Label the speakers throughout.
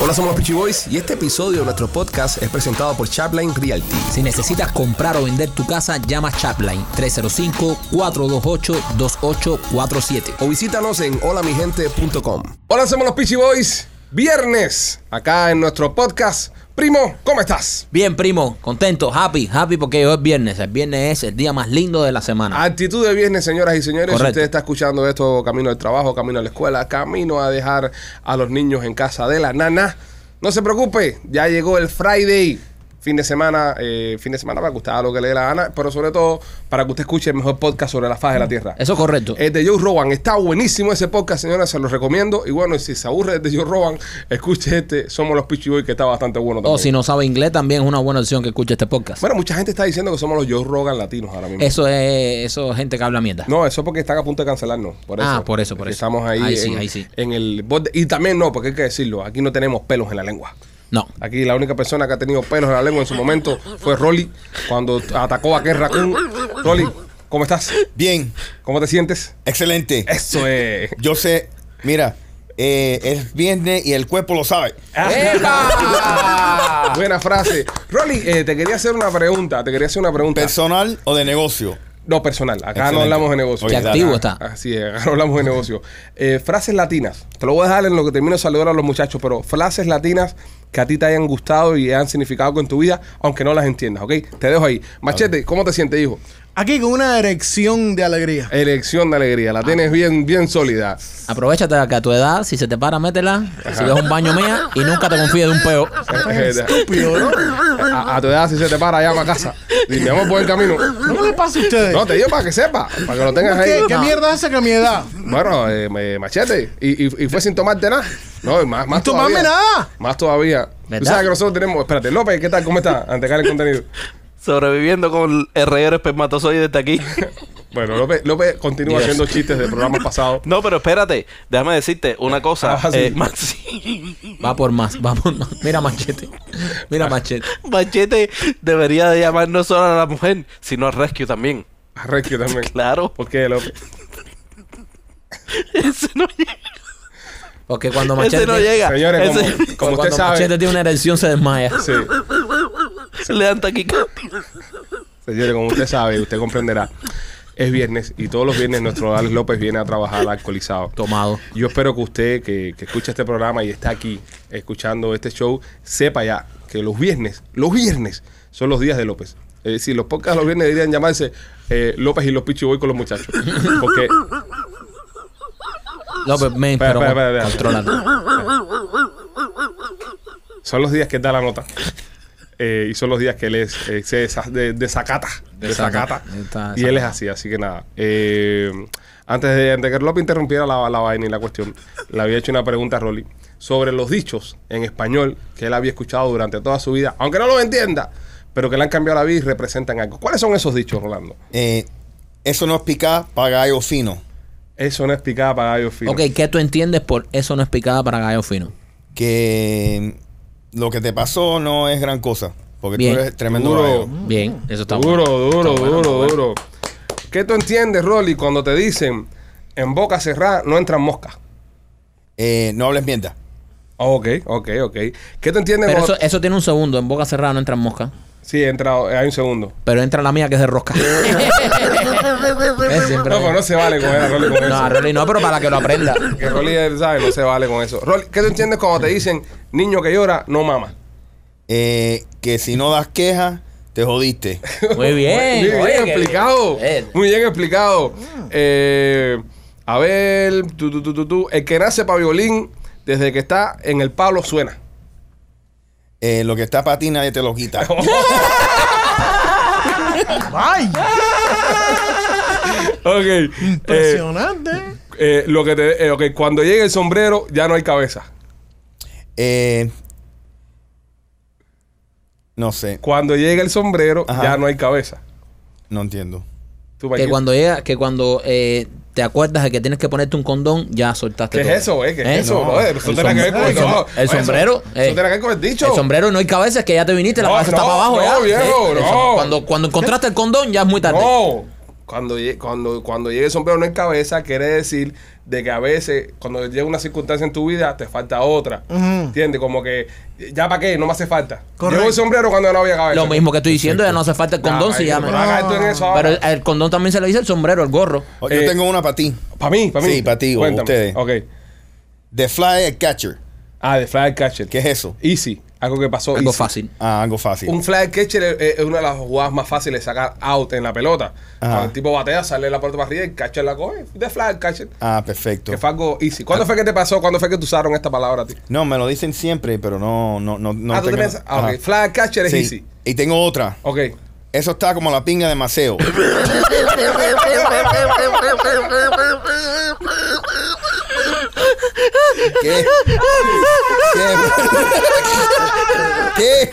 Speaker 1: Hola, somos los Peachy Boys y este episodio de nuestro podcast es presentado por Chapline Realty.
Speaker 2: Si necesitas comprar o vender tu casa, llama Chapline 305-428-2847.
Speaker 1: O visítanos en holamigente.com. Hola, somos los Peachy Boys. Viernes, acá en nuestro podcast. Primo, ¿cómo estás?
Speaker 2: Bien, primo, contento, happy, happy porque hoy es viernes. El viernes es el día más lindo de la semana.
Speaker 1: Actitud de viernes, señoras y señores. Si
Speaker 2: Correcto.
Speaker 1: usted está escuchando esto camino al trabajo, camino a la escuela, camino a dejar a los niños en casa de la nana, no se preocupe, ya llegó el Friday. Fin de semana, eh, fin de semana para que usted haga lo que le dé la gana, pero sobre todo para que usted escuche el mejor podcast sobre la faz de la tierra.
Speaker 2: Eso es correcto.
Speaker 1: Es Eh, de Joe Rogan. Está buenísimo ese podcast, señores. Se los recomiendo. Y bueno, si se aburre de Joe Rogan, escuche este Somos los Pichi Boys, que está bastante bueno
Speaker 2: O
Speaker 1: también.
Speaker 2: Oh, si no sabe inglés, también es una buena opción que escuche este podcast.
Speaker 1: Bueno, mucha gente está diciendo que somos los Joe Rogan latinos ahora mismo.
Speaker 2: Eso es, eso es gente que habla mierda.
Speaker 1: No, eso porque están a punto de cancelarnos. Por eso.
Speaker 2: Ah, por eso, por
Speaker 1: Que
Speaker 2: eso.
Speaker 1: Estamos ahí,
Speaker 2: Ahí sí,
Speaker 1: en,
Speaker 2: ahí sí.
Speaker 1: en el borde. Y también no, porque hay que decirlo, aquí no tenemos pelos en la lengua.
Speaker 2: No.
Speaker 1: Aquí la única persona que ha tenido pelos en la lengua en su momento fue Rolly, cuando atacó a aquel raccoon. Rolly, ¿cómo estás?
Speaker 3: Bien,
Speaker 1: ¿Cómo te sientes?
Speaker 3: excelente.
Speaker 1: Eso es.
Speaker 3: Yo sé, mira, eh, es viernes y el cuerpo lo sabe.
Speaker 2: ¡Epa!
Speaker 1: Buena frase. Rolly, eh, te quería hacer una pregunta. Te quería hacer una pregunta.
Speaker 3: ¿Personal o de negocio?
Speaker 1: no, personal. Acá no
Speaker 3: Excelente.
Speaker 1: hablamos de negocio.
Speaker 2: Qué
Speaker 3: Oye,
Speaker 2: activo
Speaker 3: dale.
Speaker 2: está.
Speaker 1: Así es, acá no hablamos de negocio. Eh, frases latinas. Te lo voy a dejar en lo que termino de saludar a los muchachos, pero frases latinas que a ti te hayan gustado y han significado con tu vida, aunque no las entiendas, ¿ok? Te dejo ahí. Machete, ¿cómo te sientes, hijo?
Speaker 4: Aquí con una erección de alegría.
Speaker 1: Elección de alegría. La tienes bien, bien sólida.
Speaker 2: Aprovechate que a tu edad, si se te para, métela. Si ves un baño mea y nunca te confíes de un peo.
Speaker 4: Estúpido, ¿no?
Speaker 1: a, a tu edad, si se te para, llama a casa. Y te vamos por el camino.
Speaker 4: ¿Cómo le pasa a ustedes?
Speaker 1: No, te digo para que sepa, para que lo tengas ahí. Ah,
Speaker 4: ¿Qué, qué mierda hace que mi edad?
Speaker 1: Bueno, eh, me- machete. Y, y- y fue sin tomarte nada. No, y más, más
Speaker 4: Sin tomarme
Speaker 1: todavía.
Speaker 4: nada.
Speaker 1: Más todavía. Tú
Speaker 2: ¿Verdad?
Speaker 1: sabes que nosotros tenemos. Espérate, López, ¿qué tal? ¿Cómo está? Antes de acá el contenido.
Speaker 5: Sobreviviendo con el reguero espermatozoide está aquí.
Speaker 1: Bueno, López, López continúa haciendo chistes de programas pasados.
Speaker 5: No, pero espérate, déjame decirte una cosa.
Speaker 1: Ah, sí.
Speaker 5: Eh, Maxi-
Speaker 2: Va por más, va por más. Mira machete. Mira machete.
Speaker 5: Machete debería de llamar no solo a la mujer, sino a Rescue también.
Speaker 1: A Rescue también.
Speaker 5: Claro.
Speaker 1: ¿Por qué, López?
Speaker 5: Ese no llega.
Speaker 2: Porque cuando machete.
Speaker 5: Ese no llega.
Speaker 1: Señores,
Speaker 5: Ese-
Speaker 1: como, como usted
Speaker 2: cuando
Speaker 1: sabe.
Speaker 2: machete tiene una erección, se desmaya.
Speaker 1: Sí.
Speaker 5: le dan taquicardia.
Speaker 1: Señores, como usted sabe, usted comprenderá. Es viernes y todos los viernes nuestro Alex López viene a trabajar alcoholizado.
Speaker 2: Tomado.
Speaker 1: Yo espero que usted que, que escucha este programa y está aquí escuchando este show sepa ya que los viernes, los viernes son los días de López. Es decir, los podcasts los viernes deberían llamarse eh, López y los Pichu Boy con los muchachos. Porque,
Speaker 2: López, men,
Speaker 1: Espera,
Speaker 2: pero
Speaker 1: espera, espera, espera.
Speaker 2: contrólate.
Speaker 1: son los días que da la nota. Eh, y son los días que él es, eh, se desa- de- desacata. Desacata.
Speaker 2: Desacata. Está
Speaker 1: Y él es así, así que nada. Eh, antes, de, antes de que López interrumpiera la, la vaina y la cuestión, le había hecho una pregunta a Rolly sobre los dichos en español que él había escuchado durante toda su vida, aunque no los entienda, pero que le han cambiado la vida y representan algo. ¿Cuáles son esos dichos, Rolando?
Speaker 3: Eh, eso no es picar para gallo fino.
Speaker 1: Eso no es picada para gallo fino.
Speaker 2: Ok, ¿qué tú entiendes por eso no es picada para gallo fino?
Speaker 3: Que lo que te pasó no es gran cosa. Porque
Speaker 2: Bien.
Speaker 3: tú eres tremendo
Speaker 1: Duro.
Speaker 3: gallo.
Speaker 2: Bien, eso está
Speaker 1: Duro,
Speaker 2: bueno.
Speaker 1: duro,
Speaker 2: Está bueno,
Speaker 1: duro,
Speaker 2: está bueno.
Speaker 1: duro. ¿Qué tú entiendes, Rolly, cuando te dicen en boca cerrada no entran moscas?
Speaker 3: Eh, no hables mierda.
Speaker 1: Ah, Ok, ok, ok. ¿Qué tú entiendes
Speaker 2: Pero
Speaker 1: cuando-
Speaker 2: eso, eso tiene un segundo. En boca cerrada no entran moscas.
Speaker 1: Sí, entra, eh, hay un segundo.
Speaker 2: Pero entra la mía que es de rosca. Es siempre-
Speaker 1: No, pero no se vale coger a Rolly con eso.
Speaker 2: No, a Rolly no, pero para que lo aprenda.
Speaker 1: Que Rolly, él sabe, no se vale con eso. Rolly, ¿qué tú entiendes cuando te dicen niño que llora, no mama?
Speaker 3: Eh, que si no das quejas, te jodiste.
Speaker 2: Muy bien.
Speaker 1: Muy bien
Speaker 2: Eh, oye, que-
Speaker 1: explicado.
Speaker 2: Eh,
Speaker 1: Muy bien explicado. Eh, a ver, tú, tú, tú, tú, tú. el que nace para violín, desde que está en el palo suena.
Speaker 3: Eh, lo que está para ti nadie te lo quita.
Speaker 4: ¡Ay!
Speaker 1: Ok. Eh,
Speaker 4: Impresionante.
Speaker 1: eh, lo que te, eh, ok, cuando llegue el sombrero, ya no hay cabeza.
Speaker 3: Eh, no sé,
Speaker 1: Cuando llegue el sombrero,
Speaker 3: Ajá.
Speaker 1: ya no hay cabeza.
Speaker 3: no entiendo.
Speaker 1: Tú,
Speaker 2: Que
Speaker 1: Paquito.
Speaker 2: cuando llega, que cuando eh, te acuerdas de que tienes que ponerte un condón, ya
Speaker 1: ¿Qué
Speaker 2: soltaste
Speaker 1: es eso,
Speaker 2: todo.
Speaker 1: eh? ¿Qué es
Speaker 2: ¿Eh?
Speaker 1: eso,
Speaker 2: No.
Speaker 1: brother? Eso
Speaker 2: El
Speaker 1: tiene que ver con
Speaker 2: sombrero- el
Speaker 1: no,
Speaker 2: som- el
Speaker 1: eso-
Speaker 2: sombrero. eh.
Speaker 1: Eso tiene que ver con el dicho.
Speaker 2: El sombrero no hay cabeza, es que ya te viniste, la
Speaker 1: No,
Speaker 2: cabeza está
Speaker 1: no,
Speaker 2: para abajo.
Speaker 1: no,
Speaker 2: ya.
Speaker 1: viejo,
Speaker 2: El
Speaker 1: no.
Speaker 2: som- Cuando, cuando encontraste el condón, ya es muy tarde.
Speaker 1: No. Cuando, llegue- cuando, cuando llegue sombrero no en cabeza, quiere decir de que a veces, cuando llega una circunstancia en tu vida, te falta otra. ¿Entiendes? Como que, ya para qué, no me hace falta.
Speaker 4: Correcto.
Speaker 1: Llevo el sombrero cuando no había cabeza. Ah,
Speaker 2: Lo mismo que estoy diciendo, ya no hace falta el condón, se
Speaker 1: llama.
Speaker 2: llama. Pero el, el condón también se le dice el sombrero, el gorro.
Speaker 3: Oh, Yo
Speaker 1: Eh,
Speaker 3: tengo una para ti.
Speaker 1: Para mí, para mí.
Speaker 3: Sí, pa' ti o
Speaker 1: Cuéntame.
Speaker 3: ustedes.
Speaker 1: Ok.
Speaker 3: The Fly Catcher.
Speaker 1: Ah, de Fly Catcher.
Speaker 3: ¿Qué es eso?
Speaker 1: Easy. Algo que pasó.
Speaker 2: Algo
Speaker 1: easy.
Speaker 2: fácil.
Speaker 3: Ah, algo fácil.
Speaker 1: Un fly catcher es, es una de las jugadas más fáciles de sacar out en la pelota.
Speaker 3: Ajá.
Speaker 1: Cuando el tipo batea, sale la pelota para arriba y el catcher la coge. De fly catcher.
Speaker 3: Ah, perfecto.
Speaker 1: Que fue algo easy. ¿Cuándo
Speaker 3: Ah.
Speaker 1: fue que te pasó? ¿Cuándo fue que te usaron esta palabra a ti?
Speaker 3: No, me lo dicen siempre, pero no, no, no, no
Speaker 1: ah, tú
Speaker 3: tengo-
Speaker 1: tenías. Ah, ok.
Speaker 3: Ajá.
Speaker 1: Fly catcher es
Speaker 3: Sí.
Speaker 1: easy.
Speaker 3: Y tengo otra.
Speaker 1: Ok.
Speaker 3: Eso está como la pinga de Maceo. ¿Qué? ¿Qué? ¿Qué?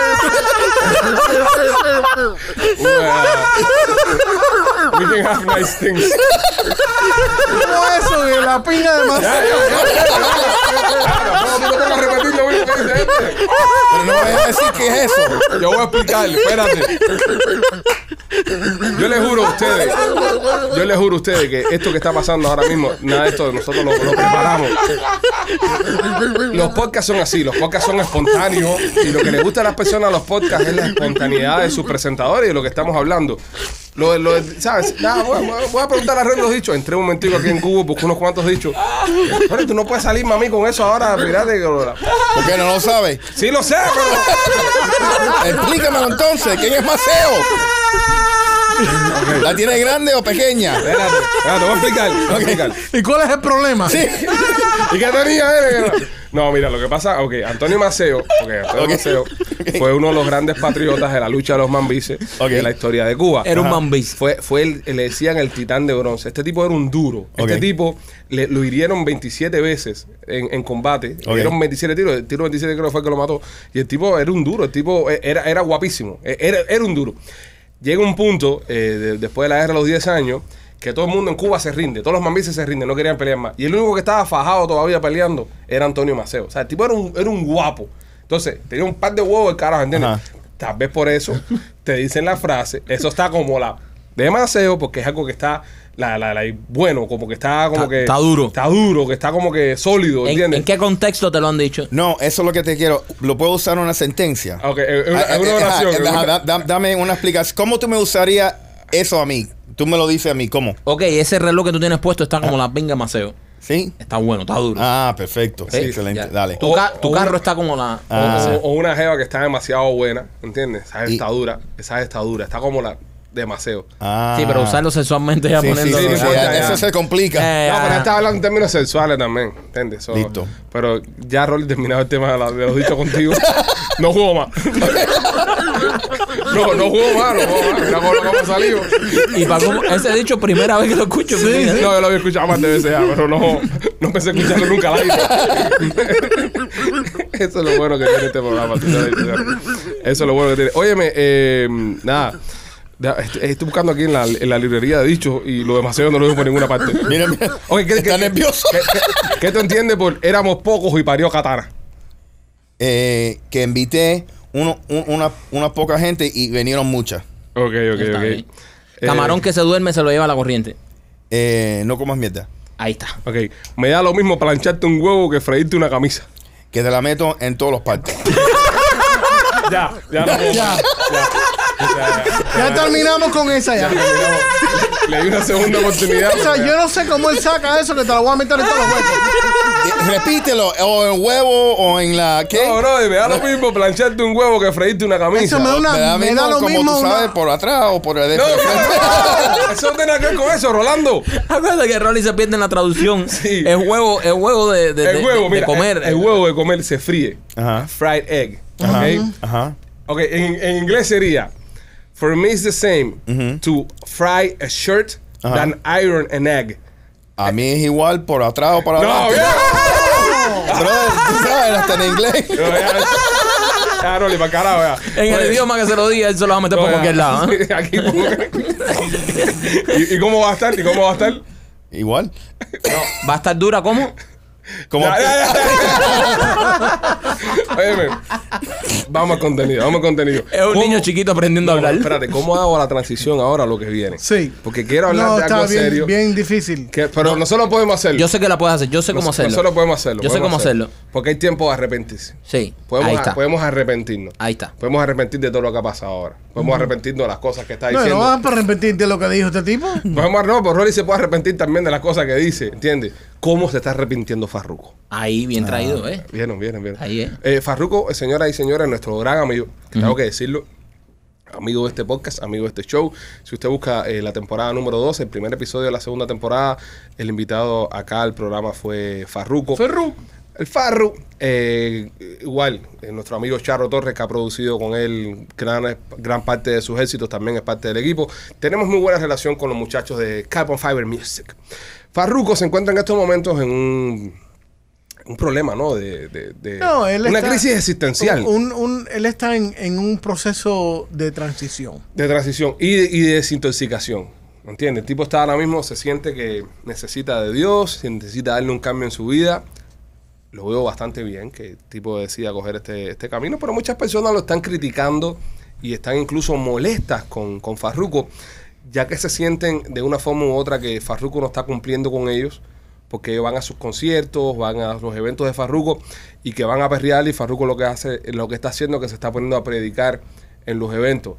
Speaker 1: Well, we can have nice things.
Speaker 4: ¿Cómo eso de la piña de
Speaker 1: Ya,
Speaker 4: más?
Speaker 1: ya, ya, ya, ya. No, tú no puedes repetir lo mismo que dice este.
Speaker 3: Pero no me vas a decir qué es eso.
Speaker 1: Yo voy a explicarle, espérate. Yo les juro a ustedes, yo les juro a ustedes que esto que está pasando ahora mismo, nada de esto nosotros lo, lo preparamos. Los podcasts son así, los podcasts son espontáneos y lo que le gusta a las personas a los podcasts es la espontaneidad de sus presentadores y de lo que estamos hablando. Lo, lo, ¿Sabes? Nada, voy, a- voy a preguntar a Ren los dichos. Entré un momentico aquí en Google, busqué unos cuantos dichos. Pero tú no puedes salir, mami, con eso ahora, fíjate.
Speaker 3: ¿Por qué no lo sabes?
Speaker 1: Sí lo sé, pero...
Speaker 3: Explícamelo entonces. ¿Quién es Maceo? ¿La tiene grande o pequeña?
Speaker 1: Espérate, espérate, voy a explicar, voy a explicar.
Speaker 4: ¿Y cuál es el problema?
Speaker 3: Sí.
Speaker 1: ¿Y qué tenía él? No, mira, lo que pasa, ok, Antonio Maceo, ok, Antonio
Speaker 3: Ok.
Speaker 1: Maceo
Speaker 3: Ok.
Speaker 1: fue uno de los grandes patriotas de la lucha de los mambises
Speaker 3: Ok.
Speaker 1: de la historia de Cuba.
Speaker 2: Era un
Speaker 1: Ajá.
Speaker 2: mambis.
Speaker 1: Fue, fue el, le decían el titán de bronce. Este tipo era un duro. Este
Speaker 3: Ok.
Speaker 1: tipo le- lo hirieron 27 veces en, en combate.
Speaker 3: Ok.
Speaker 1: Era un 27 tiros. El tiro 27 creo que fue el que lo mató. Y el tipo era un duro. El tipo eh, era, era guapísimo. Eh, Era, era un duro. Llega un punto, eh, de- después de la guerra de los 10 años, que todo el mundo en Cuba se rinde. Todos los mambises se rinden. No querían pelear más. Y el único que estaba fajado todavía peleando era Antonio Maceo. O sea, el tipo era un, era un guapo. Entonces, tenía un par de huevos el carajo, ¿entiendes?
Speaker 3: Ajá.
Speaker 1: Tal vez por eso te dicen la frase. Eso está como la de Maceo, porque es algo que está la, la, la- bueno, como que está como
Speaker 2: Está-
Speaker 1: que.
Speaker 2: está duro.
Speaker 1: Está duro, que está como que sólido,
Speaker 2: ¿En,
Speaker 1: ¿entiendes?
Speaker 2: en qué contexto te lo han dicho?
Speaker 3: No, eso es lo que te quiero. ¿Lo puedo usar en una sentencia?
Speaker 1: Ok, es una,
Speaker 3: Ah,
Speaker 1: es una
Speaker 3: eh, ajá,
Speaker 1: oración.
Speaker 3: ajá, da- da- dame una explicación. ¿Cómo tú me usarías eso a mí? Tú me lo dices a mí, ¿cómo?
Speaker 2: Ok, ese reloj que tú tienes puesto está como la pinga de maceo.
Speaker 3: ¿Sí?
Speaker 2: Está bueno, está duro.
Speaker 3: Ah, perfecto.
Speaker 2: Sí,
Speaker 3: Excelente.
Speaker 2: ya.
Speaker 3: Dale.
Speaker 2: Tu,
Speaker 1: O-
Speaker 2: ca- tu
Speaker 1: o
Speaker 2: carro
Speaker 1: una-
Speaker 2: está como la...
Speaker 1: O-
Speaker 3: Ah,
Speaker 1: o,
Speaker 3: sí.
Speaker 1: o una jeva que está demasiado buena, ¿entiendes? Esa
Speaker 3: Y-
Speaker 1: está dura, esa está dura, está como la de Maceo.
Speaker 3: Ah.
Speaker 2: Sí, pero usarlo sexualmente ya
Speaker 3: Sí, sí,
Speaker 2: poniendo...
Speaker 3: sí,
Speaker 1: no
Speaker 3: sí,
Speaker 1: importa,
Speaker 3: ya,
Speaker 1: ya.
Speaker 3: Eso se complica.
Speaker 2: Eh,
Speaker 1: No, pero
Speaker 2: ah.
Speaker 1: estaba hablando en términos sexuales también, ¿entiendes? So,
Speaker 3: Listo.
Speaker 1: Pero ya, Rolly, terminado el tema de, la- de los dichos contigo. No juego más. no, no juego más, no juego más. Mira cómo, cómo salió.
Speaker 2: Y para cómo- ese dicho primera vez que lo escucho. en mi vida.
Speaker 1: No, yo lo había escuchado más de veces ya, pero no, no pensé escucharlo nunca al aire. Eso es lo bueno que tiene este programa. tú sabes, tú sabes. Eso es lo bueno que tiene. Óyeme, eh, nada. da- est- Estoy buscando aquí en la, en la librería de dichos y lo demasiado no lo veo por ninguna parte.
Speaker 3: Mira, mira.
Speaker 1: Oye, ¿qué-
Speaker 3: Está
Speaker 1: qué-
Speaker 3: nervioso.
Speaker 1: ¿Qué, qué, qué tú entiendes por éramos pocos y parió Katana?
Speaker 3: Eh, que invité uno, un- una, una poca gente y vinieron muchas.
Speaker 1: Ok, ok,
Speaker 2: Está
Speaker 1: ok.
Speaker 2: bien. Camarón
Speaker 1: Eh,
Speaker 2: que se duerme se lo lleva a la corriente.
Speaker 3: Eh, no comas mierda.
Speaker 2: Ahí está.
Speaker 1: Ok, me da lo mismo plancharte un huevo que freírte una camisa.
Speaker 3: Que te la meto en todos los partes. Eh,
Speaker 1: Ya, ya no puedo.
Speaker 4: Ya. Ya terminamos con esa ya.
Speaker 1: Le di una segunda oportunidad.
Speaker 4: O sea, yo no sé cómo él saca eso que te lo voy a meter en todos los huecos.
Speaker 3: Eh, repítelo. O en huevo o en la... ¿Qué?
Speaker 1: No, bro, me da lo mismo plancharte un huevo que freírte una camisa.
Speaker 4: Eso me da
Speaker 1: No,
Speaker 4: una.
Speaker 3: Me da,
Speaker 4: Me da lo
Speaker 3: como
Speaker 4: mismo.
Speaker 3: tú
Speaker 4: una-
Speaker 3: sabes, por atrás o por el de
Speaker 1: no, eso no tiene nada que ver con eso, Rolando.
Speaker 2: Acuérdate que Rolly se pierde en la traducción.
Speaker 1: Sí.
Speaker 2: El huevo, el huevo de, de-
Speaker 1: El
Speaker 2: de-
Speaker 1: huevo,
Speaker 2: de
Speaker 1: mira,
Speaker 2: comer. eh.
Speaker 1: El, el huevo de comer se fríe.
Speaker 3: Ajá.
Speaker 1: Fried egg.
Speaker 3: Ajá.
Speaker 1: Ok,
Speaker 3: Ajá.
Speaker 1: Ok, en, en inglés sería: For me it's the same to fry a shirt
Speaker 3: Ajá.
Speaker 1: than iron an egg.
Speaker 3: A mí es igual por atrás o por
Speaker 1: No,
Speaker 3: adelante.
Speaker 1: bien.
Speaker 3: Bro, tú sabes, hasta en inglés.
Speaker 1: No, ya, ya, Rolly, para carajo, ya.
Speaker 2: En el
Speaker 1: Oye,
Speaker 2: idioma que se lo diga, él se lo va a meter
Speaker 1: no,
Speaker 2: por
Speaker 1: ya.
Speaker 2: Este cualquier lado. ¿eh?
Speaker 1: Aquí, ¿Y, ¿Y cómo va a estar? ¿Y cómo va a estar?
Speaker 3: Igual.
Speaker 2: Va a estar dura como.
Speaker 3: Como
Speaker 1: Ya, ya, ya, ya. Óyeme, Vamos al contenido, vamos al contenido.
Speaker 2: Es un
Speaker 1: ¿Cómo-
Speaker 2: niño chiquito
Speaker 1: No,
Speaker 2: aprendiendo a hablar.
Speaker 1: Espérate, ¿cómo hago la transición ahora a lo que viene?
Speaker 4: Sí.
Speaker 1: Porque quiero hablar de algo
Speaker 4: está bien,
Speaker 1: serio.
Speaker 4: bien difícil.
Speaker 1: que- pero nosotros podemos hacerlo.
Speaker 2: Yo sé que la puedes hacer, yo sé cómo
Speaker 1: Nos-
Speaker 2: hacerlo.
Speaker 1: Nosotros podemos hacerlo.
Speaker 2: Yo sé
Speaker 1: podemos
Speaker 2: cómo hacerlo.
Speaker 1: Porque hay tiempo de arrepentirse.
Speaker 2: Sí,
Speaker 1: Podemos,
Speaker 2: ahí está.
Speaker 1: podemos arrepentirnos.
Speaker 2: Ahí está.
Speaker 1: Podemos arrepentir de todo lo que ha pasado ahora. Podemos arrepentirnos de las cosas que está
Speaker 4: No,
Speaker 1: diciendo.
Speaker 4: no vas a arrepentirte de lo que dijo este tipo.
Speaker 1: Podemos, no, pero Rolly se puede arrepentir también de las cosas que dice, ¿entiendes? ¿Cómo se está arrepintiendo Farruko?
Speaker 2: Ahí,
Speaker 1: Ah.
Speaker 2: bien traído, ¿eh?
Speaker 1: Vieron, vieron, vieron.
Speaker 2: Ahí, ¿eh?
Speaker 1: Eh, Farruko, eh, señoras y señores, nuestro gran amigo, que tengo que decirlo, amigo de este podcast, amigo de este show. Si usted busca eh, la temporada número 12, el primer episodio de la segunda temporada, el invitado acá al programa fue Farruko. Farruko. El Farru, eh, igual, eh, nuestro amigo Charro Torres, que ha producido con él gran, gran parte de sus éxitos, también es parte del equipo. Tenemos muy buena relación con los muchachos de Carbon Fiber Music. Farruko se encuentra en estos momentos en un un problema, ¿no? De, de- de-
Speaker 4: No, él
Speaker 1: una
Speaker 4: está-
Speaker 1: crisis existencial
Speaker 4: Un, un- él está en, en un proceso de transición.
Speaker 1: de transición y de, y de desintoxicación. ¿Entiendes? El tipo está ahora mismo, se siente que necesita de Dios, que necesita darle un cambio en su vida. Lo veo bastante bien que el tipo decida coger este, este camino, pero muchas personas lo están criticando y están incluso molestas con, con Farruko, ya que se sienten de una forma u otra que Farruko no está cumpliendo con ellos, porque ellos van a sus conciertos, van a los eventos de Farruko y que van a perrear y Farruko lo que hace, lo que está haciendo es que se está poniendo a predicar en los eventos.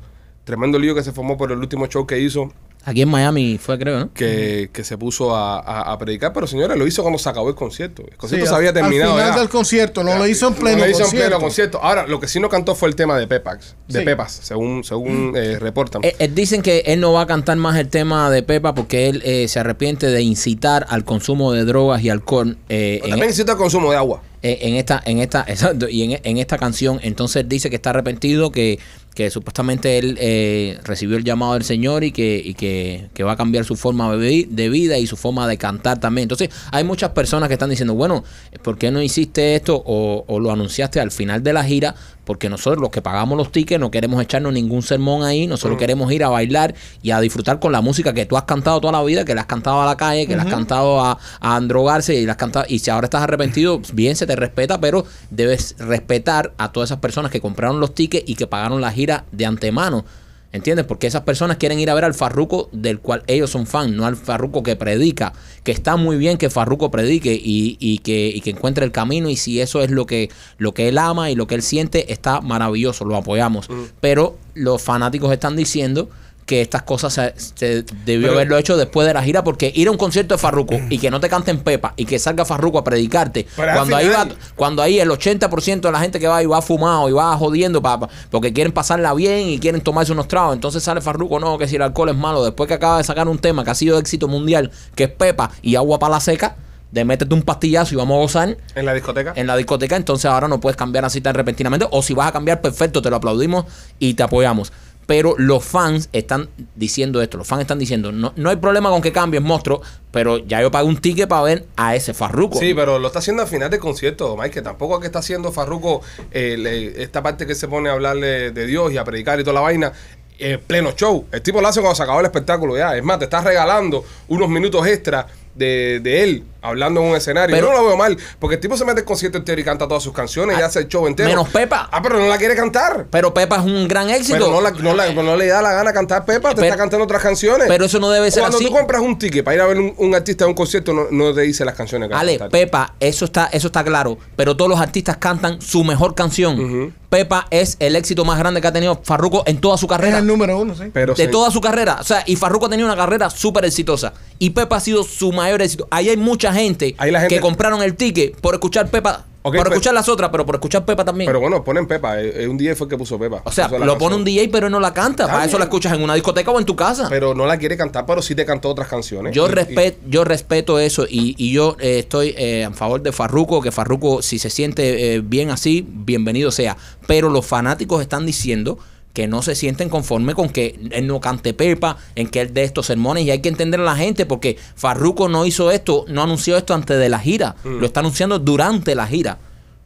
Speaker 1: Tremendo lío que se formó por el último show que hizo,
Speaker 2: Aquí en Miami fue, creo, ¿no?
Speaker 1: que, que se puso a, a- a predicar, pero señores, lo hizo cuando se acabó el concierto. El concierto
Speaker 4: Sí,
Speaker 1: se había
Speaker 4: al-
Speaker 1: terminado.
Speaker 4: Al final
Speaker 1: ya.
Speaker 4: del concierto, no lo hizo en
Speaker 1: No
Speaker 4: pleno
Speaker 1: lo hizo en
Speaker 4: concierto.
Speaker 1: pleno concierto. Ahora, lo que sí no cantó fue el tema de Pepax, de
Speaker 4: Sí. Mm.
Speaker 1: Pepas, según, según eh, reportan.
Speaker 2: Eh, eh, dicen que él no va a cantar más el tema de Pepa porque él eh, se arrepiente de incitar al consumo de drogas y alcohol eh,
Speaker 1: Pero
Speaker 2: en,
Speaker 1: Pues, también necesita consumo de agua.
Speaker 2: eh, en esta en esta exacto, y en, en esta canción. Entonces dice que está arrepentido, que, que supuestamente él eh, recibió el llamado del Señor y que y que, que va a cambiar su forma de, vi- de vida y su forma de cantar también. Entonces hay muchas personas que están diciendo, bueno, ¿por qué no hiciste esto o, o lo anunciaste al final de la gira? Porque nosotros los que pagamos los tickets no queremos echarnos ningún sermón ahí, nosotros queremos ir a bailar y a disfrutar con la música que tú has cantado toda la vida, que la has cantado a la calle, que la has cantado a, a androgarse y la has cantado. Y si ahora estás arrepentido, pues, bien, se te respeta, pero debes respetar a todas esas personas que compraron los tickets y que pagaron la gira de antemano. ¿Entiendes? Porque esas personas quieren ir a ver al Farruco del cual ellos son fan, no al Farruco que predica. Que está muy bien que Farruco predique y, y que, y que encuentre el camino. Y si eso es lo que, lo que él ama y lo que él siente, está maravilloso, lo apoyamos. Pero los fanáticos están diciendo que estas cosas se, se debió
Speaker 1: Pero-
Speaker 2: haberlo hecho después de la gira porque ir a un concierto de Farruco y que no te canten Pepa y que salga Farruco a predicarte
Speaker 1: Pero al
Speaker 2: cuando ahí
Speaker 1: final-
Speaker 2: va cuando ahí el 80% de la gente que va y va fumado y va jodiendo papá porque quieren pasarla bien y quieren tomarse unos tragos entonces sale Farruco no que si el alcohol es malo después que acaba de sacar un tema que ha sido éxito mundial que es Pepa y agua para la seca de métete un pastillazo y vamos a gozar
Speaker 1: En la discoteca.
Speaker 2: en la discoteca, entonces ahora no puedes cambiar así tan repentinamente. O si vas a cambiar, perfecto, te lo aplaudimos y te apoyamos. Pero los fans están diciendo esto, los fans están diciendo, no, no hay problema con que cambies, monstruo, pero ya yo pagué un ticket para ver a ese farruco.
Speaker 1: Sí, pero lo está haciendo al final del concierto, Mike, que tampoco es que está haciendo Farruko eh, le- esta parte que se pone a hablarle de Dios y a predicar y toda la vaina. En pleno show. El tipo lo hace cuando se acabó el espectáculo ya. Es más, te estás regalando unos minutos extra de, de él hablando en un escenario.
Speaker 2: Pero-
Speaker 1: Yo no lo veo mal, porque el tipo se mete el concierto entero y canta todas sus canciones y
Speaker 2: Ah,
Speaker 1: hace el show entero.
Speaker 2: menos Pepa.
Speaker 1: Ah, pero no la quiere cantar.
Speaker 2: Pero Pepa es un gran éxito.
Speaker 1: Pero no, la- no la- no le da la gana cantar Pepa, te
Speaker 2: Pero-
Speaker 1: está cantando otras canciones.
Speaker 2: pero eso no debe ser
Speaker 1: Cuando
Speaker 2: así.
Speaker 1: tú compras un ticket para ir a ver un, un artista a un concierto, no, no te dice las canciones que va a
Speaker 2: Ale,
Speaker 1: cantar.
Speaker 2: Pepa, eso está, eso está claro. Pero todos los artistas cantan su mejor canción. Pepa es el éxito más grande que ha tenido Farruco en toda su
Speaker 4: Es
Speaker 2: carrera.
Speaker 4: el número uno, sí.
Speaker 1: Pero
Speaker 2: de
Speaker 1: se-
Speaker 2: toda su carrera. O sea, y Farruko ha tenido una carrera súper exitosa. Y Pepa ha sido su mayor éxito. Ahí hay mucha gente,
Speaker 1: Ahí la gente-
Speaker 2: que compraron el ticket por escuchar Pepa.
Speaker 1: Ok,
Speaker 2: por
Speaker 1: pero-
Speaker 2: escuchar las otras, pero por escuchar Pepa también.
Speaker 1: Pero bueno, ponen Pepa. eh, eh, un DJ fue el que puso Pepa.
Speaker 2: o sea,
Speaker 1: Puso la
Speaker 2: lo pone
Speaker 1: canción.
Speaker 2: un DJ, pero no la canta.
Speaker 1: Está
Speaker 2: Para eso
Speaker 1: bien.
Speaker 2: la escuchas en una discoteca o en tu casa.
Speaker 1: Pero no la quiere cantar, pero sí te cantó otras canciones.
Speaker 2: Yo,
Speaker 1: Y-
Speaker 2: respet- yo respeto eso y, y yo eh, estoy eh, a favor de Farruco, que Farruco si se siente eh, bien así, bienvenido sea. Pero los fanáticos están diciendo que no se sienten conforme con que él no cante Pepa, en que él dé estos sermones y hay que entender a la gente porque
Speaker 1: Mm.
Speaker 2: Farruco no hizo esto, no anunció esto antes de la gira, lo está anunciando durante la gira.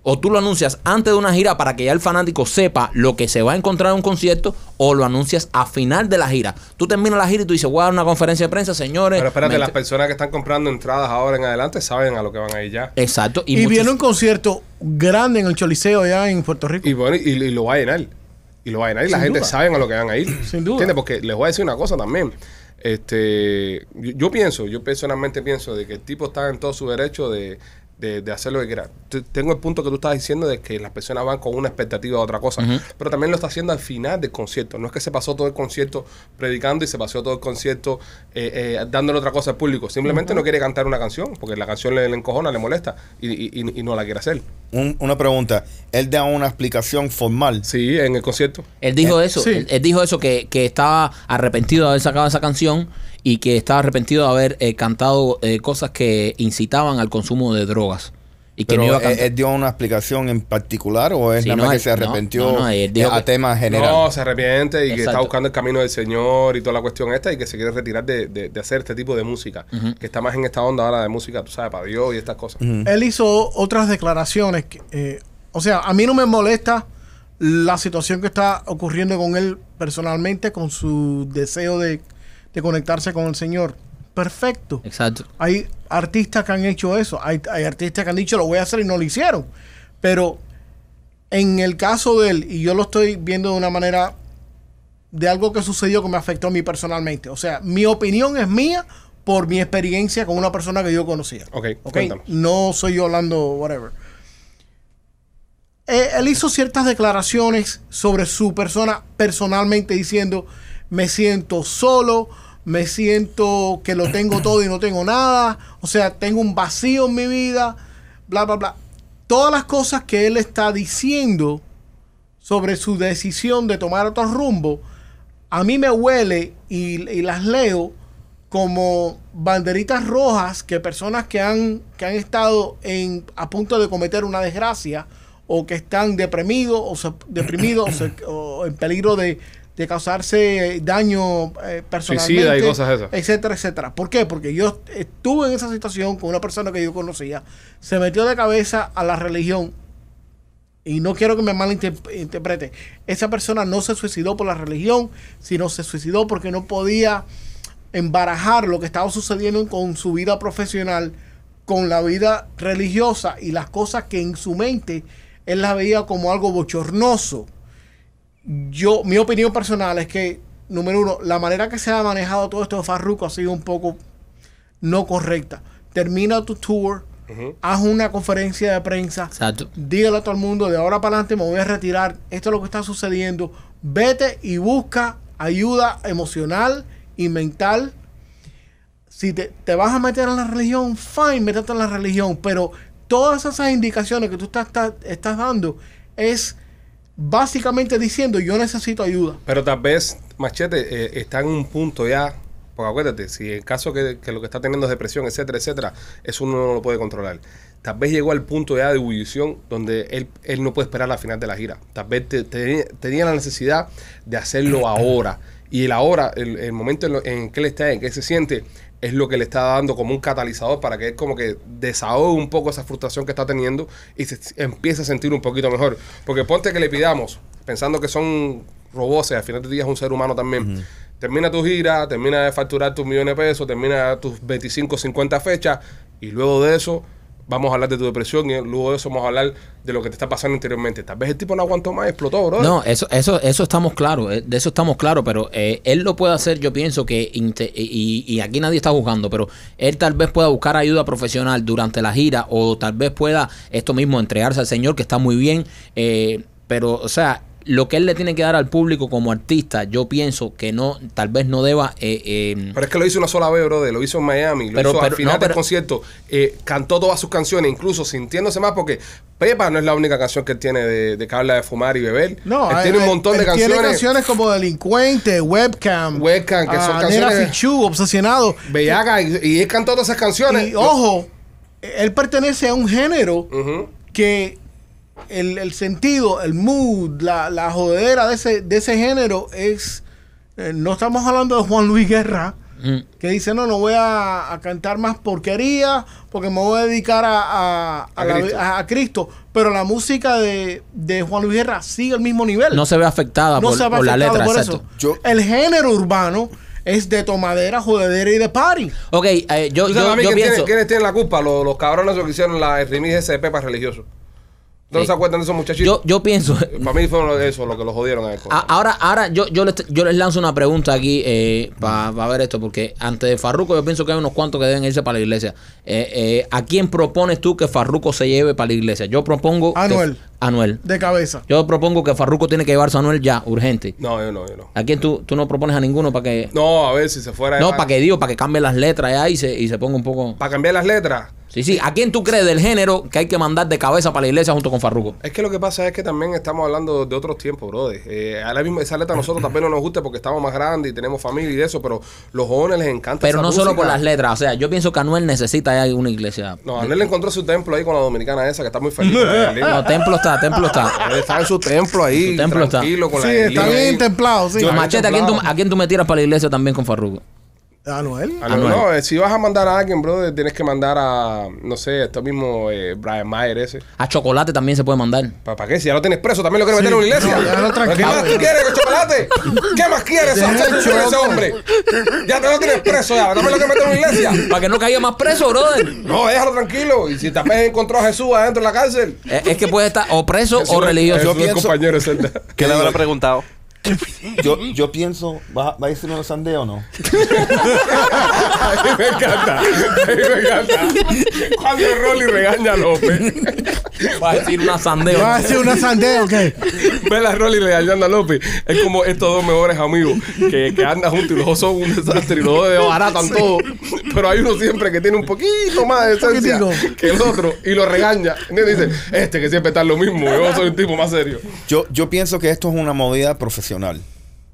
Speaker 2: O tú lo anuncias antes de una gira para que ya el fanático sepa lo que se va a encontrar en un concierto, o lo anuncias a final de la gira. Tú terminas la gira y tú dices, voy a dar una conferencia de prensa, señores.
Speaker 1: Pero espérate,
Speaker 2: Me-
Speaker 1: las personas que están comprando entradas ahora en adelante saben a lo que van a ir ya.
Speaker 2: Exacto.
Speaker 4: Y,
Speaker 2: muchos-
Speaker 4: viene un concierto grande en el Choliseo allá en Puerto Rico.
Speaker 1: Y bueno, y, y lo va a llenar. Y lo va a llenar. Y la
Speaker 4: Sin
Speaker 1: gente
Speaker 4: duda.
Speaker 1: sabe a lo que van a ir.
Speaker 4: Sin duda.
Speaker 1: ¿Entiendes? Porque les voy a decir una cosa también. Este, yo, yo pienso, yo personalmente pienso de que el tipo está en todo su derecho de, de- de hacer lo que quiera. T- Tengo el punto que tú estás diciendo de que las personas van con una expectativa de otra cosa. Pero también lo está haciendo al final del concierto. No es que se pasó todo el concierto predicando y se pasó todo el concierto eh, eh, dándole otra cosa al público. Simplemente no quiere cantar una canción porque la canción le, le encojona, le molesta y- y- y- y no la quiere hacer.
Speaker 3: Un- una pregunta. Él da una explicación formal.
Speaker 1: Sí, en el concierto.
Speaker 2: Él dijo eso,
Speaker 4: Eh, sí.
Speaker 2: él, él dijo eso que, que estaba arrepentido de haber sacado esa canción y que estaba arrepentido de haber eh, cantado eh, cosas que incitaban al consumo de drogas y que
Speaker 3: Pero eh,
Speaker 2: no iba a
Speaker 3: él,
Speaker 2: cantar.
Speaker 3: él dio una explicación en particular o es
Speaker 2: Sí,
Speaker 3: nada
Speaker 2: no,
Speaker 3: más que
Speaker 2: él-
Speaker 3: se
Speaker 2: no,
Speaker 3: arrepintió eh,
Speaker 2: no, no, él dijo
Speaker 3: a
Speaker 2: que-
Speaker 3: temas generales.
Speaker 1: No, se arrepiente y que está
Speaker 2: Exacto.
Speaker 1: buscando el camino del Señor y toda la cuestión esta y que se quiere retirar de, de- de hacer este tipo de música. Que está más en esta onda ahora de música, tú sabes, para Dios y estas cosas.
Speaker 4: Él hizo otras declaraciones. que, eh, o sea, a mí no me molesta la situación que está ocurriendo con él personalmente, con su deseo de, de conectarse con el Señor. Perfecto.
Speaker 2: Exacto.
Speaker 4: Hay artistas que han hecho eso. Hay, hay artistas que han dicho lo voy a hacer y no lo hicieron. Pero en el caso de él, y yo lo estoy viendo de una manera de algo que sucedió que me afectó a mí personalmente. O sea, mi opinión es mía por mi experiencia con una persona que yo conocía.
Speaker 1: Ok,
Speaker 4: Ok,
Speaker 1: cuéntanos.
Speaker 4: No soy yo hablando, whatever. Eh, él hizo ciertas declaraciones sobre su persona personalmente diciendo, me siento solo, me siento que lo tengo todo y no tengo nada, o sea, tengo un vacío en mi vida, bla, bla, bla. Todas las cosas que él está diciendo sobre su decisión de tomar otro rumbo, a mí me huele y, y las leo como banderitas rojas que personas que han, que han estado en, a punto de cometer una desgracia o que están deprimidos o, se- deprimidos o, se- o en peligro de, de causarse eh, daño eh, personalmente.
Speaker 1: Suicida y cosas esas.
Speaker 4: Etcétera, etcétera. ¿Por qué? Porque yo estuve en esa situación con una persona que yo conocía, se metió de cabeza a la religión y no quiero que me malinterprete, esa persona no se suicidó por la religión, sino se suicidó porque no podía embarajar lo que estaba sucediendo con su vida profesional, con la vida religiosa y las cosas que en su mente él las veía como algo bochornoso. Yo, mi opinión personal es que, número uno, la manera que se ha manejado todo esto de Farruko ha sido un poco no correcta. Termina tu tour, haz una conferencia de prensa,
Speaker 2: Exacto.
Speaker 4: dígale a todo el mundo, de ahora para adelante me voy a retirar, esto es lo que está sucediendo, vete y busca ayuda emocional y mental. Si te, te vas a meter en la religión, fine, métete en la religión, pero todas esas indicaciones que tú estás, estás- estás dando es básicamente diciendo yo necesito ayuda.
Speaker 1: Pero tal vez, Machete, eh, está en un punto ya. Porque acuérdate, si el caso que, que lo que está teniendo es depresión, etcétera, etcétera, eso uno no lo puede controlar. Tal vez llegó al punto ya de ebullición donde él, él no puede esperar la final de la gira. Tal vez te- te- tenía la necesidad de hacerlo ahora. Y el ahora, el, el momento en, lo- en que él está, en que él se siente, es lo que le está dando como un catalizador para que él como que desahogue un poco esa frustración que está teniendo y se empiece a sentir un poquito mejor. Porque ponte que le pidamos, pensando que son robots, al final del día es un ser humano también. Termina tu gira, termina de facturar tus millones de pesos, termina tus 25, 50 fechas y luego de eso vamos a hablar de tu depresión y luego de eso vamos a hablar de lo que te está pasando interiormente. Tal vez el tipo no aguantó más, explotó, bro.
Speaker 2: No, eso, eso, eso estamos claros, eh, de eso estamos claros, pero eh, él lo puede hacer, yo pienso que, inte- y, y aquí nadie está juzgando, pero él tal vez pueda buscar ayuda profesional durante la gira o tal vez pueda esto mismo entregarse al Señor, que está muy bien, eh, pero o sea... Lo que él le tiene que dar al público como artista, yo pienso que no, tal vez no deba eh, eh,
Speaker 1: Pero es que lo hizo una sola vez, brother. Lo hizo en Miami. Lo
Speaker 2: Pero-
Speaker 1: hizo al
Speaker 2: pero-
Speaker 1: final
Speaker 2: no,
Speaker 1: del
Speaker 2: pero-
Speaker 1: concierto. eh, cantó todas sus canciones, incluso sintiéndose más, porque Pepa no es la única canción que él tiene de, de que habla de fumar y beber.
Speaker 4: No,
Speaker 1: él
Speaker 4: eh,
Speaker 1: tiene un
Speaker 4: eh,
Speaker 1: montón de
Speaker 4: él
Speaker 1: canciones.
Speaker 4: Tiene canciones como Delincuente, Webcam,
Speaker 1: Webcam, que son
Speaker 4: ah, Nena
Speaker 1: canciones-
Speaker 4: Fichu, Obsesionado.
Speaker 1: bellaca, y, y él cantó todas esas canciones.
Speaker 4: Y ojo, él pertenece a un género
Speaker 1: Ujú.
Speaker 4: que el, el sentido, el mood, la, la jodera de ese, de ese género es. eh, no estamos hablando de Juan Luis Guerra,
Speaker 2: Mm.
Speaker 4: que dice, no, no voy a, a cantar más porquería porque me voy a dedicar a, a, a
Speaker 1: A
Speaker 4: la-
Speaker 1: Cristo.
Speaker 4: a- a Cristo. Pero la música de, de Juan Luis Guerra sigue el mismo nivel.
Speaker 2: No se ve afectada
Speaker 4: No
Speaker 2: por,
Speaker 4: se va
Speaker 2: por la
Speaker 4: afectado
Speaker 2: letra,
Speaker 4: por
Speaker 2: exacto.
Speaker 4: eso.
Speaker 3: Yo-
Speaker 4: El género urbano es de tomadera, jodedera y de party.
Speaker 2: Ok, eh, yo,
Speaker 1: ¿Tú sabes a
Speaker 2: yo,
Speaker 1: mí
Speaker 2: yo
Speaker 1: quién tiene-
Speaker 2: pienso...
Speaker 1: quiénes tienen la culpa? Los, los cabrones que hicieron la remix ese de Pepa religioso. ¿No
Speaker 2: Sí.
Speaker 1: se acuerdan de esos muchachitos?
Speaker 2: Yo, yo Ah. pienso...
Speaker 1: Para mí fueron eso lo que los jodieron a él.
Speaker 2: A- ahora, ahora yo, yo, les, yo les lanzo una pregunta aquí para ver esto, porque antes de Farruco yo pienso que hay unos cuantos que deben irse para la iglesia. Eh, eh, ¿A quién propones tú que Farruco se lleve para la iglesia? Yo propongo... que-
Speaker 4: Anuel.
Speaker 2: Anuel.
Speaker 4: De cabeza.
Speaker 2: Yo propongo que Farruco tiene que llevarse a Anuel ya, urgente.
Speaker 1: No, yo no, yo no.
Speaker 2: ¿A quién tú, tú no propones a ninguno para que...
Speaker 1: No, a ver si se fuera.
Speaker 2: No, para que digo, para que cambie las letras ya y se, y se ponga un poco...
Speaker 1: Para cambiar las letras.
Speaker 2: Sí, sí. ¿A quién tú crees del género que hay que mandar de cabeza para la iglesia junto con Farruco?
Speaker 1: Es que lo que pasa es que también estamos hablando de otros tiempos, brother. Eh, ahora mismo esa letra a nosotros también no nos gusta porque estamos más grandes y tenemos familia y eso, pero los jóvenes les encanta
Speaker 2: Pero
Speaker 1: esa
Speaker 2: no solo por
Speaker 1: música.
Speaker 2: las letras. O sea, yo pienso que Anuel necesita ya una iglesia.
Speaker 1: No, Anuel encontró su templo ahí con la dominicana esa que está muy feliz. con la Yailin.
Speaker 2: No, templo está, templo está.
Speaker 1: Él está en su templo ahí,
Speaker 2: Su templo está.
Speaker 1: tranquilo con la
Speaker 4: Sí,
Speaker 1: Yailin
Speaker 4: está
Speaker 1: ahí.
Speaker 4: bien templado, sí.
Speaker 1: Yo-
Speaker 2: Machete, ¿a quién, tú,
Speaker 1: templado.
Speaker 2: ¿a quién tú me tiras para la iglesia también con Farruco?
Speaker 4: Anuel.
Speaker 1: Ah, no,
Speaker 2: Anuel.
Speaker 1: no, eh, si vas a mandar a alguien, brother, tienes que mandar a, no sé, esto mismo eh, Brian Mayer ese.
Speaker 2: A Chocolate también se puede mandar.
Speaker 1: ¿Para, qué? Si ya lo tienes preso, también lo quieres meter en una iglesia.
Speaker 4: No, ya
Speaker 1: ¿Pero
Speaker 4: lo
Speaker 1: ¿Qué
Speaker 4: tranquilo,
Speaker 1: más tú
Speaker 4: ya.
Speaker 1: quieres con chocolate? ¿Qué más quieres?
Speaker 4: Deja el
Speaker 1: Sánchez, tú eres ese
Speaker 4: chocolate.
Speaker 1: hombre. Ya te lo tienes preso, ya. También lo quieres meter en una iglesia.
Speaker 2: Para que no caiga más preso, brother.
Speaker 1: No, déjalo tranquilo. Y si también encontró a Jesús adentro de la cárcel.
Speaker 2: Eh, Es que puede estar o preso
Speaker 1: Jesús
Speaker 2: o
Speaker 1: es-
Speaker 2: religioso.
Speaker 1: Jesús es
Speaker 3: pienso-
Speaker 1: compañero, es verdad.
Speaker 5: ¿Qué le habrá preguntado?
Speaker 3: Yo, yo pienso, ¿va, va a irse a los Sandeo o no?
Speaker 1: Ay, me encanta. Ay, me encanta. Cuando Rolly regaña a López.
Speaker 2: Va a decir una sandeo.
Speaker 4: Va a ser una sandea, ¿ok?
Speaker 1: Ver a Rolly regañando a López es como estos dos mejores amigos que, que andan juntos y los dos son un desastre y los dos desbaratan todo. Pero hay uno siempre que tiene un poquito más de esencia
Speaker 4: Poquitico.
Speaker 1: que el otro y lo regaña. ¿Entiendes? Dice, este que siempre está en lo mismo, yo soy un tipo más serio.
Speaker 3: Yo, yo pienso que esto es una movida profesional.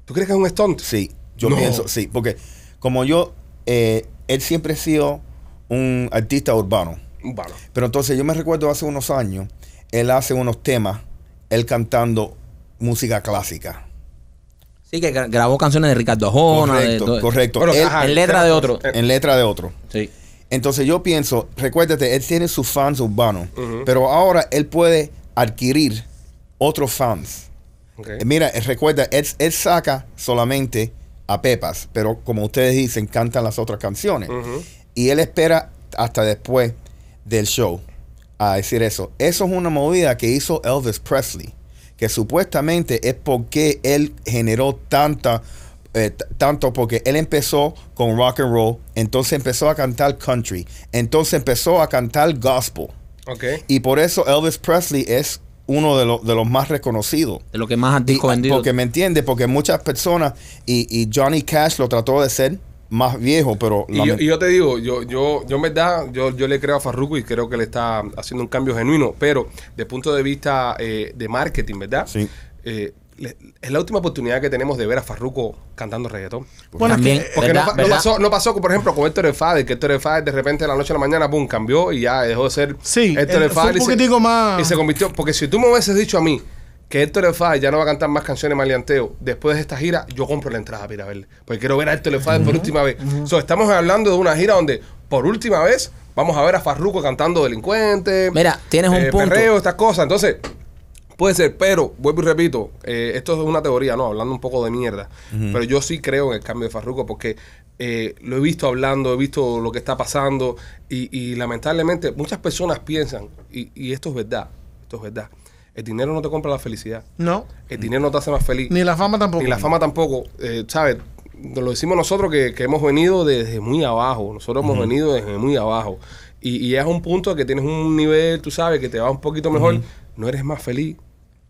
Speaker 1: ¿Tú crees que es un stunt?
Speaker 3: Sí, yo
Speaker 1: No.
Speaker 3: pienso, sí, porque como yo, eh, él siempre ha sido un artista urbano.
Speaker 1: Bueno,
Speaker 3: Pero entonces yo me recuerdo hace unos años, él hace unos temas, él cantando música clásica.
Speaker 2: Sí, que gra- grabó canciones de Ricardo Arjona. Oh, de
Speaker 3: correcto,
Speaker 2: todo-
Speaker 3: correcto.
Speaker 1: Bueno,
Speaker 3: Él-
Speaker 1: ajá.
Speaker 2: En letra de otro.
Speaker 1: Eh,
Speaker 3: en letra de otro.
Speaker 2: Sí.
Speaker 3: Entonces yo pienso, recuérdate, él tiene sus fans urbanos, pero ahora él puede adquirir otros fans.
Speaker 1: ok.
Speaker 3: Eh, Mira, eh, recuerda, él, él saca solamente a Pepas, pero como ustedes dicen, cantan las otras canciones.
Speaker 1: Ujú.
Speaker 3: Y él espera hasta después del show a decir eso. Eso es una movida que hizo Elvis Presley, que supuestamente es porque él generó tanta... eh, t- tanto porque él empezó con rock and roll, entonces empezó a cantar country, entonces empezó a cantar gospel.
Speaker 1: Ok.
Speaker 3: Y por eso Elvis Presley es uno de, los- de los más reconocidos.
Speaker 2: De lo que más disco
Speaker 3: Y-
Speaker 2: vendido.
Speaker 3: ah, Porque me entiende, porque muchas personas y, y Johnny Cash lo trató de ser más viejo, pero
Speaker 1: Y yo,
Speaker 3: lament-
Speaker 1: y yo te digo, yo, yo, yo en verdad, yo, yo le creo a Farruko y creo que le está haciendo un cambio genuino, pero de punto de vista eh, de marketing, ¿verdad?
Speaker 3: Sí.
Speaker 1: Eh, le- es la última oportunidad que tenemos de ver a Farruko cantando reggaetón.
Speaker 4: Bueno, es que-
Speaker 2: también.
Speaker 1: Eh, Porque
Speaker 2: ¿verdad?
Speaker 1: no, pa- no
Speaker 2: ¿verdad?
Speaker 1: pasó, no pasó, por ejemplo, con Héctor Fader, que Héctor Fader de repente de la noche a la mañana, boom, cambió y ya dejó de ser
Speaker 4: Sí,
Speaker 1: Héctor
Speaker 4: él fue
Speaker 1: Fader
Speaker 4: un
Speaker 1: y se-
Speaker 4: poquitico más-
Speaker 1: Y se convirtió, porque si tú me hubieses dicho a mí que Héctor Fader ya no va a cantar más canciones maleanteo después de esta gira, yo compro la entrada para ir a verle. Porque quiero ver a Héctor Fader por última vez. So, estamos hablando de una gira donde por última vez vamos a ver a Farruko cantando delincuente. eh,
Speaker 2: Mira, tienes un punto.
Speaker 1: perreo, estas cosas. Entonces, Puede ser, pero vuelvo y repito, eh, esto es una teoría, no, hablando un poco de mierda, pero yo sí creo en el cambio de Farruko porque eh, lo he visto hablando, he visto lo que está pasando y, y lamentablemente muchas personas piensan, y, y esto es verdad, esto es verdad, el dinero no te compra la felicidad,
Speaker 4: No.
Speaker 1: el dinero no te hace más feliz,
Speaker 4: Ni la fama tampoco.
Speaker 1: ni la fama tampoco, eh, ¿sabes? Nos Lo decimos nosotros que, que hemos venido desde muy abajo, nosotros hemos venido desde muy abajo. Y, y es un punto que tienes un nivel, tú sabes, que te va un poquito mejor, no eres más feliz,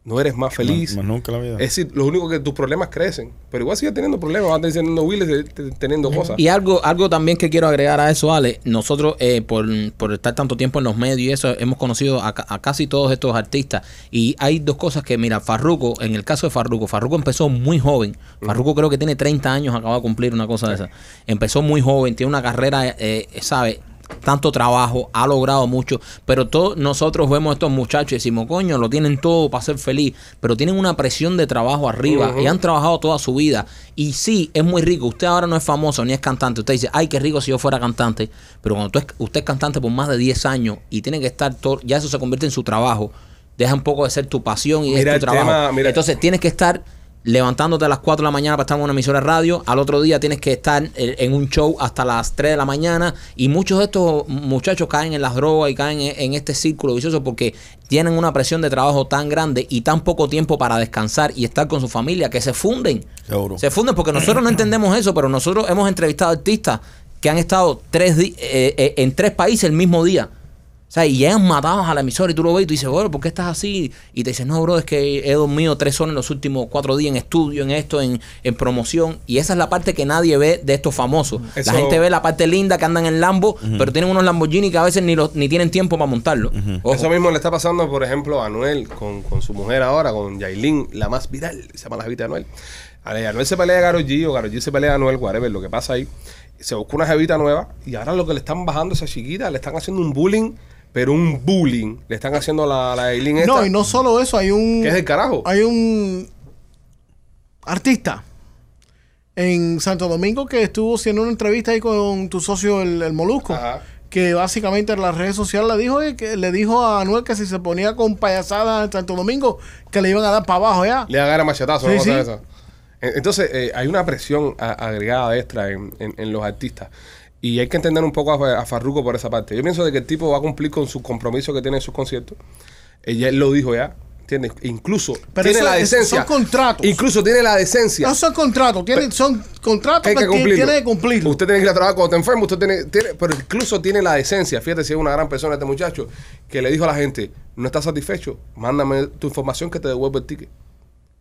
Speaker 1: no eres más feliz.
Speaker 3: Más nunca en la vida.
Speaker 1: Es decir, lo único que tus problemas crecen, pero igual sigues teniendo problemas, vas a seguir teniendo Willis, eh, te- teniendo cosas.
Speaker 2: Y algo, algo también que quiero agregar a eso, Ale, nosotros eh, por, por estar tanto tiempo en los medios y eso, hemos conocido a, ca- a casi todos estos artistas. Y hay dos cosas que, mira, Farruco, en el caso de Farruco, Farruco empezó muy joven. Farruco creo que tiene 30 años, acaba de cumplir una cosa de esa. Empezó muy joven, tiene una carrera, eh, eh, sabe tanto trabajo, ha logrado mucho, pero todos nosotros vemos a estos muchachos y decimos, coño, lo tienen todo para ser feliz, pero tienen una presión de trabajo arriba y han trabajado toda su vida. Y sí, es muy rico. Usted ahora no es famoso ni es cantante. Usted dice, ay, qué rico si yo fuera cantante, pero cuando tú es- usted es cantante por más de 10 años y tiene que estar todo, ya eso se convierte en su trabajo. Deja un poco de ser tu pasión y
Speaker 1: Mira
Speaker 2: es
Speaker 1: el
Speaker 2: tu trabajo.
Speaker 1: tema, mira-
Speaker 2: Entonces, tienes que estar levantándote a las 4 de la mañana para estar en una emisora de radio, al otro día tienes que estar eh, en un show hasta las 3 de la mañana y muchos de estos muchachos caen en las drogas y caen en, en este círculo vicioso porque tienen una presión de trabajo tan grande y tan poco tiempo para descansar y estar con su familia que se funden.
Speaker 3: Seguro.
Speaker 2: Se funden porque nosotros no entendemos eso, pero nosotros hemos entrevistado artistas que han estado tres di- eh, eh, en tres países el mismo día. O sea, y llegan matados a la emisora y tú lo ves y tú dices, bueno, ¿por qué estás así? Y te dices, no, bro, es que he dormido tres horas en los últimos cuatro días en estudio, en esto, en, en promoción. Y esa es la parte que nadie ve de estos famosos.
Speaker 1: Eso-
Speaker 2: La gente ve la parte linda que andan en Lambo, pero tienen unos Lamborghini que a veces ni, los- ni tienen tiempo para montarlo. Ojo.
Speaker 1: Eso mismo le está pasando, por ejemplo, a Anuel con, con su mujer ahora, con Yailin, la más viral, se llama la jevita de Anuel. A ver, Anuel se pelea a Karol G o Karol G se pelea a Anuel, whatever, lo que pasa ahí. Se busca una jevita nueva y ahora lo que le están bajando a esa chiquita, le están haciendo un bullying, pero un bullying. Le están haciendo a la, la Yailin esta.
Speaker 4: No, y no solo eso, hay un.
Speaker 1: ¿Qué es del carajo?
Speaker 4: Hay un artista en Santo Domingo que estuvo haciendo una entrevista ahí con tu socio, el, el Molusco.
Speaker 1: Ajá.
Speaker 4: Que básicamente en las redes sociales le dijo, eh, que le dijo a Anuel que si se ponía con payasadas en Santo Domingo, que le iban a dar para abajo ya.
Speaker 1: Le agarra machetazo,
Speaker 4: Sí,
Speaker 1: ¿no? O sea,
Speaker 4: sí.
Speaker 1: eso. E- Entonces, eh, hay una presión a- agregada extra en, en- en los artistas. Y hay que entender un poco a, Fa- a Farruko por esa parte. Yo pienso de que el tipo va a cumplir con su compromiso que tiene en sus conciertos. Ella él lo dijo ya, ¿entiendes? E Incluso
Speaker 4: Pero
Speaker 1: tiene
Speaker 4: eso
Speaker 1: la
Speaker 4: es-
Speaker 1: decencia.
Speaker 4: son contratos.
Speaker 1: Incluso tiene la decencia.
Speaker 4: No son contratos, tienen, son contratos
Speaker 1: que hay que
Speaker 4: ti-
Speaker 1: cumplirlo.
Speaker 4: tiene que cumplir.
Speaker 1: Usted tiene que ir a trabajar cuando está enfermo. Usted tiene, tiene- pero incluso tiene la decencia. Fíjate si es una gran persona este muchacho que le dijo a la gente: No estás satisfecho, mándame tu información que te devuelvo el ticket.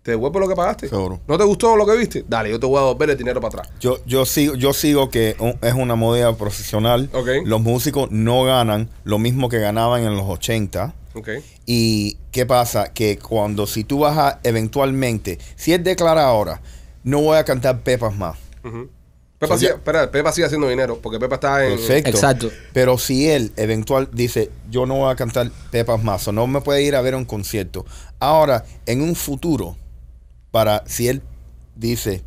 Speaker 1: Te devuelvo lo que pagaste.
Speaker 3: Seguro.
Speaker 1: ¿No te gustó lo que viste? Dale, yo te voy a devolver el dinero para atrás.
Speaker 3: Yo, yo, sigo, yo sigo que un- es una moda profesional.
Speaker 1: Ok.
Speaker 3: Los músicos no ganan lo mismo que ganaban en los 80.
Speaker 1: Ok.
Speaker 3: ¿Y qué pasa? Que cuando si tú vas a eventualmente, si él declara ahora, no voy a cantar pepas más.
Speaker 1: Ujú. Pepa,
Speaker 3: So,
Speaker 1: sigue,
Speaker 3: ya-
Speaker 1: espera, Pepa sigue haciendo dinero porque Pepa está en.
Speaker 3: Perfecto.
Speaker 2: Exacto.
Speaker 3: Pero si él eventual dice, yo no voy a cantar pepas más, o no me puede ir a ver a un concierto. Ahora, en un futuro, para si él dice,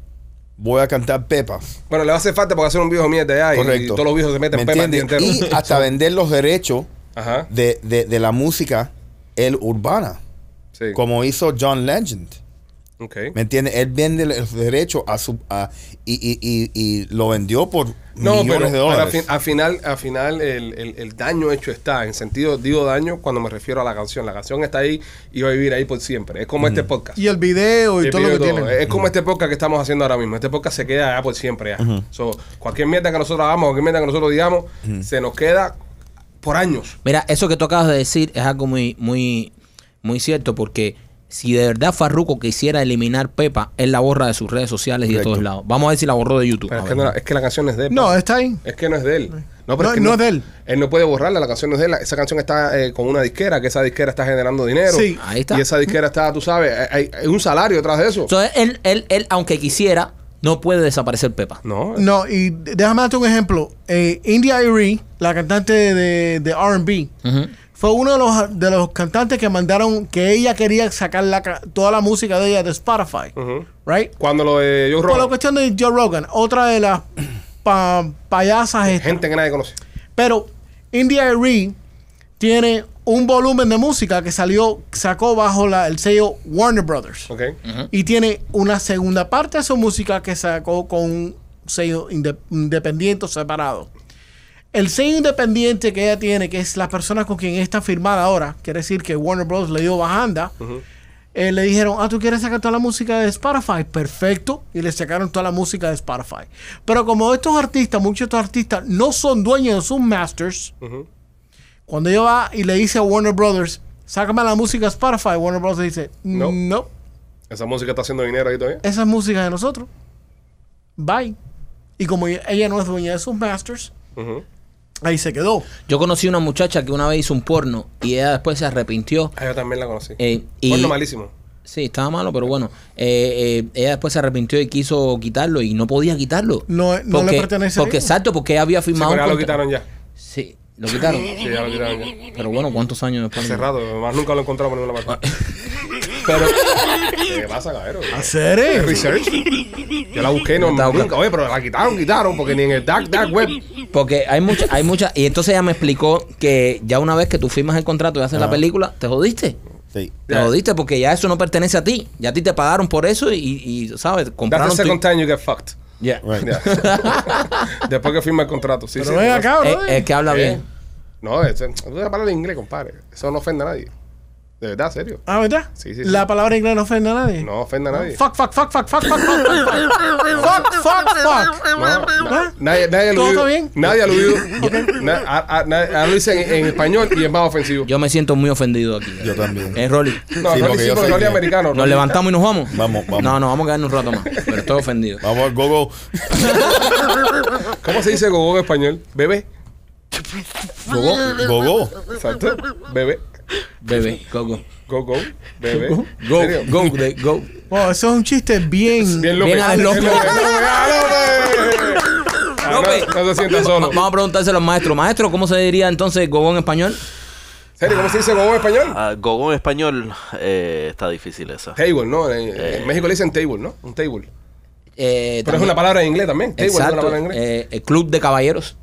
Speaker 3: voy a cantar pepas,
Speaker 1: Bueno, le va a hacer falta porque hacer un viejo mierda allá y- y,
Speaker 3: correcto.
Speaker 1: todos los viejos se meten
Speaker 3: ¿Me
Speaker 1: Pepa el día
Speaker 3: entiendes?
Speaker 1: entero.
Speaker 3: Y hasta vender los derechos
Speaker 1: Ajá.
Speaker 3: de, de- de la música, el urbana,
Speaker 1: Sí.
Speaker 3: como hizo John Legend.
Speaker 1: Ok.
Speaker 3: ¿Me entiendes? Él vende los derechos a su a- y, y- y- y lo vendió por
Speaker 1: No,
Speaker 3: millones
Speaker 1: pero,
Speaker 3: de
Speaker 1: pero
Speaker 3: dólares.
Speaker 1: al, fin- al final, al final el, el- el daño hecho está. En sentido, digo daño cuando me refiero a la canción. La canción está ahí y va a vivir ahí por siempre. Es como este podcast.
Speaker 4: Y el video y
Speaker 1: El
Speaker 4: todo lo que
Speaker 1: video y todo.
Speaker 4: tienen.
Speaker 1: Es como este podcast que estamos haciendo ahora mismo. Este podcast se queda allá por siempre. ya. So, cualquier mierda que nosotros hagamos, cualquier mierda que nosotros digamos, se nos queda por años.
Speaker 2: Mira, eso que tú acabas de decir es algo muy, muy, muy cierto porque si de verdad Farruko quisiera eliminar Pepa, él la borra de sus redes sociales y de
Speaker 3: Correcto.
Speaker 2: todos lados. Vamos a ver si la borró de YouTube.
Speaker 1: Pero
Speaker 2: A
Speaker 1: es que,
Speaker 2: ver.
Speaker 1: no la- es que la canción es de él.
Speaker 4: No,
Speaker 1: pa.
Speaker 4: está ahí.
Speaker 1: Es que no es de él.
Speaker 4: No, no es de él.
Speaker 1: Él no puede borrarla, la canción no es de él. Esa canción está eh, con una disquera, que esa disquera está generando dinero.
Speaker 4: Sí.
Speaker 2: Ahí está.
Speaker 1: Y esa disquera está, tú sabes, hay, hay un salario detrás de eso.
Speaker 2: Entonces, él, él, él, aunque quisiera, no puede desaparecer Pepa.
Speaker 1: no, eh,
Speaker 4: No, y déjame darte un ejemplo. Eh, India Irie, la cantante de, de RB,
Speaker 2: Ujú.
Speaker 4: fue uno de los, de los cantantes que mandaron que ella quería sacar la ca- toda la música de ella de Spotify.
Speaker 1: Ujú.
Speaker 4: ¿Right?
Speaker 1: Cuando lo de Joe
Speaker 4: Por la
Speaker 1: Rogan,
Speaker 4: cuestión de Joe Rogan, otra de las pa- payasas. estas.
Speaker 1: gente que nadie conoce.
Speaker 4: Pero India Irie tiene un volumen de música que salió, sacó bajo la- el sello Warner Brothers.
Speaker 1: Ok.
Speaker 4: Y tiene una segunda parte de su música que sacó con un sello inde- independiente o separado. El sello independiente que ella tiene, que es la persona con quien está firmada ahora, quiere decir que Warner Bros. le dio bajanda, eh, le dijeron, ah, tú quieres sacar toda la música de Spotify, perfecto, y le sacaron toda la música de Spotify. Pero como estos artistas, muchos de estos artistas no son dueños de sus masters, cuando ella va y le dice a Warner Brothers, sácame la música de Spotify, Warner Bros. dice,
Speaker 1: No.
Speaker 4: no.
Speaker 1: Esa música está haciendo dinero ahí todavía.
Speaker 4: Esa es música de nosotros. Bye. Y como ella- ella no es dueña de sus masters,
Speaker 1: Ujú.
Speaker 4: ahí se quedó.
Speaker 2: Yo conocí una muchacha que una vez hizo un porno y ella después se arrepintió.
Speaker 1: Ah, yo también la conocí.
Speaker 2: eh, y,
Speaker 1: Porno malísimo.
Speaker 2: Sí, estaba malo, pero bueno. Eh, eh, ella después se arrepintió y quiso quitarlo y no podía quitarlo.
Speaker 4: No, no le pertenece a
Speaker 2: Porque
Speaker 4: ella.
Speaker 2: exacto, porque ella había
Speaker 1: Sí,
Speaker 2: firmado
Speaker 1: pero ya
Speaker 2: un
Speaker 1: lo
Speaker 2: contra-
Speaker 1: quitaron ya.
Speaker 2: Sí, lo quitaron.
Speaker 1: Sí, ya lo tiraron ya.
Speaker 2: Pero bueno, ¿cuántos años después?
Speaker 1: Hace rato, además nunca lo encontramos en ninguna parte.
Speaker 2: Pero,
Speaker 1: ¿Qué pasa, cabrón?
Speaker 4: ¿Hacer
Speaker 1: ¿Qué
Speaker 4: eh?
Speaker 1: Research. Yo la busqué, no,
Speaker 2: No está
Speaker 1: nunca.
Speaker 2: buscando.
Speaker 1: Oye, pero la quitaron, quitaron, porque ni en el Dark Dark Web.
Speaker 2: porque hay mucha, hay mucha. Y entonces ella me explicó que ya una vez que tú firmas el contrato y haces la película, te jodiste.
Speaker 3: Sí.
Speaker 2: Te
Speaker 1: Yeah.
Speaker 2: jodiste porque ya eso no pertenece a ti. Ya a ti te pagaron por eso y, y,
Speaker 1: That's
Speaker 2: ¿sabes?
Speaker 1: the
Speaker 2: Compraron
Speaker 1: second
Speaker 2: tu...
Speaker 1: time you get fucked.
Speaker 2: Yeah.
Speaker 3: Right.
Speaker 1: Ya. Después que firma el contrato. Sí,
Speaker 4: Pero
Speaker 1: sí,
Speaker 4: ven
Speaker 1: no-
Speaker 4: acá,
Speaker 2: Es,
Speaker 4: bro.
Speaker 2: es que habla
Speaker 1: Eh,
Speaker 2: bien.
Speaker 1: No, eso es una palabra en inglés, compadre. Eso no ofende a nadie. De verdad, serio.
Speaker 4: Ah, ¿verdad?
Speaker 1: Sí, sí, sí.
Speaker 4: La palabra inglesa no ofende a nadie.
Speaker 1: No ofende a nadie.
Speaker 4: Fuck, fuck, fuck, fuck, fuck, fuck, fuck, fuck, fuck, fuck, fuck.
Speaker 1: No, na-
Speaker 4: ¿Ah?
Speaker 1: nadie, nadie
Speaker 4: ¿Todo
Speaker 1: aludido.
Speaker 4: está bien?
Speaker 1: Nadie aludido. Na- a- a- na- Ahora lo dicen en, en español y es más ofensivo.
Speaker 2: Yo me siento muy ofendido aquí.
Speaker 3: Yo también.
Speaker 2: Es Rolly.
Speaker 1: no,
Speaker 3: Sí,
Speaker 1: no,
Speaker 3: porque
Speaker 1: sí,
Speaker 3: yo
Speaker 1: porque
Speaker 3: soy
Speaker 1: no es
Speaker 3: bien.
Speaker 1: americano.
Speaker 2: Nos levantamos y nos vamos.
Speaker 3: Vamos, vamos.
Speaker 2: No, no, vamos a quedarnos un rato más. Pero estoy ofendido.
Speaker 3: Vamos al gogo.
Speaker 1: ¿Cómo se dice gogó en español? Bebé.
Speaker 3: Gogo. Gogo.
Speaker 1: Exacto. Bebé.
Speaker 2: Bebé, go, go.
Speaker 1: Go, go. Bebé.
Speaker 2: Go,
Speaker 1: ¿Serio?
Speaker 2: go, de- go.
Speaker 4: Oh, eso es un chiste bien.
Speaker 1: Bien López.
Speaker 2: Bien a López.
Speaker 1: Bien Ah, no,
Speaker 2: López.
Speaker 1: No, se sienta
Speaker 2: Va-
Speaker 1: solo.
Speaker 2: Vamos a preguntárselo al maestro. Maestro, ¿cómo se diría entonces gogo en español?
Speaker 1: ¿Serio? ¿Cómo se dice gogó en español?
Speaker 5: Ah, Gogó en español eh, está difícil esa.
Speaker 1: Table, ¿no? En, en México le dicen table, ¿no? Un table.
Speaker 2: Eh,
Speaker 1: Pero es
Speaker 2: también-
Speaker 1: una palabra en inglés también. Table es una
Speaker 2: Exacto.
Speaker 1: palabra en inglés.
Speaker 2: Eh, el club de caballeros.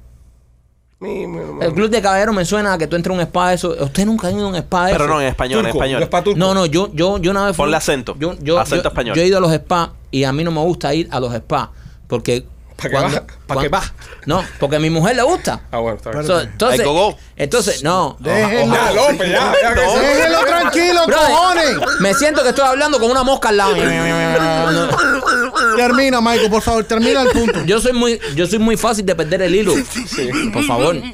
Speaker 1: Mi- mi- mi-
Speaker 2: El club de caballeros me suena a que tú entras a un spa de eso. Usted nunca ha ido a un spa de
Speaker 5: Pero
Speaker 2: eso?
Speaker 5: no en español,
Speaker 1: Turco,
Speaker 5: en
Speaker 1: No es
Speaker 5: español.
Speaker 1: pa' turco.
Speaker 2: No, no, yo, yo, yo una vez
Speaker 5: Ponle acento.
Speaker 2: Yo, yo-
Speaker 5: Acento
Speaker 2: yo-
Speaker 5: español.
Speaker 2: Yo he ido a los spas y a mí no me gusta ir a los spas porque.
Speaker 1: ¿Pa' qué
Speaker 2: cuando-
Speaker 1: vas? ¿Pa' qué
Speaker 2: cuan-
Speaker 1: vas?
Speaker 2: No, porque a mi mujer le gusta.
Speaker 1: Ah, bueno, está bien.
Speaker 2: So, entonces,
Speaker 5: Ay, gogo.
Speaker 2: entonces, no.
Speaker 4: Déjenlo.
Speaker 1: Ya, López, ya, ya. que se-
Speaker 4: Déjenlo tranquilo,
Speaker 2: Brother,
Speaker 4: cojones.
Speaker 2: Me siento que estoy hablando con una mosca al lado.
Speaker 4: Termina, Michael, por favor, termina el punto.
Speaker 2: Yo soy muy, yo soy muy fácil de perder el hilo. Por favor. El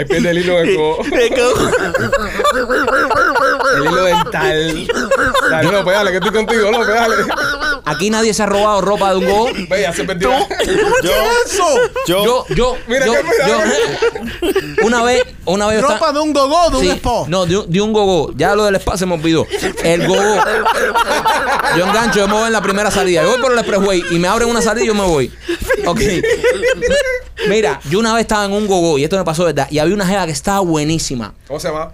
Speaker 1: El pie del hilo de co- El hilo dental. Dale, López, dale, que estoy contigo, López, dale.
Speaker 2: Aquí nadie se ha robado ropa de un gogo.
Speaker 1: Ve, ya se perdió.
Speaker 3: Yo.
Speaker 4: Eso.
Speaker 3: Yo.
Speaker 2: Yo, yo,
Speaker 1: Mira
Speaker 2: yo,
Speaker 1: que mira,
Speaker 2: yo- una vez, una vez yo
Speaker 4: Ropa
Speaker 2: estaba-
Speaker 4: de un gogó, de un
Speaker 2: Sí,
Speaker 4: spa.
Speaker 2: No, de un, de un gogo. Ya lo del spa se me olvidó. El gogo. Yo engancho, yo me voy en la primera salida. Yo voy por el expressway y me abren una salida y yo me voy. Ok. Mira, yo una vez estaba en un gogo y esto me pasó, ¿verdad? Y había una jeva que estaba buenísima.
Speaker 1: ¿Cómo se llama?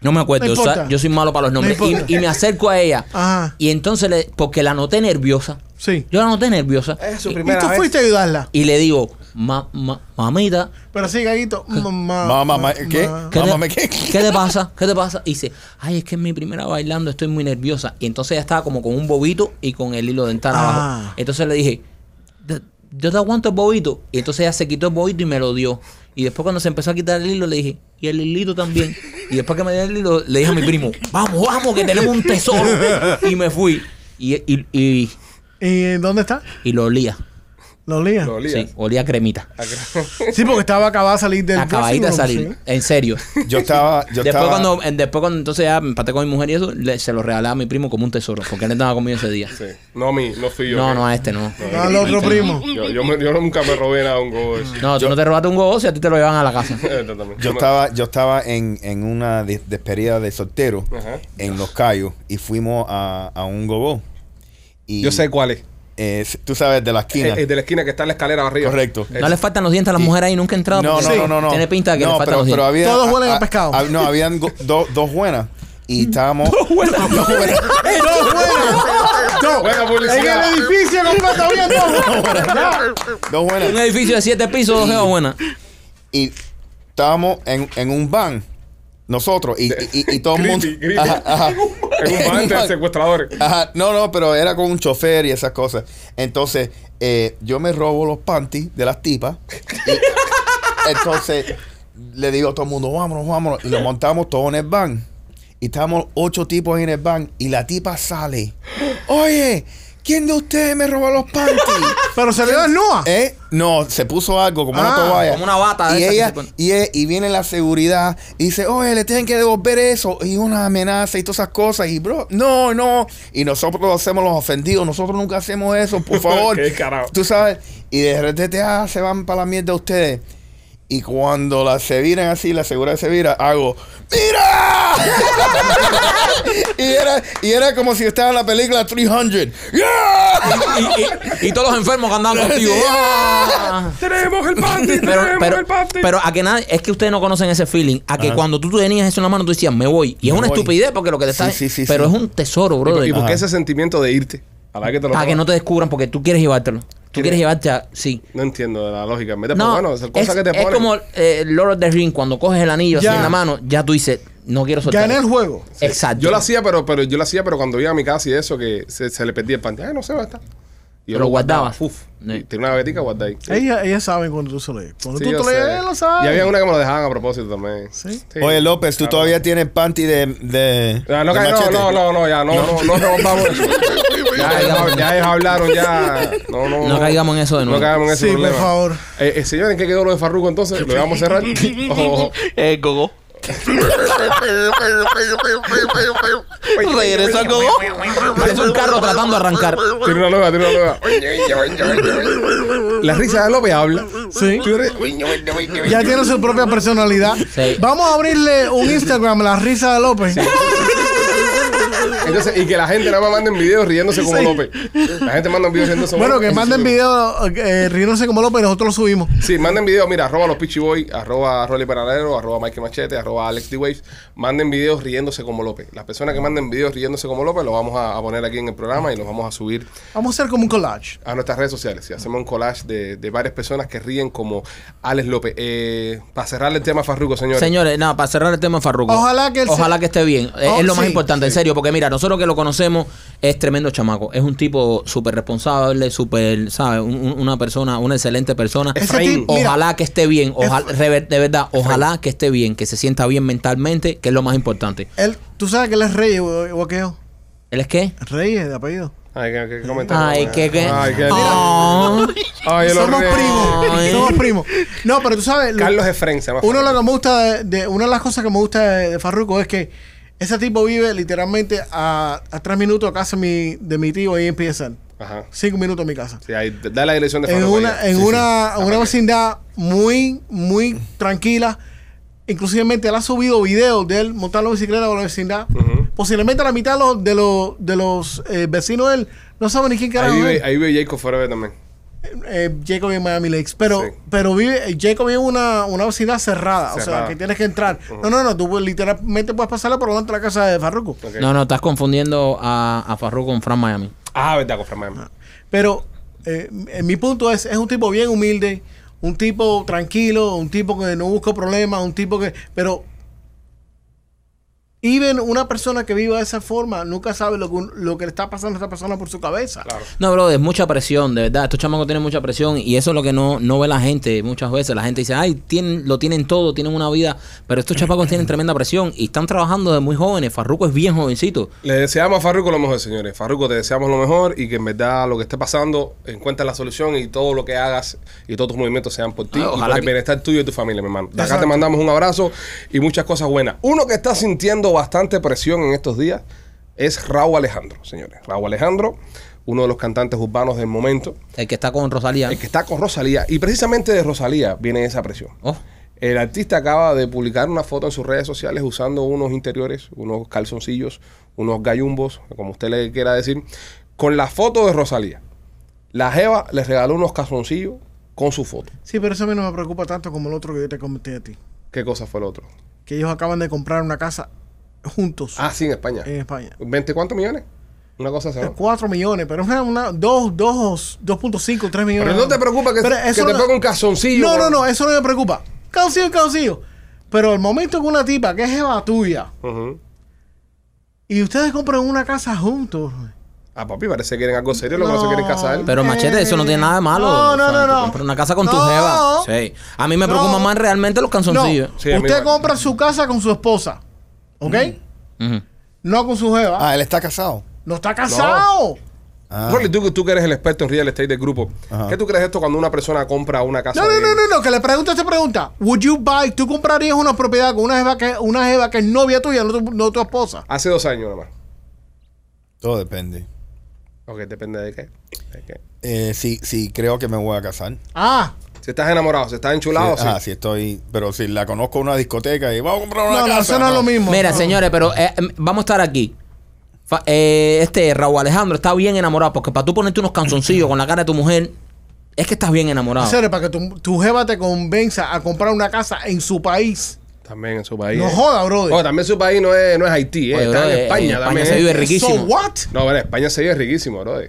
Speaker 2: No me acuerdo,
Speaker 4: No
Speaker 2: o sea,
Speaker 4: importa.
Speaker 2: yo soy malo para los nombres.
Speaker 4: No importa.
Speaker 2: y, y me acerco a ella.
Speaker 4: Ajá.
Speaker 2: Y entonces, le, porque la noté nerviosa.
Speaker 4: Sí.
Speaker 2: Yo la noté nerviosa.
Speaker 1: Es su
Speaker 4: Y
Speaker 1: primera
Speaker 4: tú
Speaker 1: vez.
Speaker 4: fuiste a ayudarla.
Speaker 2: Y le digo, "Ma- ma- mamita,
Speaker 4: Pero sí, Gaguito. Mamá.
Speaker 3: Mamá, ma- ¿qué?
Speaker 4: ma-
Speaker 2: ¿Qué
Speaker 3: Mamá, ¿me
Speaker 2: te,
Speaker 3: qué?
Speaker 2: ¿Qué te pasa? ¿Qué te pasa? Y dice, ay, es que es mi primera bailando, estoy muy nerviosa. Y entonces ella estaba como con un bobito y con el hilo dental
Speaker 4: Ah.
Speaker 2: abajo. Entonces le dije, "Yo- yo te aguanto el bobito. Y entonces ella se quitó el bobito y me lo dio. Y después cuando se empezó a quitar el hilo, le dije, y el hilito también. Y después que me dio el hilo, le dije a mi primo, vamos, vamos, que tenemos un tesoro. Y me fui. Y, y, y,
Speaker 4: ¿Y dónde está?
Speaker 2: y lo olía.
Speaker 4: ¿Lo olía?
Speaker 1: Lo olías.
Speaker 2: Sí, olía a cremita.
Speaker 4: Sí, porque estaba acabada de salir del
Speaker 2: Acabadita de
Speaker 4: dressing room,
Speaker 2: salir. En serio.
Speaker 3: Yo estaba. Yo
Speaker 2: después,
Speaker 3: estaba.
Speaker 2: cuando, en- después cuando entonces ya me empaté con mi mujer y eso, le- se lo regalaba a mi primo como un tesoro, porque él estaba conmigo ese día.
Speaker 1: Sí. No, mi, no fui yo.
Speaker 2: no,
Speaker 1: ¿qué?
Speaker 2: no, a este no.
Speaker 4: sí. Al otro primo.
Speaker 1: Yo, yo, me- yo nunca me robé nada de un go.
Speaker 2: No, tú no te robaste un gogo si a ti te lo llevan a la casa.
Speaker 3: Yo estaba, yo estaba en, en una de- despedida de soltero
Speaker 1: Ajá.
Speaker 3: en Los Cayos y fuimos a, a un gogo. Y,
Speaker 1: Yo sé cuál es.
Speaker 3: es- Eh, tú sabes, de la esquina.
Speaker 1: Es, es de la esquina que está en Eh, la escalera arriba.
Speaker 3: Correcto.
Speaker 2: No le faltan los dientes a las mujeres ahí, nunca he entrado.
Speaker 3: No,
Speaker 2: porque
Speaker 3: no, no, no, no.
Speaker 2: Tiene pinta de que
Speaker 3: No,
Speaker 2: le faltan los dientes.
Speaker 3: había-
Speaker 4: Todos huelen a pescado.
Speaker 3: no, habían go- do- dos buenas y estábamos. dos buenas.
Speaker 4: ¡Dos buenas! ¡Dos!
Speaker 1: Buena
Speaker 4: En
Speaker 1: publicidad.
Speaker 4: el edificio completo había dos buenas. Ya.
Speaker 3: Dos
Speaker 2: Un
Speaker 3: buenas.
Speaker 2: edificio de siete pisos, dos jevas buenas.
Speaker 3: Y estábamos en, en un van, nosotros, y, y- y- y todo el mundo.
Speaker 1: Creepy, creepy.
Speaker 3: Ajá, ajá.
Speaker 1: Es un bar
Speaker 3: En un
Speaker 1: de
Speaker 3: van.
Speaker 1: secuestradores.
Speaker 3: Ajá, no, no, pero era con un chofer y esas cosas. Entonces, eh, yo me robo los panties de las tipas. y entonces, le digo a todo el mundo, vámonos, vámonos. Y lo montamos todo en el van. Y estábamos ocho tipos en el van. Y la tipa sale. Oye, ¿quién de ustedes me robó los panties?
Speaker 4: Pero se le dio desnuda.
Speaker 3: ¿Eh? No, se puso algo como una
Speaker 4: Ah,
Speaker 3: toalla.
Speaker 2: como una bata de
Speaker 3: Y,
Speaker 2: esas que se
Speaker 3: ella,
Speaker 2: ponen.
Speaker 3: y, e- y viene la seguridad y dice, oye, le tienen que devolver eso. Y una amenaza y todas esas cosas. Y bro, no, no. Y nosotros hacemos los ofendidos. Nosotros nunca hacemos eso, por favor.
Speaker 1: Qué carajo.
Speaker 3: Tú sabes. Y de repente ah, se van para la mierda ustedes. Y cuando la se viran así, la seguridad se vira, hago, ¡Mira! y era era, y era como si estaba en la película 300. ¡Yeah!
Speaker 2: Y, y- y todos los enfermos que andaban contigo. ¡Ah!
Speaker 1: Tenemos el party,
Speaker 2: Pero,
Speaker 1: tenemos
Speaker 2: pero,
Speaker 1: el party.
Speaker 2: pero a que nada, es que ustedes no conocen ese feeling. A que cuando tú tenías eso en la mano, tú decías, me voy. Y es
Speaker 3: Me
Speaker 2: una
Speaker 3: voy.
Speaker 2: estupidez porque lo que te
Speaker 3: Sí,
Speaker 2: estás.
Speaker 3: sí, sí,
Speaker 2: pero
Speaker 3: sí.
Speaker 2: es un tesoro,
Speaker 1: ¿Y,
Speaker 2: brother.
Speaker 1: por qué
Speaker 3: Ajá.
Speaker 1: ese sentimiento de irte? A la que te lo
Speaker 2: Para Ah, que no te descubran porque tú quieres llevártelo. Tú
Speaker 1: ¿Quieres?
Speaker 2: quieres llevarte a. Sí.
Speaker 1: No entiendo la lógica. Mete,
Speaker 2: No,
Speaker 1: pero bueno, es,
Speaker 2: es,
Speaker 1: cosa que te
Speaker 2: es
Speaker 1: ponen.
Speaker 2: como eh, Lord of the Ring, cuando coges el anillo así
Speaker 4: Ya.
Speaker 2: en la mano, ya tú dices, no quiero soltar.
Speaker 4: Gané el juego.
Speaker 2: Exacto.
Speaker 1: Yo lo hacía, pero, pero yo lo hacía, pero cuando iba a mi casa y eso, que se, se le perdía el panty. Ay, no sé dónde está. Y
Speaker 2: Pero lo guardabas.
Speaker 1: Uf.
Speaker 2: Sí.
Speaker 1: Y tenía una gavetica guardada ahí.
Speaker 4: Ellas, ellas saben cuando tú se lees. Cuando
Speaker 1: Sí,
Speaker 4: tú
Speaker 1: yo
Speaker 4: te
Speaker 1: sé.
Speaker 4: lees, ellas lo
Speaker 1: Y
Speaker 4: saben.
Speaker 1: había una que me lo dejaban a propósito también.
Speaker 4: Sí.
Speaker 3: Oye, López, tú
Speaker 1: Claro.
Speaker 3: todavía tienes panty de. de,
Speaker 1: Ah, no,
Speaker 3: de
Speaker 1: ca- no,
Speaker 3: machete?
Speaker 1: no, no, no, ya, no, no, no revolvamos eso. Ya, ya, ya ellos hablaron, ya. No, no,
Speaker 2: No caigamos en eso de nuevo.
Speaker 1: No caigamos en ese
Speaker 4: Sí, por
Speaker 1: problema.
Speaker 4: favor.
Speaker 1: Eh, eh, señores, ¿en qué quedó lo de Farruko entonces? ¿Lo vamos a cerrar? Ojo, ojo.
Speaker 5: Eh, Gogo. Regreso a Gogo.
Speaker 2: Parece un carro tratando de arrancar.
Speaker 1: Tiene una nueva, tiene una nueva. La risa de López habla.
Speaker 4: Sí.
Speaker 1: Tú eres-
Speaker 4: Ya tiene su propia personalidad.
Speaker 2: Sí.
Speaker 4: Vamos a abrirle un Instagram a la risa de López.
Speaker 1: Entonces, y que la gente nada más manden videos riéndose como López. La gente manda videos riéndose como
Speaker 4: Bueno, que
Speaker 1: López.
Speaker 4: manden video eh, riéndose como López y nosotros lo subimos.
Speaker 1: Sí, manden videos, mira, arroba los Pichi Boy, arroba Rolly Paradero, arroba Mike Machete, arroba Alex D Waves. Manden videos riéndose como López. Las personas que manden videos riéndose como López los vamos a, a poner aquí en el programa y los vamos a subir
Speaker 4: Vamos a hacer como un collage.
Speaker 1: a nuestras redes sociales. Y hacemos un collage de, de varias personas que ríen como Alex López. Eh, para cerrar el tema Farruco, señores.
Speaker 2: Señores, nada, para cerrar el tema de Farruko.
Speaker 4: Ojalá que él se-
Speaker 2: Ojalá que esté bien. Es-
Speaker 4: Oh,
Speaker 2: es lo más
Speaker 4: sí,
Speaker 2: importante, en serio, porque mira, nosotros que lo conocemos es tremendo chamaco. Es un tipo súper responsable, súper, ¿sabes? Un- un- una persona, una excelente persona.
Speaker 4: Ese
Speaker 1: Efraín,
Speaker 4: tip- mira,
Speaker 2: Ojalá que esté bien, ojalá, rever- de verdad, ojalá que esté bien, que se sienta bien mentalmente, que es lo más importante.
Speaker 4: él, tú sabes que él es Reyes, gua- guaqueo.
Speaker 2: ¿Él es qué?
Speaker 4: Reyes de apellido.
Speaker 1: Ay, qué, qué comentario.
Speaker 2: Ay, qué qué.
Speaker 1: Ay, qué
Speaker 2: Oh.
Speaker 1: Ay, el
Speaker 4: Somos
Speaker 1: horror.
Speaker 4: primos.
Speaker 2: Ay.
Speaker 4: Somos primos. No, pero tú sabes. lo-
Speaker 1: Carlos Efren se llama.
Speaker 4: uno de lo
Speaker 1: Farruko.
Speaker 4: que me gusta de, de- una de las cosas que me gusta de, de Farruko es que ese tipo vive literalmente a, a tres minutos a casa de mi, de mi tío ahí en PSN.
Speaker 1: Ajá.
Speaker 4: Cinco minutos de mi casa.
Speaker 1: Sí, ahí, da la dirección de
Speaker 4: en
Speaker 1: Farruko
Speaker 4: una,
Speaker 1: allá.
Speaker 4: en
Speaker 1: Sí,
Speaker 4: una,
Speaker 1: sí.
Speaker 4: una
Speaker 1: Ah,
Speaker 4: vecindad muy, muy tranquila. Inclusivemente él ha subido videos de él montar la bicicleta por la vecindad. Posiblemente la mitad de los, de los, de los eh, vecinos de él no saben ni quién carajo
Speaker 1: Ahí vive,
Speaker 4: es.
Speaker 1: ahí vive Jacob Forever también.
Speaker 4: Eh, Jacob en Miami Lakes. Pero,
Speaker 1: Sí.
Speaker 4: pero vive, eh, Jacob vive en una, una vecindad cerrada, O
Speaker 1: Cerrada.
Speaker 4: sea, que tienes que entrar. No, no, no. Tú pues, literalmente puedes pasarla por delante de la casa de Farruko.
Speaker 1: Ok.
Speaker 2: No, no, estás confundiendo a, a Farruko con Fran Miami.
Speaker 1: Ah, verdad, con Fran Miami.
Speaker 4: Pero eh, m- mi punto es, es un tipo bien humilde, un tipo tranquilo, un tipo que no busca problemas, un tipo que... Pero... Even una persona que viva de esa forma nunca sabe lo que, un- lo que le está pasando a esta persona por su cabeza.
Speaker 1: Claro.
Speaker 2: No, bro, es mucha presión, de verdad. Estos chamacos tienen mucha presión y eso es lo que no, no ve la gente muchas veces. La gente dice, ay, tienen, lo tienen todo, tienen una vida, pero estos chamacos tienen tremenda presión y están trabajando de muy jóvenes. Farruko es bien jovencito.
Speaker 1: Le deseamos a Farruko lo mejor, señores. Farruko, te deseamos lo mejor y que en verdad lo que esté pasando, encuentres la solución y todo lo que hagas y todos tus movimientos sean por ti
Speaker 2: Ah,
Speaker 1: y
Speaker 2: ojalá
Speaker 1: por el
Speaker 2: que-
Speaker 1: bienestar tuyo y tu familia, mi hermano. De acá te
Speaker 4: Exacto.
Speaker 1: mandamos un abrazo y muchas cosas buenas. Uno que está sintiendo bastante presión en estos días es Raúl Alejandro, señores. Raúl Alejandro, uno de los cantantes urbanos del momento,
Speaker 2: El que está con Rosalía.
Speaker 1: el que está con Rosalía y precisamente de Rosalía viene esa presión.
Speaker 2: Oh,
Speaker 1: El artista acaba de publicar una foto en sus redes sociales usando unos interiores, unos calzoncillos, unos gallumbos, como usted le quiera decir, con la foto de Rosalía. La Jeva le regaló unos calzoncillos con su foto.
Speaker 4: Sí, pero eso a mí no me preocupa tanto como el otro que yo te comenté a ti.
Speaker 1: ¿Qué cosa fue el otro?
Speaker 4: Que ellos acaban de comprar una casa juntos
Speaker 1: Ah, sí, en España.
Speaker 4: en España.
Speaker 1: ¿20 cuántos millones? Una cosa así. ¿no?
Speaker 4: 4 millones, pero es una, una- dos, dos, 2.5, 3 millones.
Speaker 1: Pero no te preocupes que,
Speaker 4: Pero
Speaker 1: que
Speaker 4: eso
Speaker 1: te
Speaker 4: no-
Speaker 1: ponga un calzoncillo.
Speaker 4: No, no, no, eso no me preocupa. Caucillo, caucillo. Pero el momento que una tipa que es jeva tuya
Speaker 1: Ujú.
Speaker 4: y ustedes compran una casa juntos.
Speaker 1: Ah, papi, parece que quieren algo serio, lo que no se quieren casar.
Speaker 2: Pero machete, eso no tiene nada de malo.
Speaker 4: No, no, no,
Speaker 2: tú
Speaker 4: no.
Speaker 2: compras una casa con tu
Speaker 4: No.
Speaker 2: jeva. Sí. A mí me
Speaker 4: No.
Speaker 2: preocupan más realmente los
Speaker 4: No,
Speaker 2: canzoncillos.
Speaker 1: Sí, a mí Mm.
Speaker 4: usted
Speaker 1: igual.
Speaker 4: compra su casa con su esposa, ¿ok?
Speaker 2: Ujú.
Speaker 4: No con su jeva.
Speaker 3: Ah, él está casado.
Speaker 4: No está casado.
Speaker 3: Ah.
Speaker 1: Rolly, tú, tú que eres el experto en real estate del grupo,
Speaker 3: Ajá.
Speaker 1: ¿qué tú crees de esto cuando una persona compra una casa?
Speaker 4: No, no,
Speaker 1: de-
Speaker 4: no, no, no, que le pregunto esta pregunta. Would you buy? ¿Tú comprarías una propiedad con una jeva que una jeva que es novia tuya, no tu, no tu esposa?
Speaker 1: Hace dos años nada más.
Speaker 3: Todo depende.
Speaker 1: Ok, depende de qué. De qué.
Speaker 3: Eh, sí, sí, creo que me voy a casar.
Speaker 4: Ah,
Speaker 1: Si estás enamorado, si estás enchulado, sí.
Speaker 3: Ah, sí, estoy. Pero si la conozco en una discoteca y vamos a comprar una
Speaker 4: no, no,
Speaker 3: casa.
Speaker 4: eso no es lo mismo.
Speaker 2: Mira,
Speaker 4: No.
Speaker 2: señores, pero eh, m- vamos a estar aquí. Fa- eh, este Raúl Alejandro está bien enamorado porque para tú ponerte unos canzoncillos con la cara de tu mujer es que estás bien
Speaker 1: Ah.
Speaker 2: enamorado.
Speaker 4: Hacer para que tu, tu jeva te convenza a comprar una casa en su país.
Speaker 1: También en su país.
Speaker 4: No
Speaker 1: eh.
Speaker 4: joda, brother.
Speaker 1: Oh, también su país no es, no es Haití, eh.
Speaker 2: Oye,
Speaker 1: está
Speaker 2: brother,
Speaker 1: en España también.
Speaker 2: se
Speaker 1: eh.
Speaker 2: vive riquísimo.
Speaker 4: So what?
Speaker 1: No, bueno, España se vive riquísimo, bro.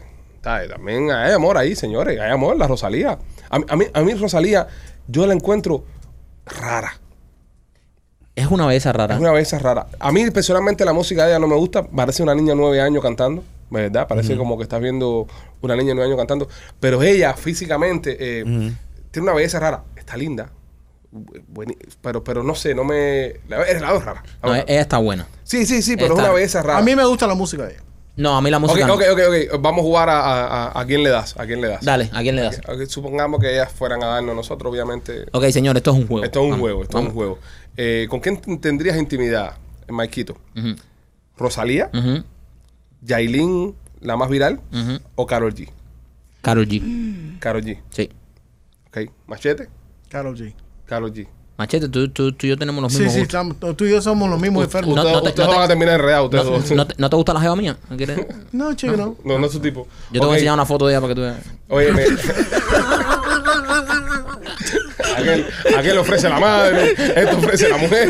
Speaker 1: También hay amor ahí, señores. Hay amor, la Rosalía. A, mí- a mí, a mí Rosalía, yo la encuentro rara.
Speaker 2: Es una belleza rara.
Speaker 1: Es una belleza rara. A mí personalmente la música de ella no me gusta. Parece una niña de nueve años cantando, ¿verdad? Parece como que estás viendo una niña de nueve años cantando. Pero ella físicamente eh, tiene una belleza rara. Está linda. Bu- bueni- Pero, pero no sé, no me... La, la veo rara. La
Speaker 2: No,
Speaker 1: veo
Speaker 2: e-
Speaker 1: rara.
Speaker 2: ella está buena.
Speaker 1: sí, sí, sí, pero
Speaker 2: está-
Speaker 1: es una belleza rara.
Speaker 4: A mí me gusta la música de ella.
Speaker 2: No, a mí la
Speaker 1: Ok,
Speaker 2: música. no.
Speaker 1: ok, ok, ok. Vamos a jugar a, a- a- a quién le das. A quién le das.
Speaker 2: Dale, ¿a quién le das?
Speaker 1: Ok, Supongamos que ellas fueran a darnos nosotros, obviamente.
Speaker 2: Ok, señor, esto es un juego.
Speaker 1: Esto es un
Speaker 2: Vamos,
Speaker 1: juego, esto es un
Speaker 2: vamos.
Speaker 1: juego. Eh, ¿Con quién t- tendrías intimidad, Maikito? ¿Rosalía?
Speaker 2: Ujú,
Speaker 1: ¿Yailin, la más viral?
Speaker 2: ujú.
Speaker 1: ¿O Karol G?
Speaker 2: Karol G.
Speaker 1: Karol G,
Speaker 2: Sí.
Speaker 1: ok. ¿Machete?
Speaker 4: Carol G.
Speaker 1: Karol G.
Speaker 2: Machete, tú, tú, tú y yo tenemos los
Speaker 4: Sí,
Speaker 2: mismos
Speaker 4: sí,
Speaker 2: gustos.
Speaker 4: estamos- tú y yo somos los mismos enfermos.
Speaker 2: no
Speaker 1: Ustedes,
Speaker 2: te-
Speaker 1: ustedes
Speaker 2: no te-
Speaker 1: van a terminar enredados, ustedes
Speaker 2: No,
Speaker 1: dos.
Speaker 2: no te, ¿no te gusta la jeva mía? ¿No quieres?
Speaker 4: No, chico, no.
Speaker 1: No, no es su tipo.
Speaker 2: Yo te voy a enseñar una foto de ella para que tú veas.
Speaker 1: Oye, me... aquel, aquel ofrece la madre, este ofrece la mujer.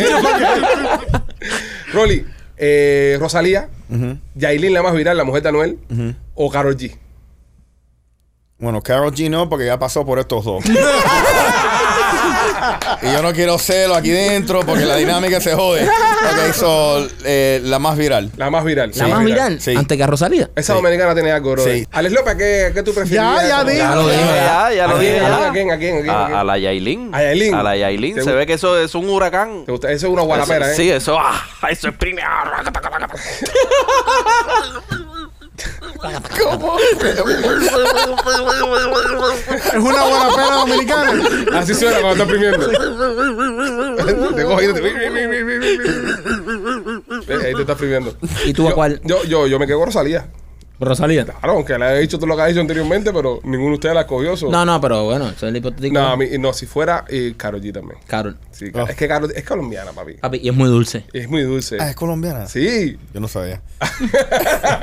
Speaker 1: Rolly, eh, Rosalía, Yailin, la más viral, la mujer de Anuel, o Karol G.
Speaker 3: Bueno, Carol G no, porque ya pasó por estos dos. y yo no quiero celo aquí dentro porque la dinámica se jode. Ok, so, eh, la más viral.
Speaker 1: La más viral.
Speaker 2: La más viral,
Speaker 3: sí.
Speaker 2: antes que a Rosalía.
Speaker 1: Esa dominicana tiene algo, bro.
Speaker 3: Sí.
Speaker 1: Alex López, ¿qué, qué tú prefieres?
Speaker 4: Ya, ya dije.
Speaker 2: Ya lo dije,
Speaker 5: ya, ya lo dije.
Speaker 1: ¿A
Speaker 5: ya.
Speaker 1: quién, a quién, a quién? a quién?
Speaker 5: A, a la Yailin.
Speaker 1: A Yailin.
Speaker 5: A la Yailin.
Speaker 1: ¿Te
Speaker 5: Se
Speaker 1: gusta?
Speaker 5: ve que eso es un huracán.
Speaker 1: ¿Te gusta? Eso es una
Speaker 5: Eso-
Speaker 1: guarapera, ¿eh?
Speaker 5: Sí, eso. ah, eso es prime. ah, raca, taca, taca, taca.
Speaker 4: Es una buena pena dominicana.
Speaker 1: Así suena cuando está oprimiendo. te coge y te... Eh, Ahí te está oprimiendo.
Speaker 2: ¿Y tú a
Speaker 1: Yo-
Speaker 2: cuál?
Speaker 1: Yo, yo, yo me quedo con Rosalía.
Speaker 2: Rosalía.
Speaker 1: Claro, aunque le he dicho todo lo que ha dicho anteriormente, pero ninguno de ustedes la cogió. so-
Speaker 2: No, no, pero bueno, eso es el hipotético.
Speaker 1: No, a mí- no, si fuera eh, Karol G también.
Speaker 2: Carol.
Speaker 1: Sí, Es que Karol es colombiana, papi.
Speaker 2: Papi, y es muy dulce.
Speaker 1: Es muy dulce.
Speaker 3: Ah, es colombiana.
Speaker 1: Sí.
Speaker 3: Yo no sabía.
Speaker 5: Yo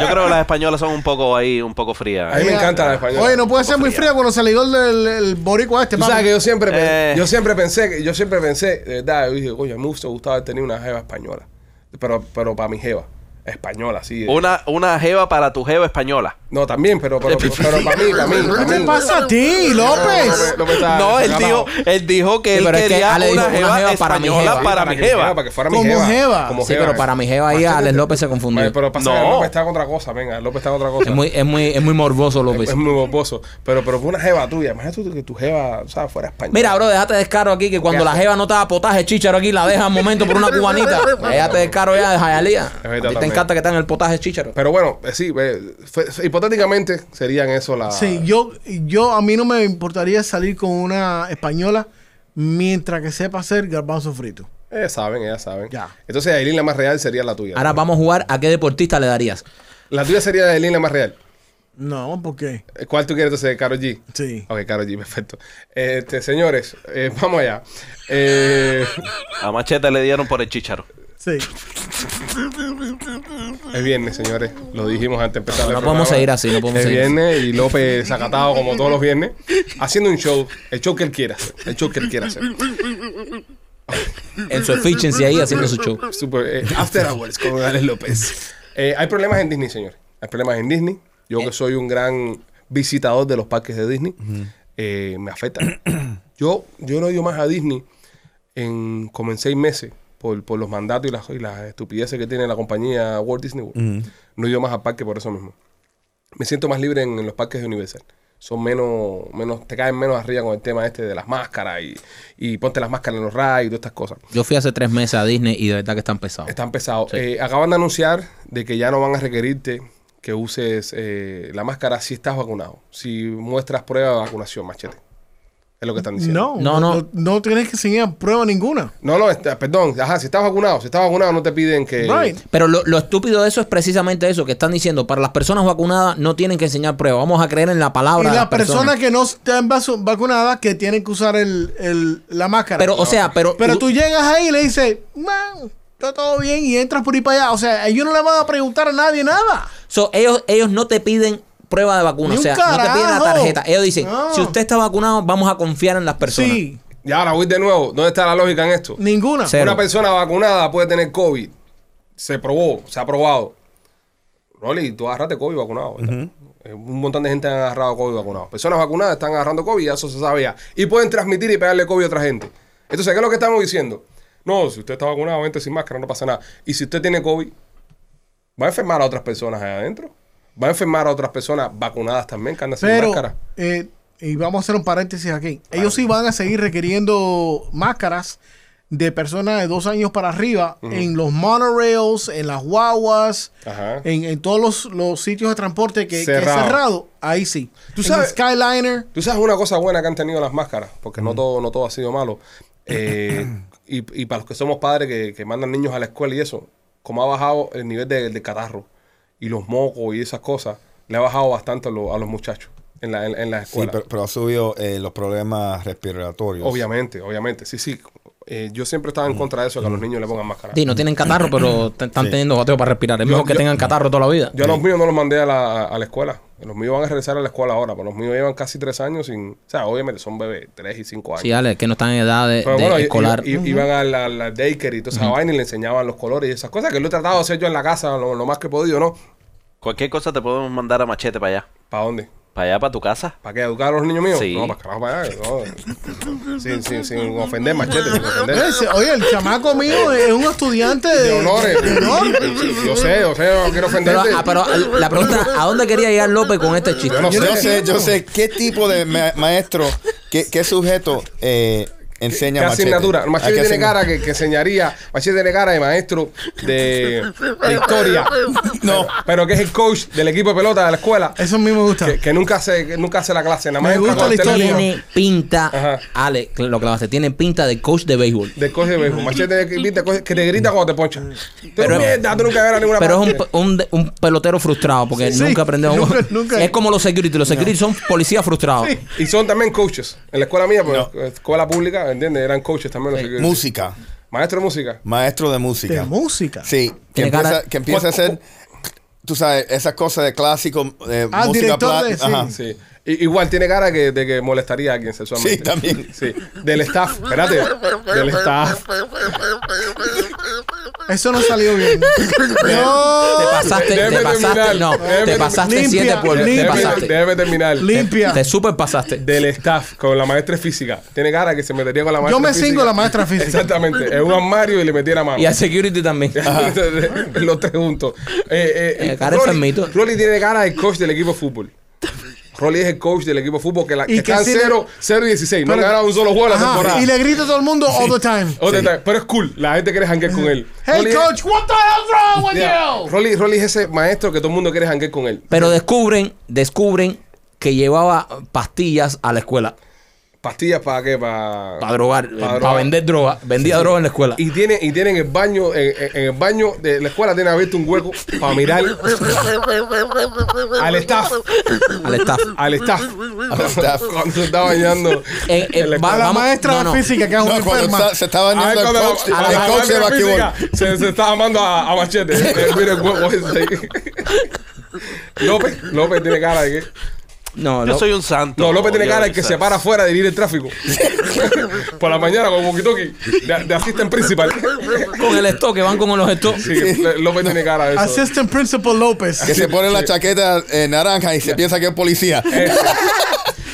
Speaker 5: creo que las españolas son un poco ahí, un poco
Speaker 1: A
Speaker 5: frías. ¿eh?
Speaker 1: mí me encanta la española.
Speaker 4: Oye, no puede ser muy fría cuando se le dio el, el- el boricua este,
Speaker 1: Tú sabes
Speaker 4: papi.
Speaker 1: que yo siempre, pe-
Speaker 5: Eh.
Speaker 1: yo siempre pensé, que- yo siempre pensé, de verdad, yo dije, coño, me gusta- gustaba tener una jeva española. Pero, pero para mi jeva, española, sí. de-
Speaker 5: Una, una jeva para tu jeva española.
Speaker 1: No, también, pero, pero, pero, para mí, para mí.
Speaker 4: ¿Qué
Speaker 1: para
Speaker 4: te
Speaker 1: mí.
Speaker 4: pasa a ti, López?
Speaker 1: López está-
Speaker 5: No, él
Speaker 1: está
Speaker 5: dijo,
Speaker 1: agarrado.
Speaker 5: él dijo que
Speaker 2: Sí,
Speaker 5: él
Speaker 2: pero es que
Speaker 5: quería
Speaker 2: Ale dijo
Speaker 5: una jeva,
Speaker 2: para mi
Speaker 5: española
Speaker 2: jeva.
Speaker 5: para
Speaker 1: Sí,
Speaker 5: mi
Speaker 1: que
Speaker 5: jeva.
Speaker 1: Para que fuera mi
Speaker 4: Como
Speaker 1: jeva.
Speaker 4: jeva.
Speaker 1: Como
Speaker 2: Sí,
Speaker 1: jeva.
Speaker 2: pero para mi jeva ahí,
Speaker 1: Machete,
Speaker 2: Alex
Speaker 1: te-
Speaker 2: López se confundió.
Speaker 1: Vale, Pero pasa que
Speaker 5: No.
Speaker 1: López está con otra cosa, venga, López está con otra cosa.
Speaker 2: Es muy, pues. es muy, es muy morboso, López.
Speaker 1: Es muy boboso. Pero, pero fue una jeva tuya. Imagínate tú que tu jeva, o sea, fuera española.
Speaker 2: Mira, bro, déjate descaro aquí, que cuando
Speaker 1: ¿Qué
Speaker 2: la
Speaker 1: hace?
Speaker 2: jeva no te da potaje, chicharo aquí, la deja un momento por una cubanita. Déjate descaro ya de Jayalía. A ti te
Speaker 1: también.
Speaker 2: encanta que está en el potaje chicharo.
Speaker 1: Pero bueno, eh, sí, eh, fue- fue- hipotéticamente serían eso las.
Speaker 4: Sí, yo, yo a mí no me importaría salir con una española mientras que sepa hacer garbanzo frito.
Speaker 1: Ellas saben, ellas saben.
Speaker 4: Ya.
Speaker 1: Entonces, Aileen, la más real sería la tuya.
Speaker 2: Ahora vamos a jugar a qué deportista le darías.
Speaker 1: La tuya sería Aileen, la más real.
Speaker 4: No, ¿por qué?
Speaker 1: ¿Cuál tú quieres entonces, Karol G?
Speaker 4: Sí.
Speaker 1: Ok, Karol G, perfecto. Este, señores, eh, vamos allá. Eh,
Speaker 5: A Machete le dieron por el chicharo.
Speaker 4: Sí.
Speaker 1: es viernes, señores. Lo dijimos antes de empezar
Speaker 2: No
Speaker 1: el programa.
Speaker 2: podemos seguir así, no podemos
Speaker 1: es
Speaker 2: seguir así.
Speaker 1: viernes y López sacatado como todos los viernes, haciendo un show, el show que él quiera hacer, el show que él quiera hacer.
Speaker 2: En su efficiency ahí haciendo su show.
Speaker 1: Super, eh, after Hours con Alex López. Eh, hay problemas en Disney, señores. Hay problemas en Disney. Yo que soy un gran visitador de los parques de Disney, eh, me afecta. yo, yo no he ido más a Disney en como en seis meses por, por los mandatos y las, y las estupideces que tiene la compañía Walt Disney World. No he ido más al parque por eso mismo. Me siento más libre en, en los parques de Universal. Son menos, menos, te caen menos arriba con el tema este de las máscaras y, y ponte las máscaras en los rides y todas estas cosas.
Speaker 2: Yo fui hace tres meses a Disney y de verdad que están pesados.
Speaker 1: Están pesados. Eh, acaban de anunciar de que ya no van a requerirte que uses eh, la máscara si estás vacunado. Si muestras prueba de vacunación, machete. Es lo que están diciendo.
Speaker 4: No,
Speaker 2: No,
Speaker 4: no,
Speaker 2: no.
Speaker 4: no. No tienes que enseñar prueba ninguna.
Speaker 1: No, no, está- perdón. Ajá, si estás vacunado, si estás vacunado no te piden
Speaker 2: Eh,
Speaker 1: que...
Speaker 4: Right.
Speaker 2: Pero lo, lo estúpido de eso es precisamente eso que están diciendo. Para las personas vacunadas no tienen que enseñar prueba. Vamos a creer en la palabra.
Speaker 4: y
Speaker 2: de
Speaker 4: las
Speaker 2: las personas.
Speaker 4: personas que no están vacu- vacunadas que tienen que usar el, el- la máscara.
Speaker 2: Pero, o sea, pero...
Speaker 4: Pero tú llegas ahí y le dices, "Man, está todo bien y entras por ahí para allá. O sea, ellos no le van a preguntar a nadie nada.
Speaker 2: So, ellos, ellos no te piden prueba de vacuna,
Speaker 4: Ni
Speaker 2: o
Speaker 4: un
Speaker 2: sea, no te piden la
Speaker 4: carajo.
Speaker 2: tarjeta. Ellos dicen,
Speaker 4: No.
Speaker 2: si usted está vacunado, vamos a confiar en las personas.
Speaker 4: Sí,
Speaker 1: Y ahora voy de nuevo. ¿Dónde está la lógica en esto?
Speaker 4: ninguna.
Speaker 2: Sí. Cero.
Speaker 1: Una persona vacunada puede tener COVID. Se probó, se ha probado. Rolly, tú agarraste COVID vacunado. ¿verdad? Eh, Un montón de gente han agarrado COVID vacunado. Personas vacunadas están agarrando COVID, ya eso se sabe ya. Y pueden transmitir y pegarle COVID a otra gente. Entonces, ¿qué es lo que estamos diciendo? No, si usted está vacunado, vente sin máscara, no pasa nada. Y si usted tiene COVID, va a enfermar a otras personas allá adentro. Va a enfermar a otras personas vacunadas también que andan sin
Speaker 4: Pero,
Speaker 1: máscara.
Speaker 4: eh, y vamos a hacer un paréntesis aquí. Ellos sí van a seguir requiriendo máscaras de personas de dos años para arriba en los monorails, en las guaguas,
Speaker 1: Ajá.
Speaker 4: en, en todos los, los sitios de transporte que, que es
Speaker 1: Cerrado.
Speaker 4: cerrado. Ahí sí.
Speaker 1: Tú
Speaker 4: En
Speaker 1: sabes-
Speaker 4: Skyliner.
Speaker 1: Tú sabes una cosa buena que han tenido las máscaras, porque
Speaker 3: Mm.
Speaker 1: no todo, no todo ha sido malo. Eh, y, y para los que somos padres que, que mandan niños a la escuela y eso, como ha bajado el nivel de, de catarro y los mocos y esas cosas, le ha bajado bastante a, lo- a los muchachos en la, en, en las
Speaker 3: Sí,
Speaker 1: escuelas.
Speaker 3: pero, pero ha subido eh, los problemas respiratorios.
Speaker 1: obviamente, obviamente. Sí, sí. Eh, yo siempre
Speaker 3: Mm.
Speaker 1: estaba en contra de eso, que a los niños le pongan máscara.
Speaker 2: Sí, no tienen catarro, pero te- están
Speaker 3: Sí.
Speaker 2: teniendo goteo para respirar. Es
Speaker 1: Yo-
Speaker 2: mejor que
Speaker 1: yo-
Speaker 2: tengan catarro toda la vida.
Speaker 1: Yo a los míos no los mandé a la, a la escuela. Los míos van a regresar a la escuela ahora, pero los míos llevan casi tres años sin... O sea, obviamente son bebés, tres y cinco años.
Speaker 2: Sí, dale, que no están en edad de,
Speaker 1: Pero
Speaker 2: de
Speaker 1: bueno, i-
Speaker 2: escolar.
Speaker 1: i- iban a la, la daycare y toda esa vaina y le enseñaban los colores y esas cosas que lo he tratado de hacer yo en la casa lo, lo más que he podido, ¿no?
Speaker 5: Cualquier cosa te podemos mandar a machete para allá.
Speaker 1: ¿Para dónde?
Speaker 5: Para allá, para tu casa.
Speaker 1: ¿Para qué? ¿Educar a los niños míos?
Speaker 5: Sí.
Speaker 1: No, para carajo, para allá. no. Sin, sin, sin ofender, machete, sin ofender.
Speaker 4: Ese- Oye, el chamaco mío es un estudiante de,
Speaker 1: De honores.
Speaker 4: de honor.
Speaker 1: Yo sé, yo sé, no quiero
Speaker 2: Pero,
Speaker 1: ofenderte.
Speaker 2: ah, pero la pregunta, ¿a dónde quería llegar López con este chiste?
Speaker 1: Yo no
Speaker 3: Yo
Speaker 1: sé.
Speaker 3: sé, yo sé qué tipo de ma- maestro, qué, qué sujeto eh, enseña
Speaker 1: ¿Qué
Speaker 3: machete.
Speaker 1: asignatura?
Speaker 3: ¿A qué
Speaker 1: Machete tiene
Speaker 3: asigna-
Speaker 1: cara que, que enseñaría. Machete tiene cara de maestro de, de historia. No. Pero que es el coach del equipo de pelota de la escuela.
Speaker 4: Eso a mí me gusta.
Speaker 1: Que, que nunca hace, que nunca hace la clase, nada más
Speaker 4: Me
Speaker 1: entra
Speaker 4: gusta
Speaker 1: con el
Speaker 4: la historia.
Speaker 1: teléfono.
Speaker 2: Tiene pinta,
Speaker 1: Ajá.
Speaker 2: Ale, lo clavaste, tiene pinta de coach de béisbol.
Speaker 1: de coche de béisbol. Machete de grita, coge- que te grita cuando te poncha. Tú
Speaker 2: Pero-
Speaker 1: pero, mierda, tú nunca ganas ninguna
Speaker 2: Pero es un,
Speaker 1: partida.
Speaker 2: pe- un de- un pelotero frustrado porque
Speaker 4: Sí,
Speaker 2: nunca aprendió.
Speaker 4: nunca- nunca.
Speaker 2: Es como los security. Los security son policías frustrados.
Speaker 1: Y son también coaches. En la escuela mía, pues, escuela pública, ¿entiendes? Eran coaches también. Los que-
Speaker 3: Música.
Speaker 1: Maestro de música.
Speaker 3: Maestro de música.
Speaker 4: de música.
Speaker 3: Sí. Que
Speaker 2: Tiene
Speaker 3: empieza,
Speaker 2: cara-
Speaker 3: que empieza a hacer, tú sabes, esas cosas de clásico, eh,
Speaker 4: Ah,
Speaker 3: música
Speaker 4: director de-
Speaker 3: plat- ajá.
Speaker 1: Sí. I- igual tiene cara que, de que molestaría a alguien sexualmente.
Speaker 3: Sí, también.
Speaker 1: Sí. Del staff. Espérate. Del staff.
Speaker 4: Eso no salió bien.
Speaker 2: Te
Speaker 4: no.
Speaker 2: pasaste,
Speaker 1: Debe
Speaker 2: te pasaste,
Speaker 1: terminar.
Speaker 2: no,
Speaker 1: Debe
Speaker 2: te
Speaker 1: terminar.
Speaker 2: pasaste
Speaker 4: Limpia.
Speaker 2: siete pueblos, te
Speaker 4: Limpia.
Speaker 2: pasaste.
Speaker 1: Debe terminar.
Speaker 4: Limpia.
Speaker 2: Te super pasaste.
Speaker 1: Del staff, con la maestra de física. Tiene cara que se metería con la maestra
Speaker 4: Yo me
Speaker 1: de
Speaker 4: cingo la maestra física.
Speaker 1: Exactamente. En un armario y le metiera mano.
Speaker 2: Y al security también.
Speaker 1: Los tres juntos. Eh, eh,
Speaker 2: Eh, cara de
Speaker 1: Rolly-
Speaker 2: enfermito.
Speaker 1: Rolly tiene cara de coach del equipo de fútbol. Rolly es el coach del equipo de fútbol que, la,
Speaker 4: Y
Speaker 1: que
Speaker 4: que
Speaker 1: está en
Speaker 4: tiene-
Speaker 1: 0 0 16. No ha
Speaker 4: Pero-
Speaker 1: ganado un solo juego la
Speaker 4: Ajá,
Speaker 1: temporada.
Speaker 4: y le grita a todo el mundo all the time.
Speaker 1: Otra vez, Pero es cool. La gente quiere janguear con él.
Speaker 4: Hey
Speaker 1: Rolly es-
Speaker 4: coach, what the hell's wrong with
Speaker 1: Yeah.
Speaker 4: you?
Speaker 1: Rolly, Rolly es ese maestro que todo el mundo quiere janguear con él.
Speaker 2: Pero descubren, descubren que llevaba pastillas a la escuela
Speaker 1: ¿Pastillas para qué? Para
Speaker 2: para drogar, eh,
Speaker 1: drogar.
Speaker 2: para, vender droga. Vendía droga en la escuela.
Speaker 1: Y tiene, y tiene en el baño, en, en- en el baño de la escuela tiene abierto un hueco para mirar al staff.
Speaker 2: al staff.
Speaker 1: Al staff.
Speaker 3: Al staff.
Speaker 1: Cuando se está bañando.
Speaker 2: Eh, eh,
Speaker 1: en la
Speaker 2: va-
Speaker 4: A la
Speaker 2: Vamos-
Speaker 4: Ah, maestra
Speaker 2: no, no.
Speaker 4: de física que es una
Speaker 3: No, cuando
Speaker 4: enferma.
Speaker 3: está- se estaba
Speaker 1: Ah,
Speaker 3: bañando el
Speaker 1: cuando
Speaker 3: coach,
Speaker 1: la- a la-
Speaker 3: el
Speaker 1: a la
Speaker 3: coach de
Speaker 1: maestra
Speaker 3: basquetbol.
Speaker 1: física Se, se está amando a, a machete. Eh, mira el huevo ese ahí. López, López tiene cara de que.
Speaker 2: No,
Speaker 5: Yo
Speaker 2: no.
Speaker 5: soy un santo.
Speaker 1: No, López tiene
Speaker 5: Yo,
Speaker 1: cara de que
Speaker 5: ¿sabes?
Speaker 1: se para afuera de ir el tráfico. Por la mañana con walkie-talkie de, de assistant principal.
Speaker 2: con el stock, que van con los stock.
Speaker 1: Sí, Ló- López tiene cara de eso.
Speaker 4: Assistant Principal López.
Speaker 3: Que se pone la chaqueta eh, naranja y se piensa que es policía.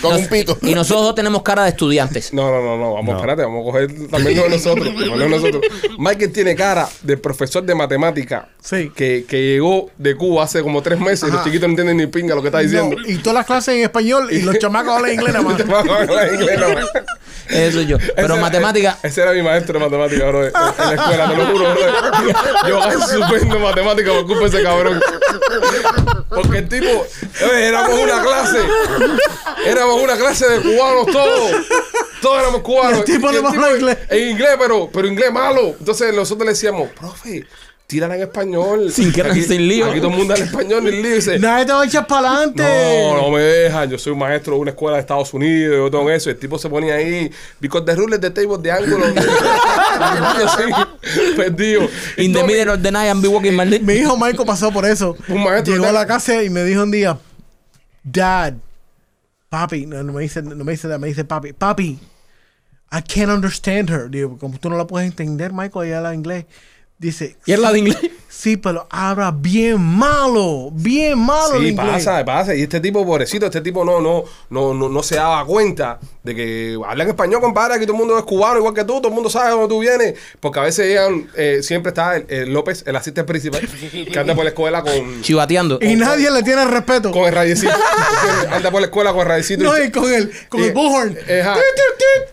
Speaker 3: Con un pito.
Speaker 2: Y nosotros tenemos cara de estudiantes.
Speaker 1: No, no, no, no. Vamos, espérate, vamos a coger también lo de nosotros. también lo de nosotros. Michael tiene cara de profesor de matemática
Speaker 4: Sí.
Speaker 1: que, que llegó de Cuba hace como tres meses y los
Speaker 4: Ajá.
Speaker 1: chiquitos no entienden ni pinga lo que está diciendo.
Speaker 4: No, y todas las clases en español y los chamacos hablan inglés nada más.
Speaker 1: Vamos a hablar inglés, no.
Speaker 2: Eso soy yo.
Speaker 1: Ese
Speaker 2: Pero
Speaker 1: era-
Speaker 2: matemática,
Speaker 1: Ese era mi maestro de matemática, bro. En en la escuela, te lo juro, bro. Yo ay, suspendo matemática por culpa de ese cabrón. Porque el tipo, eh, éramos una clase. Éramos una clase de cubanos todos. Todos éramos cubanos.
Speaker 4: Y el tipo
Speaker 1: Y
Speaker 4: no habla inglés.
Speaker 1: En inglés, pero, pero inglés malo. Entonces nosotros le decíamos, profe, tírala en español.
Speaker 2: Sin que-
Speaker 1: Aquí-
Speaker 2: sin lío.
Speaker 1: Aquí todo el mundo habla español y el lío dice,
Speaker 4: Nadie te va a echar para adelante.
Speaker 1: no, no me dejan. Yo soy un maestro de una escuela de Estados Unidos. Yo tengo eso. El tipo se ponía ahí. Because the rules the table de ángulo. Sí, perdido.
Speaker 2: In the
Speaker 1: Entonces,
Speaker 2: middle of the night and be walking my leg.
Speaker 4: Mi hijo Michael pasó por eso.
Speaker 1: Un maestro
Speaker 4: Llegó a
Speaker 1: de-
Speaker 4: la casa y me dijo un día, Dad, papi, no, no me dice, no me dice, dad, me dice papi, papi, I can't understand her. Digo, como tú no la puedes entender, Michael, ella habla inglés. Dice,
Speaker 2: Y es la de inglés.
Speaker 4: sí, pero habla bien malo, bien malo el
Speaker 1: Sí,
Speaker 4: inglés.
Speaker 1: pasa, pasa. Y este tipo, pobrecito, este tipo no, no, no, no, no se daba cuenta de que hablan español, compadre, aquí todo el mundo es cubano, igual que tú, todo el mundo sabe de dónde tú vienes. Porque a veces llegan, eh, siempre está el, el López, el asistente principal, que anda por la escuela con,
Speaker 2: Chivateando.
Speaker 4: Y nadie le tiene respeto.
Speaker 1: con el radicito. anda por la escuela con el radicito.
Speaker 4: No, y con el, con el
Speaker 1: Eh,
Speaker 4: bullhorn.
Speaker 1: Ejá.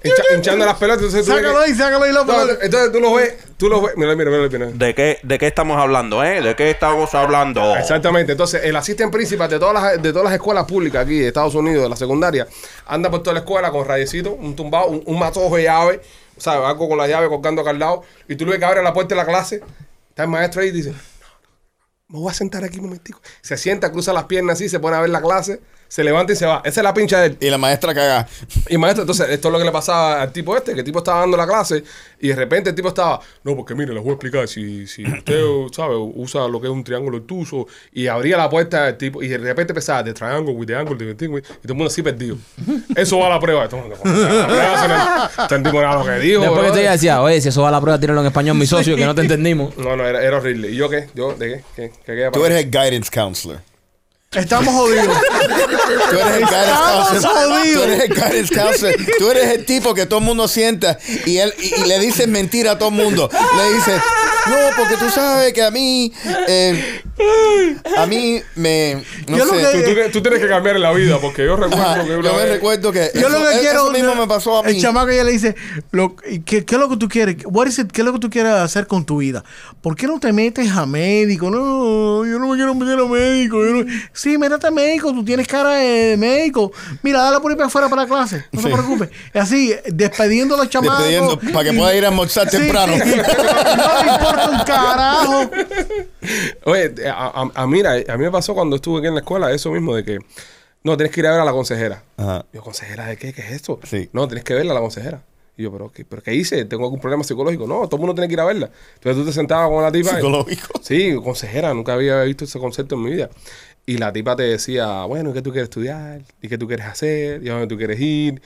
Speaker 1: Hincha- hinchando las pelotas. Entonces tú
Speaker 4: Sácalo
Speaker 1: ves
Speaker 4: ahí, sácalo ahí,
Speaker 1: que- No,
Speaker 3: eh,
Speaker 4: López.
Speaker 1: entonces tú los ves, tú los ves. Mira, mira, mira, mira.
Speaker 6: ¿De qué, ¿De qué estamos hablando, eh? ¿De qué estamos hablando?
Speaker 1: Exactamente. Entonces, el asistente principal de todas las de todas las escuelas públicas aquí de Estados Unidos, de la secundaria, anda por toda la escuela con rayecito, un tumbado, un, un matojo de llave, ¿sabes? Algo con la llave colgando acá al lado. Y tú le ves que abre la puerta de la clase, está el maestro ahí y dice, me voy a sentar aquí un momentico. Se sienta, cruza las piernas así, se pone a ver la clase, se levanta y se va. Esa es la pincha de él.
Speaker 3: Y la maestra caga.
Speaker 1: Y maestro, entonces, esto es lo que le pasaba al tipo este, que el tipo estaba dando la clase y de repente el tipo estaba, no, porque mire, les voy a explicar, si, si usted, sabe, usa lo que es un triángulo obtuso y abría la puerta del tipo y de repente empezaba, the triangle with the angle, the thing with-", y todo el mundo así perdido. Eso va a la prueba. Esto, la prueba, se le- está el tipo era lo que dijo.
Speaker 2: Después que
Speaker 1: brother.
Speaker 2: te decía, oye, si eso va a la prueba, tíralo en español, mi socio, que no te entendimos.
Speaker 1: No, no, era, era horrible. ¿Y yo qué? ¿Yo de qué? ¿Qué, qué queda
Speaker 3: Tú eres el guidance counselor.
Speaker 4: Estamos jodidos.
Speaker 3: Tú eres el
Speaker 4: Estamos
Speaker 3: guidance counselor. Tú
Speaker 4: jodidos.
Speaker 3: eres el guidance counselor. Tú eres el tipo que todo el mundo sienta y, él, y, y le dices mentira a todo el mundo. Le dices, no, porque tú sabes que a mí, eh, a mí me, no
Speaker 4: Yo
Speaker 3: sé.
Speaker 4: lo
Speaker 1: Tú, tú te- tú tienes que cambiar la vida porque yo recuerdo
Speaker 3: Ajá,
Speaker 1: que una
Speaker 3: yo me
Speaker 1: vez-
Speaker 3: recuerdo que
Speaker 4: Yo lo
Speaker 3: eso-
Speaker 4: que
Speaker 3: eso
Speaker 4: quiero.
Speaker 3: mismo me pasó a mí.
Speaker 4: El chamaco ya le dice: lo, y ¿qué, ¿Qué es lo que tú quieres? What is it? ¿Qué es lo que tú quieres hacer con tu vida? ¿Por qué no te metes a médico? No, yo no me quiero meter a médico. yo no- Sí, métete a médico. Tú tienes cara de médico. Mira, dale por ahí para afuera para la clase. No te preocupes. Y así, despediendo a los chamacos.
Speaker 3: Despediendo, para que
Speaker 4: y-
Speaker 3: pueda ir a almorzar
Speaker 4: Sí,
Speaker 3: temprano.
Speaker 4: sí. no me importa un carajo.
Speaker 1: Oye, eh, a, a- a- mira, a mí me pasó cuando estuve aquí en la escuela eso mismo de que no, tienes que ir a ver a la consejera.
Speaker 3: Ajá.
Speaker 1: Yo, ¿consejera de qué? ¿Qué es esto?
Speaker 3: Sí.
Speaker 1: No, tienes que verla a la consejera. Y yo, ¿pero qué, ¿pero qué hice? ¿Tengo algún problema psicológico? No, todo el mundo tiene que ir a verla. Entonces tú te sentabas con la tipa. y-
Speaker 3: Psicológico.
Speaker 1: Sí, consejera, nunca había visto ese concepto en mi vida. Y la tipa te decía, bueno, ¿y ¿qué tú quieres estudiar? ¿Y qué tú quieres hacer? ¿Y a dónde tú quieres ir?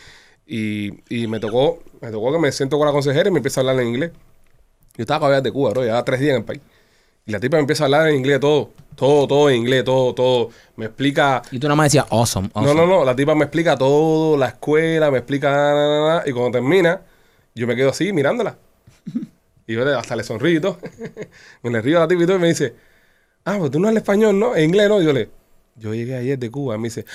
Speaker 1: Y, y me tocó me tocó que me siento con la consejera y me empieza a hablar en inglés. Yo estaba todavía de Cuba, bro, llevaba tres días en el país. Y la tipa me empieza a hablar en inglés todo, todo, todo en inglés, todo, todo. Me explica
Speaker 2: Y tú nada más decías, awesome, awesome.
Speaker 1: no, no, no. La tipa me explica todo, la escuela, me explica. na, na, na, na, y cuando termina, yo me quedo así mirándola. Y yo le- hasta le sonrío y todo. me le río a la tipa y todo. Y me dice, ah, pero tú no hablas español, ¿no? En inglés, ¿no? Y yo le, yo llegué ayer de Cuba. Y me dice,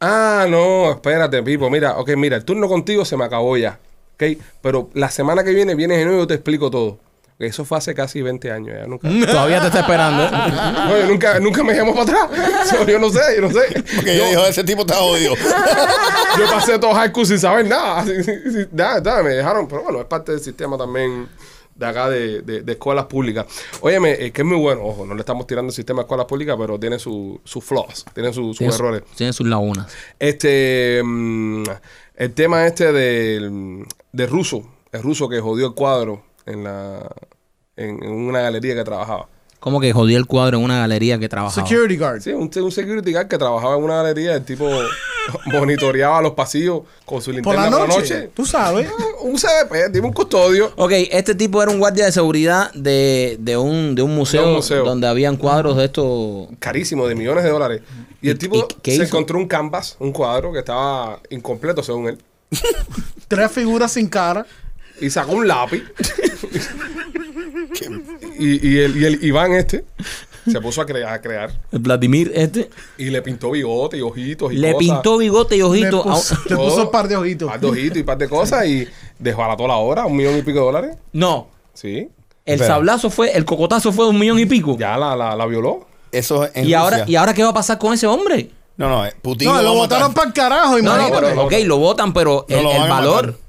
Speaker 1: ah, no, espérate, Pipo. Mira, ok, mira, el turno contigo se me acabó ya. ¿Ok? Pero la semana que viene vienes de nuevo y yo te explico todo. Eso fue hace casi 20 años ya. Nunca,
Speaker 3: Mm.
Speaker 2: Todavía te está esperando.
Speaker 1: no, yo nunca, nunca me llamó para atrás. So, yo no sé, yo no sé.
Speaker 3: Porque yo dijo, ese tipo está odio.
Speaker 1: Yo pasé todo high school sin saber nada. Sin- sin- sin- nada, nada, me dejaron. Pero bueno, es parte del sistema también de acá de, de- de escuelas públicas. Óyeme, eh, que es muy bueno. Ojo, no le estamos tirando el sistema de escuelas públicas, pero tiene su- sus flaws, tiene su- sus
Speaker 2: Tiene su-
Speaker 1: errores.
Speaker 2: Tiene sus lagunas.
Speaker 1: Este, mm, el tema este del de ruso, el ruso que jodió el cuadro en la en, en una galería que trabajaba.
Speaker 2: Como que jodí el cuadro en una galería que trabajaba.
Speaker 4: Security guard.
Speaker 1: Sí, un, un security guard que trabajaba en una galería, el tipo monitoreaba los pasillos con su
Speaker 4: Por la
Speaker 1: linterna
Speaker 4: noche. Tú sabes.
Speaker 1: Eh, un CBP, tiene un custodio.
Speaker 2: Ok, este tipo era un guardia de seguridad de, de un, de un museo,
Speaker 1: De un museo.
Speaker 2: donde habían cuadros de estos.
Speaker 1: Carísimo, de millones de dólares. Y el
Speaker 2: ¿Y-
Speaker 1: tipo
Speaker 2: y qué
Speaker 1: se
Speaker 2: hizo?
Speaker 1: encontró un canvas, un cuadro que estaba incompleto según él.
Speaker 4: Tres figuras sin cara.
Speaker 1: Y sacó un lápiz. y, y el, y el Iván este se puso a, cre- a crear.
Speaker 2: Vladimir, este.
Speaker 1: Y le pintó bigote y ojitos y
Speaker 2: Le
Speaker 1: cosas.
Speaker 2: pintó bigote y
Speaker 4: Le
Speaker 2: ojito.
Speaker 4: puso,
Speaker 2: a-
Speaker 4: le
Speaker 1: Todo.
Speaker 4: puso un par de ojitos.
Speaker 1: Oh, Par de ojitos y par de cosas. Y desbarató la hora, un millón y pico de dólares.
Speaker 2: No,
Speaker 1: Sí.
Speaker 2: el
Speaker 3: Pero-
Speaker 2: sablazo fue, el cocotazo fue de un millón y pico.
Speaker 1: Ya la, la, la violó.
Speaker 3: Eso es en
Speaker 2: ¿Y ahora,
Speaker 3: Rusia.
Speaker 2: ¿Y ahora qué va a pasar con ese hombre?
Speaker 3: No, no, eh, Putin
Speaker 4: No,
Speaker 3: va
Speaker 4: lo
Speaker 3: a
Speaker 4: botaron
Speaker 3: matar.
Speaker 4: para el carajo,
Speaker 2: No,
Speaker 4: imagínate.
Speaker 2: no, pero
Speaker 1: no,
Speaker 2: ok,
Speaker 1: no.
Speaker 2: lo votan, pero
Speaker 3: No
Speaker 2: el,
Speaker 3: lo
Speaker 2: el
Speaker 3: van a
Speaker 2: valor.
Speaker 3: matar.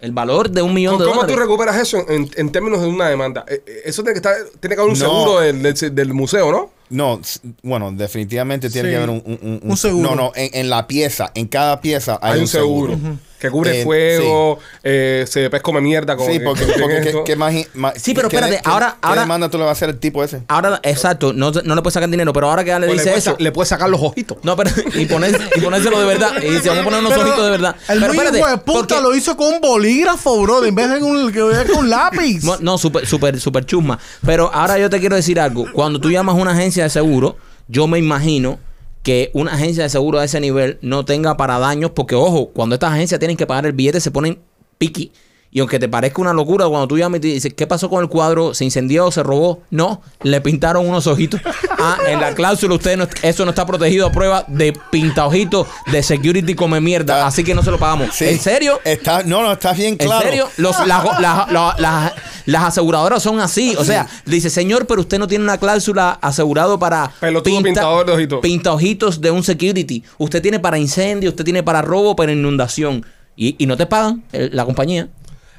Speaker 2: El valor de un millón
Speaker 1: ¿Cómo
Speaker 2: de
Speaker 1: cómo tú
Speaker 2: dólares.
Speaker 1: recuperas eso en, en términos de una demanda? Eh, eh, Eso tiene que estar, tiene que haber un
Speaker 3: No.
Speaker 1: seguro del, del- del museo, ¿no?
Speaker 3: No, s- bueno, definitivamente tiene
Speaker 4: Sí.
Speaker 3: que haber un, un- un-
Speaker 4: Un seguro.
Speaker 3: No, no, en, en la pieza, en cada pieza hay,
Speaker 1: Hay, un seguro. Que cubre
Speaker 3: Eh,
Speaker 1: fuego, eh, se pez come mierda. Como
Speaker 3: Sí,
Speaker 1: que-
Speaker 3: porque,
Speaker 1: que tiene
Speaker 3: porque
Speaker 1: esto.
Speaker 3: qué, qué más i- ma-
Speaker 2: Sí, pero
Speaker 3: qué-
Speaker 2: espérate,
Speaker 3: qué-
Speaker 2: ahora-
Speaker 3: qué
Speaker 2: ahora-
Speaker 3: demanda tú le vas a hacer al tipo ese?
Speaker 2: Ahora, exacto, no, no le puedes sacar dinero, pero ahora que ya le
Speaker 1: Pues
Speaker 2: dice
Speaker 1: puede
Speaker 2: eso.
Speaker 1: sa- le puede sacar los ojitos.
Speaker 2: No, pero y, poner, y ponérselo de verdad. Y se vamos a poner unos
Speaker 4: Pero
Speaker 2: ojitos de verdad.
Speaker 4: El
Speaker 2: pero
Speaker 4: mismo hijo de puta
Speaker 2: porque-
Speaker 4: lo hizo con un bolígrafo, bro. En vez de con, el- que- con lápiz.
Speaker 2: Mo- No, súper, súper, súper chusma. Pero ahora yo te quiero decir algo. Cuando tú llamas a una agencia de seguro, yo me imagino que una agencia de seguro de ese nivel no tenga para daños, porque ojo, cuando estas agencias tienen que pagar el billete, se ponen piqui. Y aunque te parezca una locura, cuando tú llamas y te dices, ¿qué pasó con el cuadro? ¿Se incendió? ¿Se robó? No, le pintaron unos ojitos. Ah, en la cláusula usted no- eso no está protegido a prueba de pinta ojitos de security come mierda. Así que no se lo pagamos.
Speaker 3: Sí.
Speaker 2: ¿En serio?
Speaker 3: Está, no, no, estás bien
Speaker 2: ¿En
Speaker 3: claro.
Speaker 2: serio? Los- las, las- las- las- las aseguradoras son así. O sea, le dice, señor, pero usted no tiene una cláusula asegurado para
Speaker 1: Pelotudo pintador de ojitos.
Speaker 2: pinta ojitos de un security. Usted tiene para incendio, usted tiene para robo, para inundación. Y, y no te pagan eh, la compañía.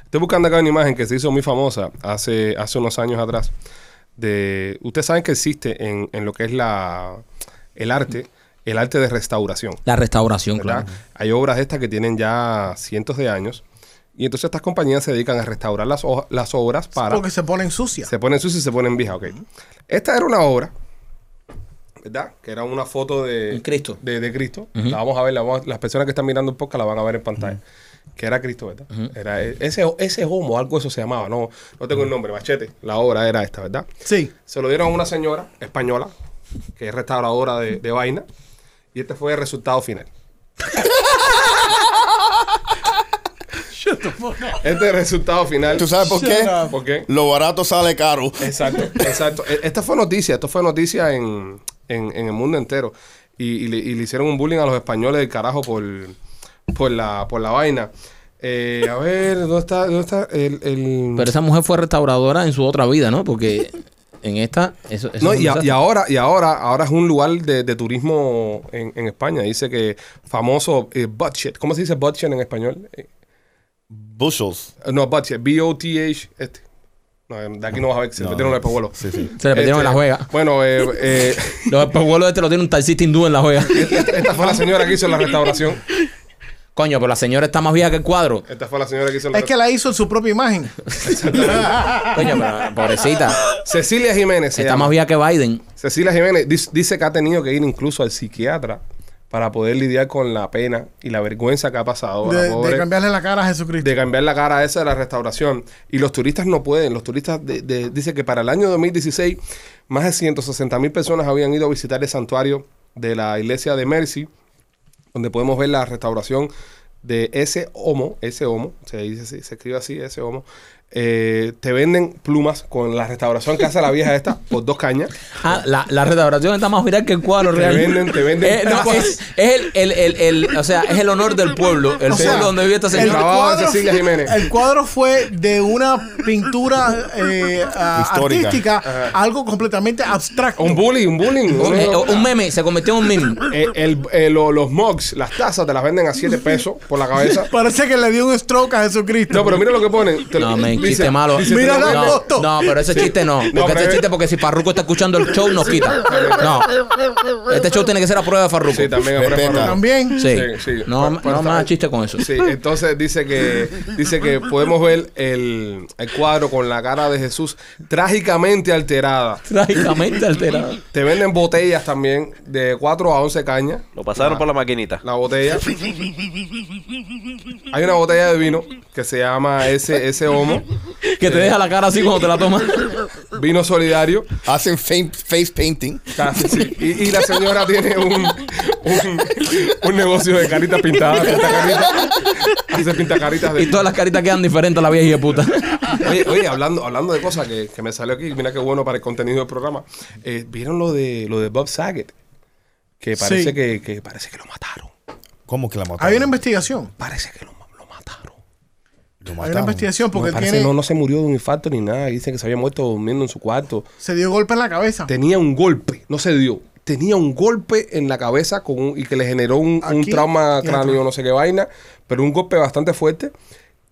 Speaker 1: Estoy buscando acá una imagen que se hizo muy famosa hace, hace unos años atrás. De, ustedes saben que existe en, en lo que es la, el arte, el arte de restauración.
Speaker 2: La restauración,
Speaker 1: ¿verdad?
Speaker 2: claro.
Speaker 1: Hay obras de estas que tienen ya cientos de años. Y entonces estas compañías se dedican a restaurar las, hoja- las obras para...
Speaker 4: Porque se ponen sucias.
Speaker 1: Se ponen sucias y se ponen viejas, ok. Esta era una obra, ¿verdad? Que era una foto de
Speaker 2: Un Cristo.
Speaker 1: De, de Cristo. La vamos a ver, la vamos a- las personas que están mirando un podcast la van a ver en pantalla. Que era Cristo, ¿verdad? Era e- ese, ese homo, algo eso se llamaba, no, no tengo el nombre, machete. La obra era esta, ¿verdad?
Speaker 4: Sí.
Speaker 1: Se lo dieron a una señora española, que es restauradora de, de vaina, y este fue el resultado final. este es el resultado final.
Speaker 3: ¿Tú sabes por qué?
Speaker 1: ¿Por qué?
Speaker 3: Lo barato sale caro.
Speaker 1: Exacto, exacto. E- Esta fue noticia, esto fue noticia en, en- en el mundo entero. Y, y le, y le hicieron un bullying a los españoles del carajo por, por, la, por la vaina. Eh, a ver, ¿dónde está, dónde está el...? el-
Speaker 2: Pero esa mujer fue restauradora en su otra vida, ¿no? Porque en esta... Eso, eso
Speaker 1: No,
Speaker 2: es un
Speaker 1: y, a-
Speaker 2: desastre.
Speaker 1: y ahora, y ahora, ahora es un lugar de, de turismo en, en España. Dice que famoso eh, budget. ¿Cómo se dice budget en español? Eh,
Speaker 3: Bushels.
Speaker 1: no, budget. B-O-T-H. Este. No, de aquí no vas a ver, se
Speaker 3: No.
Speaker 1: metieron los espejuelos.
Speaker 3: Sí, sí.
Speaker 2: Se le perdieron en la juega.
Speaker 1: Bueno, eh, eh,
Speaker 2: Los espejuelos este lo tiene un taxista hindú en la juega.
Speaker 1: esta esta fue la señora que hizo la restauración.
Speaker 2: Coño, pero la señora está más vieja que el cuadro.
Speaker 1: Esta fue la señora que hizo la
Speaker 4: Es que la hizo en su propia imagen.
Speaker 2: Coño, pero pobrecita.
Speaker 1: Cecilia Jiménez se
Speaker 2: Está
Speaker 1: llama.
Speaker 2: más vieja que Biden.
Speaker 1: Cecilia Jiménez dis- dice que ha tenido que ir incluso al psiquiatra para poder lidiar con la pena y la vergüenza que ha pasado. la
Speaker 4: De, de
Speaker 1: pobre-
Speaker 4: cambiarle la cara a Jesucristo.
Speaker 1: de cambiar la cara esa de la restauración. Y los turistas no pueden. Los turistas de- de- dice que para el año 2016 más de 160 mil personas habían ido a visitar el santuario de la iglesia de Mercy, donde podemos ver la restauración de ese homo, ese homo, se, dice, así, se escribe así, ese homo. Eh, te venden plumas con la restauración que hace la vieja esta por dos cañas.
Speaker 2: Ah, la, la restauración está más viral que el cuadro
Speaker 1: Te
Speaker 2: real.
Speaker 1: venden- te venden
Speaker 2: Eh, no,
Speaker 1: cosas.
Speaker 2: es, es el, el, el, el- o sea, es el honor del pueblo. El
Speaker 4: O sea,
Speaker 2: pueblo donde vive esta
Speaker 1: el
Speaker 2: señora.
Speaker 1: trabajo- Abogado de
Speaker 4: cuadro
Speaker 1: Cecilia
Speaker 4: fue-
Speaker 1: Jiménez.
Speaker 4: el cuadro fue de una pintura eh, ah,
Speaker 3: Histórica.
Speaker 4: artística, algo completamente abstracto.
Speaker 1: Un bullying, un bullying.
Speaker 2: Un, eh,
Speaker 1: Uno-
Speaker 2: un meme, se convirtió en un meme.
Speaker 1: Eh, el- eh, lo- los mugs, las tazas, te las venden a 7 pesos por la cabeza.
Speaker 4: Parece que le dio un stroke a Jesucristo.
Speaker 1: No, pero mira lo que ponen. Te lo-
Speaker 2: No, men,
Speaker 1: dice-
Speaker 2: chiste malo.
Speaker 1: dice,
Speaker 4: Mira
Speaker 1: te lo-
Speaker 4: la
Speaker 2: no,
Speaker 4: foto.
Speaker 2: no, pero ese chiste no. Porque
Speaker 1: No, pero
Speaker 2: ese
Speaker 1: es-
Speaker 2: chiste, porque si Farruko está escuchando el show, nos quita. No. Este show tiene que ser a prueba de Farruko.
Speaker 1: Sí,
Speaker 2: Sí,
Speaker 1: también.
Speaker 3: Respeta.
Speaker 1: pero es malo.
Speaker 4: También.
Speaker 2: sí.
Speaker 1: Sí, sí.
Speaker 2: No,
Speaker 1: Por- por
Speaker 2: no
Speaker 1: esta
Speaker 2: más
Speaker 1: vez.
Speaker 2: chiste con eso.
Speaker 1: Sí, entonces dice que dice que podemos ver el, el cuadro con la cara de Jesús trágicamente alterada.
Speaker 2: Trágicamente alterado.
Speaker 1: Te venden botellas también de 4 a 11 cañas.
Speaker 5: Lo pasaron por la maquinita.
Speaker 1: La botella. Hay una botella de vino que se llama ese, ese homo.
Speaker 2: Que te deja la cara así cuando te la tomas.
Speaker 1: Vino solidario.
Speaker 3: Hacen fame- face painting.
Speaker 1: Ah, sí, sí. Y, y la señora tiene un, un, un negocio de caritas pintadas. Pintacaritas. Hace pintacaritas de.
Speaker 2: Y todas las caritas quedan diferentes a la vieja y de puta.
Speaker 1: Oye, oye, hablando, hablando de cosas que, que me salió aquí, mira qué bueno para el contenido del programa. Eh, ¿Vieron lo de lo de Bob Saget? Que parece
Speaker 4: Sí.
Speaker 1: que, que parece que lo mataron.
Speaker 3: ¿Cómo que la mataron?
Speaker 4: Hay una investigación.
Speaker 1: Parece que lo, ma- lo mataron.
Speaker 3: Lo
Speaker 4: Hay una
Speaker 3: mataron.
Speaker 4: investigación porque
Speaker 1: No, parece
Speaker 4: tiene,
Speaker 1: no, no se murió de un infarto ni nada. Dicen que se había muerto durmiendo en su cuarto.
Speaker 4: se dio golpe en la cabeza.
Speaker 1: Tenía un golpe, no se dio. Tenía un golpe en la cabeza con un- y que le generó un, un
Speaker 4: Aquí
Speaker 1: trauma
Speaker 4: y acá.
Speaker 1: cráneo, no sé qué vaina, pero un golpe bastante fuerte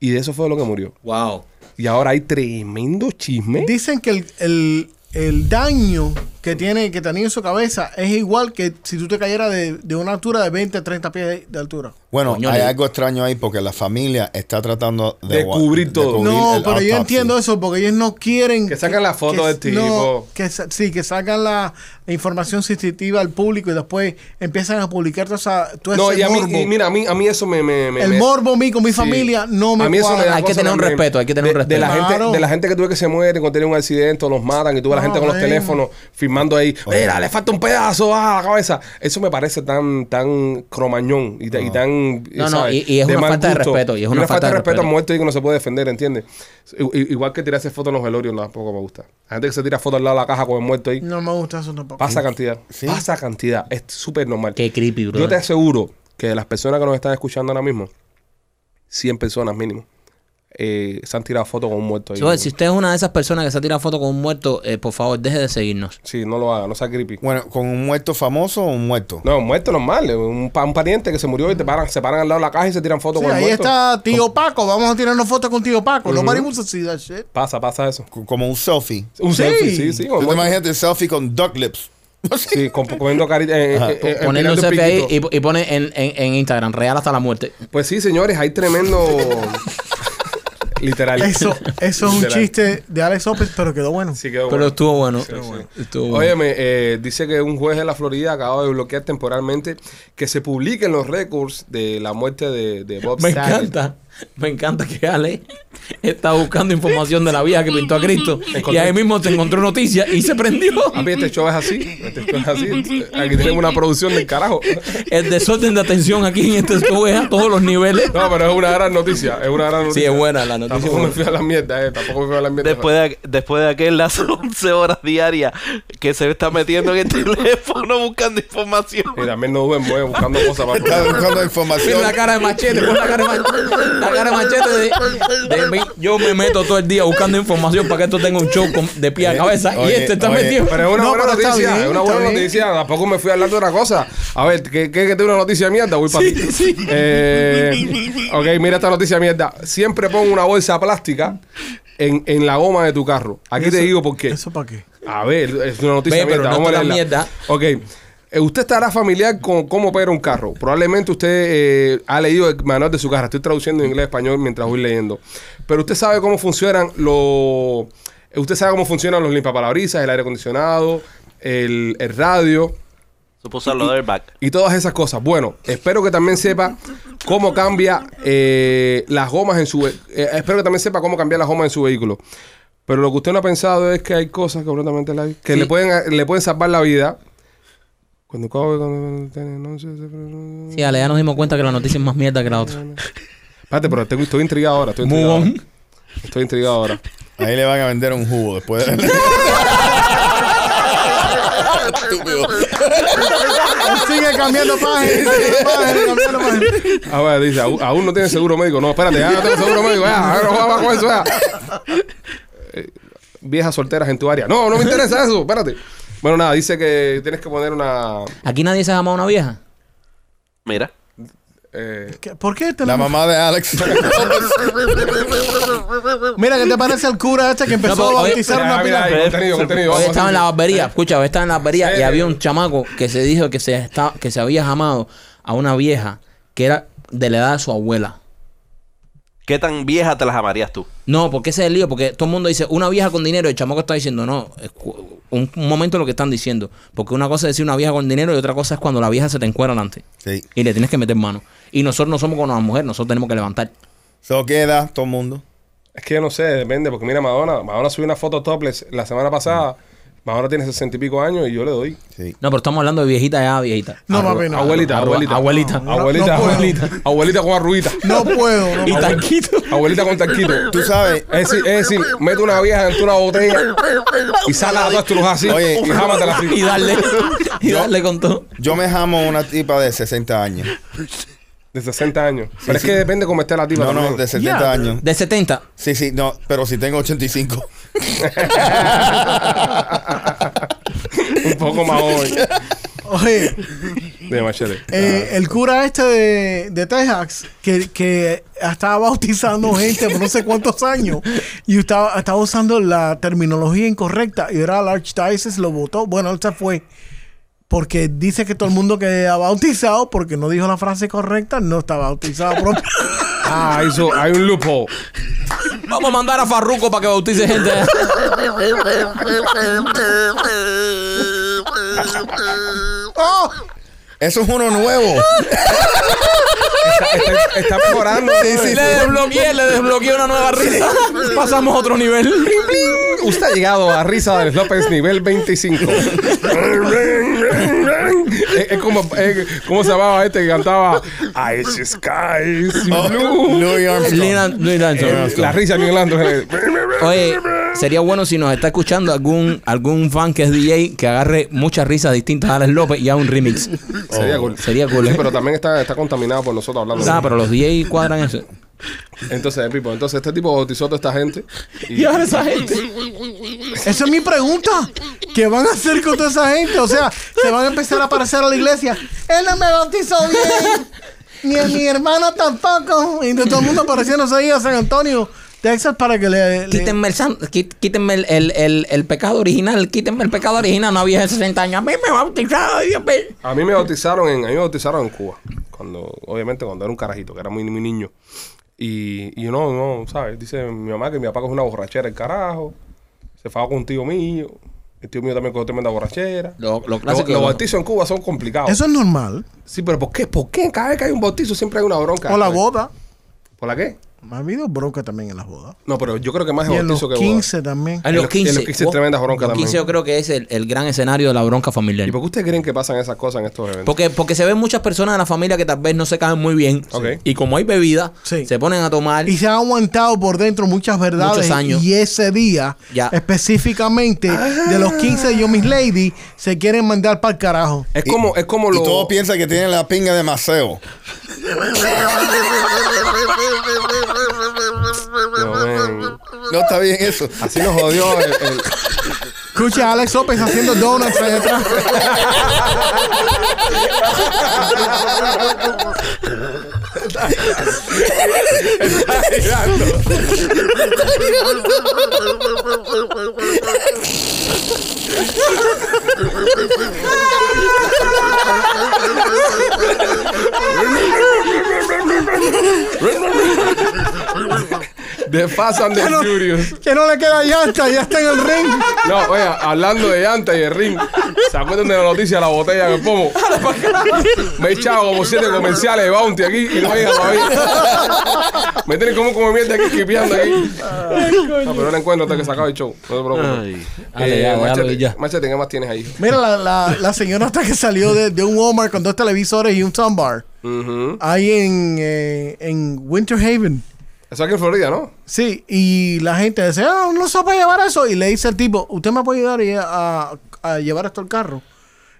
Speaker 1: Y de eso fue de lo que murió.
Speaker 2: Wow.
Speaker 1: Y ahora hay tremendo chisme.
Speaker 4: Dicen que el, el- el daño que tiene que tenía en su cabeza es igual que si tú te cayeras de, de una altura de 20 a 30 pies de, de altura.
Speaker 3: Bueno,
Speaker 2: Coño,
Speaker 3: hay
Speaker 2: le-
Speaker 3: algo extraño ahí porque la familia está tratando de,
Speaker 1: De cubrir todo.
Speaker 4: No,
Speaker 3: el
Speaker 4: pero
Speaker 3: autopsy.
Speaker 4: yo entiendo eso porque ellos no quieren...
Speaker 1: Que sacan la foto del
Speaker 4: que- no,
Speaker 1: tipo.
Speaker 4: que sa- sí, que sacan la información sensitiva al público y después empiezan a publicar toda esa, todo
Speaker 1: No,
Speaker 4: ese
Speaker 1: y, a mí,
Speaker 4: morbo.
Speaker 1: y mira, a mí, a mí eso me... me- me-
Speaker 4: el
Speaker 1: me-
Speaker 4: morbo mío con mi familia no me
Speaker 1: A mí eso me
Speaker 4: cuadra.
Speaker 1: da
Speaker 2: Hay que
Speaker 1: cosa
Speaker 2: tener un
Speaker 1: también.
Speaker 2: respeto, hay que tener
Speaker 1: de,
Speaker 2: un
Speaker 1: De la,
Speaker 2: respeto.
Speaker 1: gente,
Speaker 4: Claro.
Speaker 1: de la gente que tuve que se muere cuando tiene un accidente o los matan y tuve la
Speaker 4: No,
Speaker 1: gente con los
Speaker 4: ven.
Speaker 1: teléfonos firmando ahí, mira, le falta un pedazo a la cabeza. Eso me parece tan tan cromañón y, ta- y tan...
Speaker 2: No, no,
Speaker 1: ¿sabes?
Speaker 2: y- y es una
Speaker 1: mal
Speaker 2: falta de respeto, y es una falta de
Speaker 1: respeto
Speaker 2: respeto.
Speaker 1: a muerto y que no se puede defender, ¿entiendes? I- i- Igual que tirarse fotos en los velorios, no, tampoco me gusta. La gente que se tira fotos al lado de la caja con el muerto ahí,
Speaker 4: No me gusta eso tampoco.
Speaker 1: pasa cantidad, pasa cantidad, es súper normal.
Speaker 2: Qué creepy, bro.
Speaker 1: Yo te aseguro que de las personas que nos están escuchando ahora mismo, 100 personas mínimo, eh, se han tirado fotos con un muerto ahí.
Speaker 2: Joel, si usted es una de esas personas que se ha tirado foto con un muerto, eh, por favor, deje de seguirnos.
Speaker 1: Sí, no lo haga, no sea creepy.
Speaker 3: Bueno, ¿con un muerto famoso o un muerto?
Speaker 1: No, un muerto normal, eh, un, pa- un pariente que se murió y te paran, se paran al lado de la caja y se tiran fotos
Speaker 4: Sí,
Speaker 1: con el
Speaker 4: ahí
Speaker 1: muerto.
Speaker 4: está tío Paco. Vamos a tirarnos fotos con tío Paco. Nobody wants to see that shit.
Speaker 1: Pasa, pasa eso.
Speaker 3: C- Como un selfie.
Speaker 1: Un
Speaker 4: Sí.
Speaker 1: selfie, sí, sí. con el
Speaker 3: ¿Tú te
Speaker 1: muerto.
Speaker 3: imaginas el selfie con duck lips?
Speaker 1: Sí, com- comiendo carita. eh, eh, eh, eh,
Speaker 2: Ponerle un
Speaker 1: tirando
Speaker 2: selfie ahí
Speaker 1: piquito.
Speaker 2: y, y pone en, en- en Instagram, real hasta la muerte.
Speaker 1: Pues sí, señores, hay tremendo. Literal.
Speaker 4: Eso, eso es un
Speaker 1: Literal.
Speaker 4: chiste de Alex Opitz, pero quedó bueno.
Speaker 1: Sí, quedó
Speaker 2: Pero
Speaker 1: bueno.
Speaker 2: estuvo bueno. Estuvo bueno.
Speaker 1: Óyeme, eh, dice que un juez de la Florida acaba de bloquear temporalmente que se publiquen los récords de la muerte de, de Bob
Speaker 2: me
Speaker 1: Saget.
Speaker 2: encanta, me encanta que Ale está buscando información de la vieja que pintó a Cristo. Y ahí mismo te encontró noticias y se prendió.
Speaker 1: Papi, este show es así. Este show es así. Aquí tenemos una producción del carajo.
Speaker 2: El desorden de atención aquí en este show es a todos los niveles.
Speaker 1: No, pero es una gran noticia. Es una gran
Speaker 2: Sí,
Speaker 1: noticia.
Speaker 2: es buena la noticia.
Speaker 1: Tampoco me fui a la mierda, eh. Tampoco me fui a la mierda.
Speaker 5: Después de, después de aquel las 11 horas diarias que se está metiendo en el teléfono buscando información.
Speaker 1: Y también no duermo, eh, buscando cosas para
Speaker 3: Estás
Speaker 1: probar.
Speaker 3: buscando
Speaker 2: Mira
Speaker 3: información.
Speaker 2: la cara de machete, pon la cara de machete. La cara de machete de, de mí. Yo me meto todo el día buscando información para que esto tenga un show con- de pie a cabeza. y
Speaker 3: oye,
Speaker 2: este está
Speaker 3: oye,
Speaker 2: metido.
Speaker 1: Eh, Pero es una
Speaker 4: No,
Speaker 1: buena
Speaker 4: pero está
Speaker 1: noticia.
Speaker 4: bien,
Speaker 1: es una
Speaker 4: está
Speaker 1: buena
Speaker 4: bien.
Speaker 1: noticia. Tampoco me fui a hablar de otra cosa. A ver, ¿qué, qué, qué tengo una noticia de mierda? Voy para ti. Eh, ok, mira esta noticia de mierda. Siempre pon una bolsa plástica en, en la goma de tu carro. Aquí te digo por qué.
Speaker 4: ¿Eso para qué?
Speaker 1: A ver, es una noticia
Speaker 2: Ve, pero
Speaker 1: mierda.
Speaker 2: no
Speaker 1: Vamos a
Speaker 2: está la
Speaker 1: leerla.
Speaker 2: mierda.
Speaker 1: Ok. Eh, Usted estará familiar con cómo opera un carro. Probablemente usted eh, ha leído el manual de su carro. Estoy traduciendo en inglés a español mientras voy leyendo. Pero usted sabe cómo funcionan los... Usted sabe cómo funcionan los limpapalabrisas, el aire acondicionado, el, el radio
Speaker 5: Supuso lo del back.
Speaker 1: y todas esas cosas. Bueno, espero que también sepa cómo cambia eh, las gomas en su... ve- eh, espero que también sepa cómo cambiar las gomas en su vehículo. Pero lo que usted no ha pensado es que hay cosas que completamente la- que
Speaker 2: Sí.
Speaker 1: le pueden le pueden salvar la vida. Cuando coge, cuando tiene, no sé, se-
Speaker 2: Sí, Ale, ya nos dimos cuenta que la noticia es más mierda que la otra.
Speaker 1: Espérate, pero tengo- estoy intrigado ahora. Estoy
Speaker 2: Move
Speaker 1: intrigado ahora.
Speaker 2: on.
Speaker 1: Estoy intrigado ahora.
Speaker 3: Ahí le van a vender un jugo después. de- Estúpido.
Speaker 4: Él sigue cambiando páginas. sigue cambiando páginas, cambiando páginas.
Speaker 1: A ver, Ah, dice, "Aún- aún no tiene seguro médico. No, espérate, ya no tengo seguro médico. Ya, ahora no juega con eso, ya. Eh, viejas solteras en tu área. No, no me interesa eso, espérate. Bueno, nada, dice que tienes que poner una.
Speaker 2: Aquí nadie se ha llamado a una vieja.
Speaker 5: Mira.
Speaker 1: eh,
Speaker 4: ¿Qué- ¿Por qué este
Speaker 3: La
Speaker 4: tenemos?
Speaker 3: mamá de Alex.
Speaker 4: Mira, ¿qué te parece el cura este que empezó
Speaker 2: No, pero-
Speaker 4: a bautizar
Speaker 1: mira,
Speaker 4: una
Speaker 1: mira,
Speaker 4: pila?
Speaker 1: ahí, contenido, contenido.
Speaker 2: Hoy
Speaker 1: vamos,
Speaker 2: estaba en la
Speaker 1: sí.
Speaker 2: barbería, escucha, hoy estaba en la barbería
Speaker 1: Sí.
Speaker 2: y había un chamaco que se dijo que se, está, que se había llamado a una vieja que era de la edad de su abuela.
Speaker 5: ¿Qué tan vieja te las amarías tú?
Speaker 2: No, porque ese es el lío, porque todo el mundo dice una vieja con dinero, el chamaco está diciendo, no, es cu- un, un momento lo que están diciendo, porque una cosa es decir una vieja con dinero y otra cosa es cuando la vieja se te encuera delante
Speaker 3: Sí.
Speaker 2: y le tienes que meter mano. Y nosotros no somos como las mujeres, nosotros tenemos que levantar.
Speaker 3: So queda todo el mundo.
Speaker 1: Es que yo no sé, depende, porque mira, Madonna. Madonna subió una foto topless la semana pasada.
Speaker 4: Mm.
Speaker 1: Madonna tiene sesenta y pico años y yo le doy.
Speaker 3: Sí.
Speaker 2: No, pero estamos hablando de viejita ya, viejita.
Speaker 4: No, papi, no.
Speaker 1: Abuelita,
Speaker 2: Abue-
Speaker 1: abuelita.
Speaker 2: abuelita.
Speaker 4: No,
Speaker 1: Abuelita,
Speaker 4: no puedo.
Speaker 1: abuelita. Abuelita con arruguita.
Speaker 4: No puedo. no
Speaker 2: Y
Speaker 4: puedo.
Speaker 2: tanquito.
Speaker 1: Abuelita con taquito.
Speaker 3: Tú sabes,
Speaker 1: Es decir, es decir, mete una vieja dentro de una botella y sala a todas trujas así
Speaker 3: Oye,
Speaker 1: y jamás la
Speaker 2: Y darle, y darle con todo.
Speaker 3: yo me jamo una tipa de 60 años.
Speaker 1: De 60 años. Pero es que depende cómo esté la tipa.
Speaker 3: No, no,
Speaker 1: también.
Speaker 3: de 70 años.
Speaker 2: De 70.
Speaker 3: Sí, sí, no, pero si tengo 85.
Speaker 1: Un poco más hoy.
Speaker 4: Oye,
Speaker 1: de machete.
Speaker 4: eh, el cura este de, de Texas, que, que estaba bautizando gente por no sé cuántos años, y estaba, estaba usando la terminología incorrecta, y era la archdiócesis, lo votó. Bueno, él se fue. Porque dice que todo el mundo que ha bautizado, porque no dijo la frase correcta, no está bautizado. propio.
Speaker 1: Ah, hizo, hay un loophole.
Speaker 2: Vamos a mandar a Farruco para que bautice gente.
Speaker 4: ¡Oh!
Speaker 3: Eso es uno nuevo.
Speaker 1: Está, está- está mejorando.
Speaker 3: sí,
Speaker 2: le desbloqueé, le desbloqueé una nueva risa. Pasamos a otro nivel.
Speaker 1: Usted ha llegado a Risa de López nivel 25. es, es como, es- ¿cómo se llamaba este que cantaba Ice Skies Blue?
Speaker 3: Oh, Louis Armstrong.
Speaker 2: Lin An- Lin Armstrong.
Speaker 1: Eh,
Speaker 3: Eh,
Speaker 1: La risa de Miguel Ángel.
Speaker 2: Oye, sería bueno si nos está escuchando algún algún fan que es DJ que agarre muchas risas distintas a Alex López y haga un remix.
Speaker 1: Sería cool.
Speaker 2: Sería cool. ¿eh?
Speaker 1: Sí, pero también está, está contaminado por nosotros hablando.
Speaker 2: Ah, pero los DJ cuadran eso.
Speaker 1: Entonces, Pipo, entonces este tipo bautizó a toda esta gente. Y,
Speaker 2: Y ahora esa gente.
Speaker 4: Esa es mi pregunta. ¿Qué van a hacer con toda esa gente? O sea, se van a empezar a aparecer a la iglesia. Él no me bautizó bien. Ni a mi hermano tampoco. Y de todo el mundo apareciéndose ahí a San Antonio, Texas, para que le. le-
Speaker 2: Quítenme el, san- quí- quítenme el, el- el- el pecado original, quítenme el pecado original, no había 60 años. A mí me bautizaron, Dios mío.
Speaker 1: A mí me bautizaron en, a mí me bautizaron en Cuba. Cuando, obviamente, cuando era un carajito, que era muy, muy niño. Y, y no, no, ¿sabes? Dice mi mamá que mi papá cogió una borrachera el carajo. Se fue con un tío mío. El tío mío también cogió tremenda borrachera.
Speaker 2: Lo- lo
Speaker 1: Los-
Speaker 2: clásico-
Speaker 1: los bautizos en Cuba son complicados.
Speaker 4: Eso es normal.
Speaker 1: Sí, pero ¿por qué? ¿Por qué? Cada vez que hay un bautizo siempre hay una bronca.
Speaker 4: O la boda.
Speaker 1: ¿Por la qué?
Speaker 4: Ha habido bronca también en las bodas.
Speaker 1: No, pero yo creo que más
Speaker 4: Y
Speaker 1: es
Speaker 4: en los
Speaker 1: bautizo que boda.
Speaker 4: 15 también.
Speaker 2: En
Speaker 1: En
Speaker 2: los
Speaker 1: los- en
Speaker 2: 15.
Speaker 1: los 15 tremendas broncas
Speaker 2: Los 15
Speaker 1: también.
Speaker 2: yo creo que es el, el gran escenario de la bronca familiar.
Speaker 1: ¿Y por qué ustedes creen que pasan esas cosas en estos eventos?
Speaker 2: Porque, porque se ven muchas personas de la familia que tal vez no se caen muy bien.
Speaker 1: Ok.
Speaker 2: Y como hay bebida,
Speaker 4: Sí.
Speaker 2: se ponen a tomar.
Speaker 4: Y se han aguantado por dentro muchas verdades.
Speaker 2: Muchos años.
Speaker 4: Y ese día,
Speaker 2: Ya.
Speaker 4: específicamente, de los 15 de Yo Miss Lady, se quieren mandar para el carajo.
Speaker 1: Es como, es como
Speaker 3: Y
Speaker 1: lo.
Speaker 3: todo piensa que tiene la pinga de Maceo.
Speaker 1: No, ven.
Speaker 3: No está bien eso.
Speaker 1: Así nos jodió el- el,
Speaker 4: Escucha a Alex López haciendo donuts ahí atrás.
Speaker 1: The Fast and the Furious.
Speaker 4: Que no le queda llanta, ya está en el ring.
Speaker 1: No, oye, hablando de llanta y de ring, ¿se acuerdan de la noticia de la botella que pomo? Me he echado como siete comerciales de Bounty aquí y no llega todavía. Me tienen como como mierda aquí esquipeando aquí. No, pero no la encuentro hasta que se acabe el show. No te preocupes. Eh,
Speaker 2: Dale, ya,
Speaker 1: machete,
Speaker 2: dale, ya.
Speaker 1: Machete, ¿qué más tienes ahí?
Speaker 4: Mira, la, la, la señora hasta que salió de, de un Walmart con dos televisores y un soundbar.
Speaker 1: Ujú.
Speaker 4: Ahí en, eh, en Winter Haven.
Speaker 1: Eso aquí en Florida, ¿no?
Speaker 4: Sí, y la gente dice, ah, no se puede llevar eso. Y le dice al tipo, ¿usted me puede ayudar y- a, a llevar esto al carro?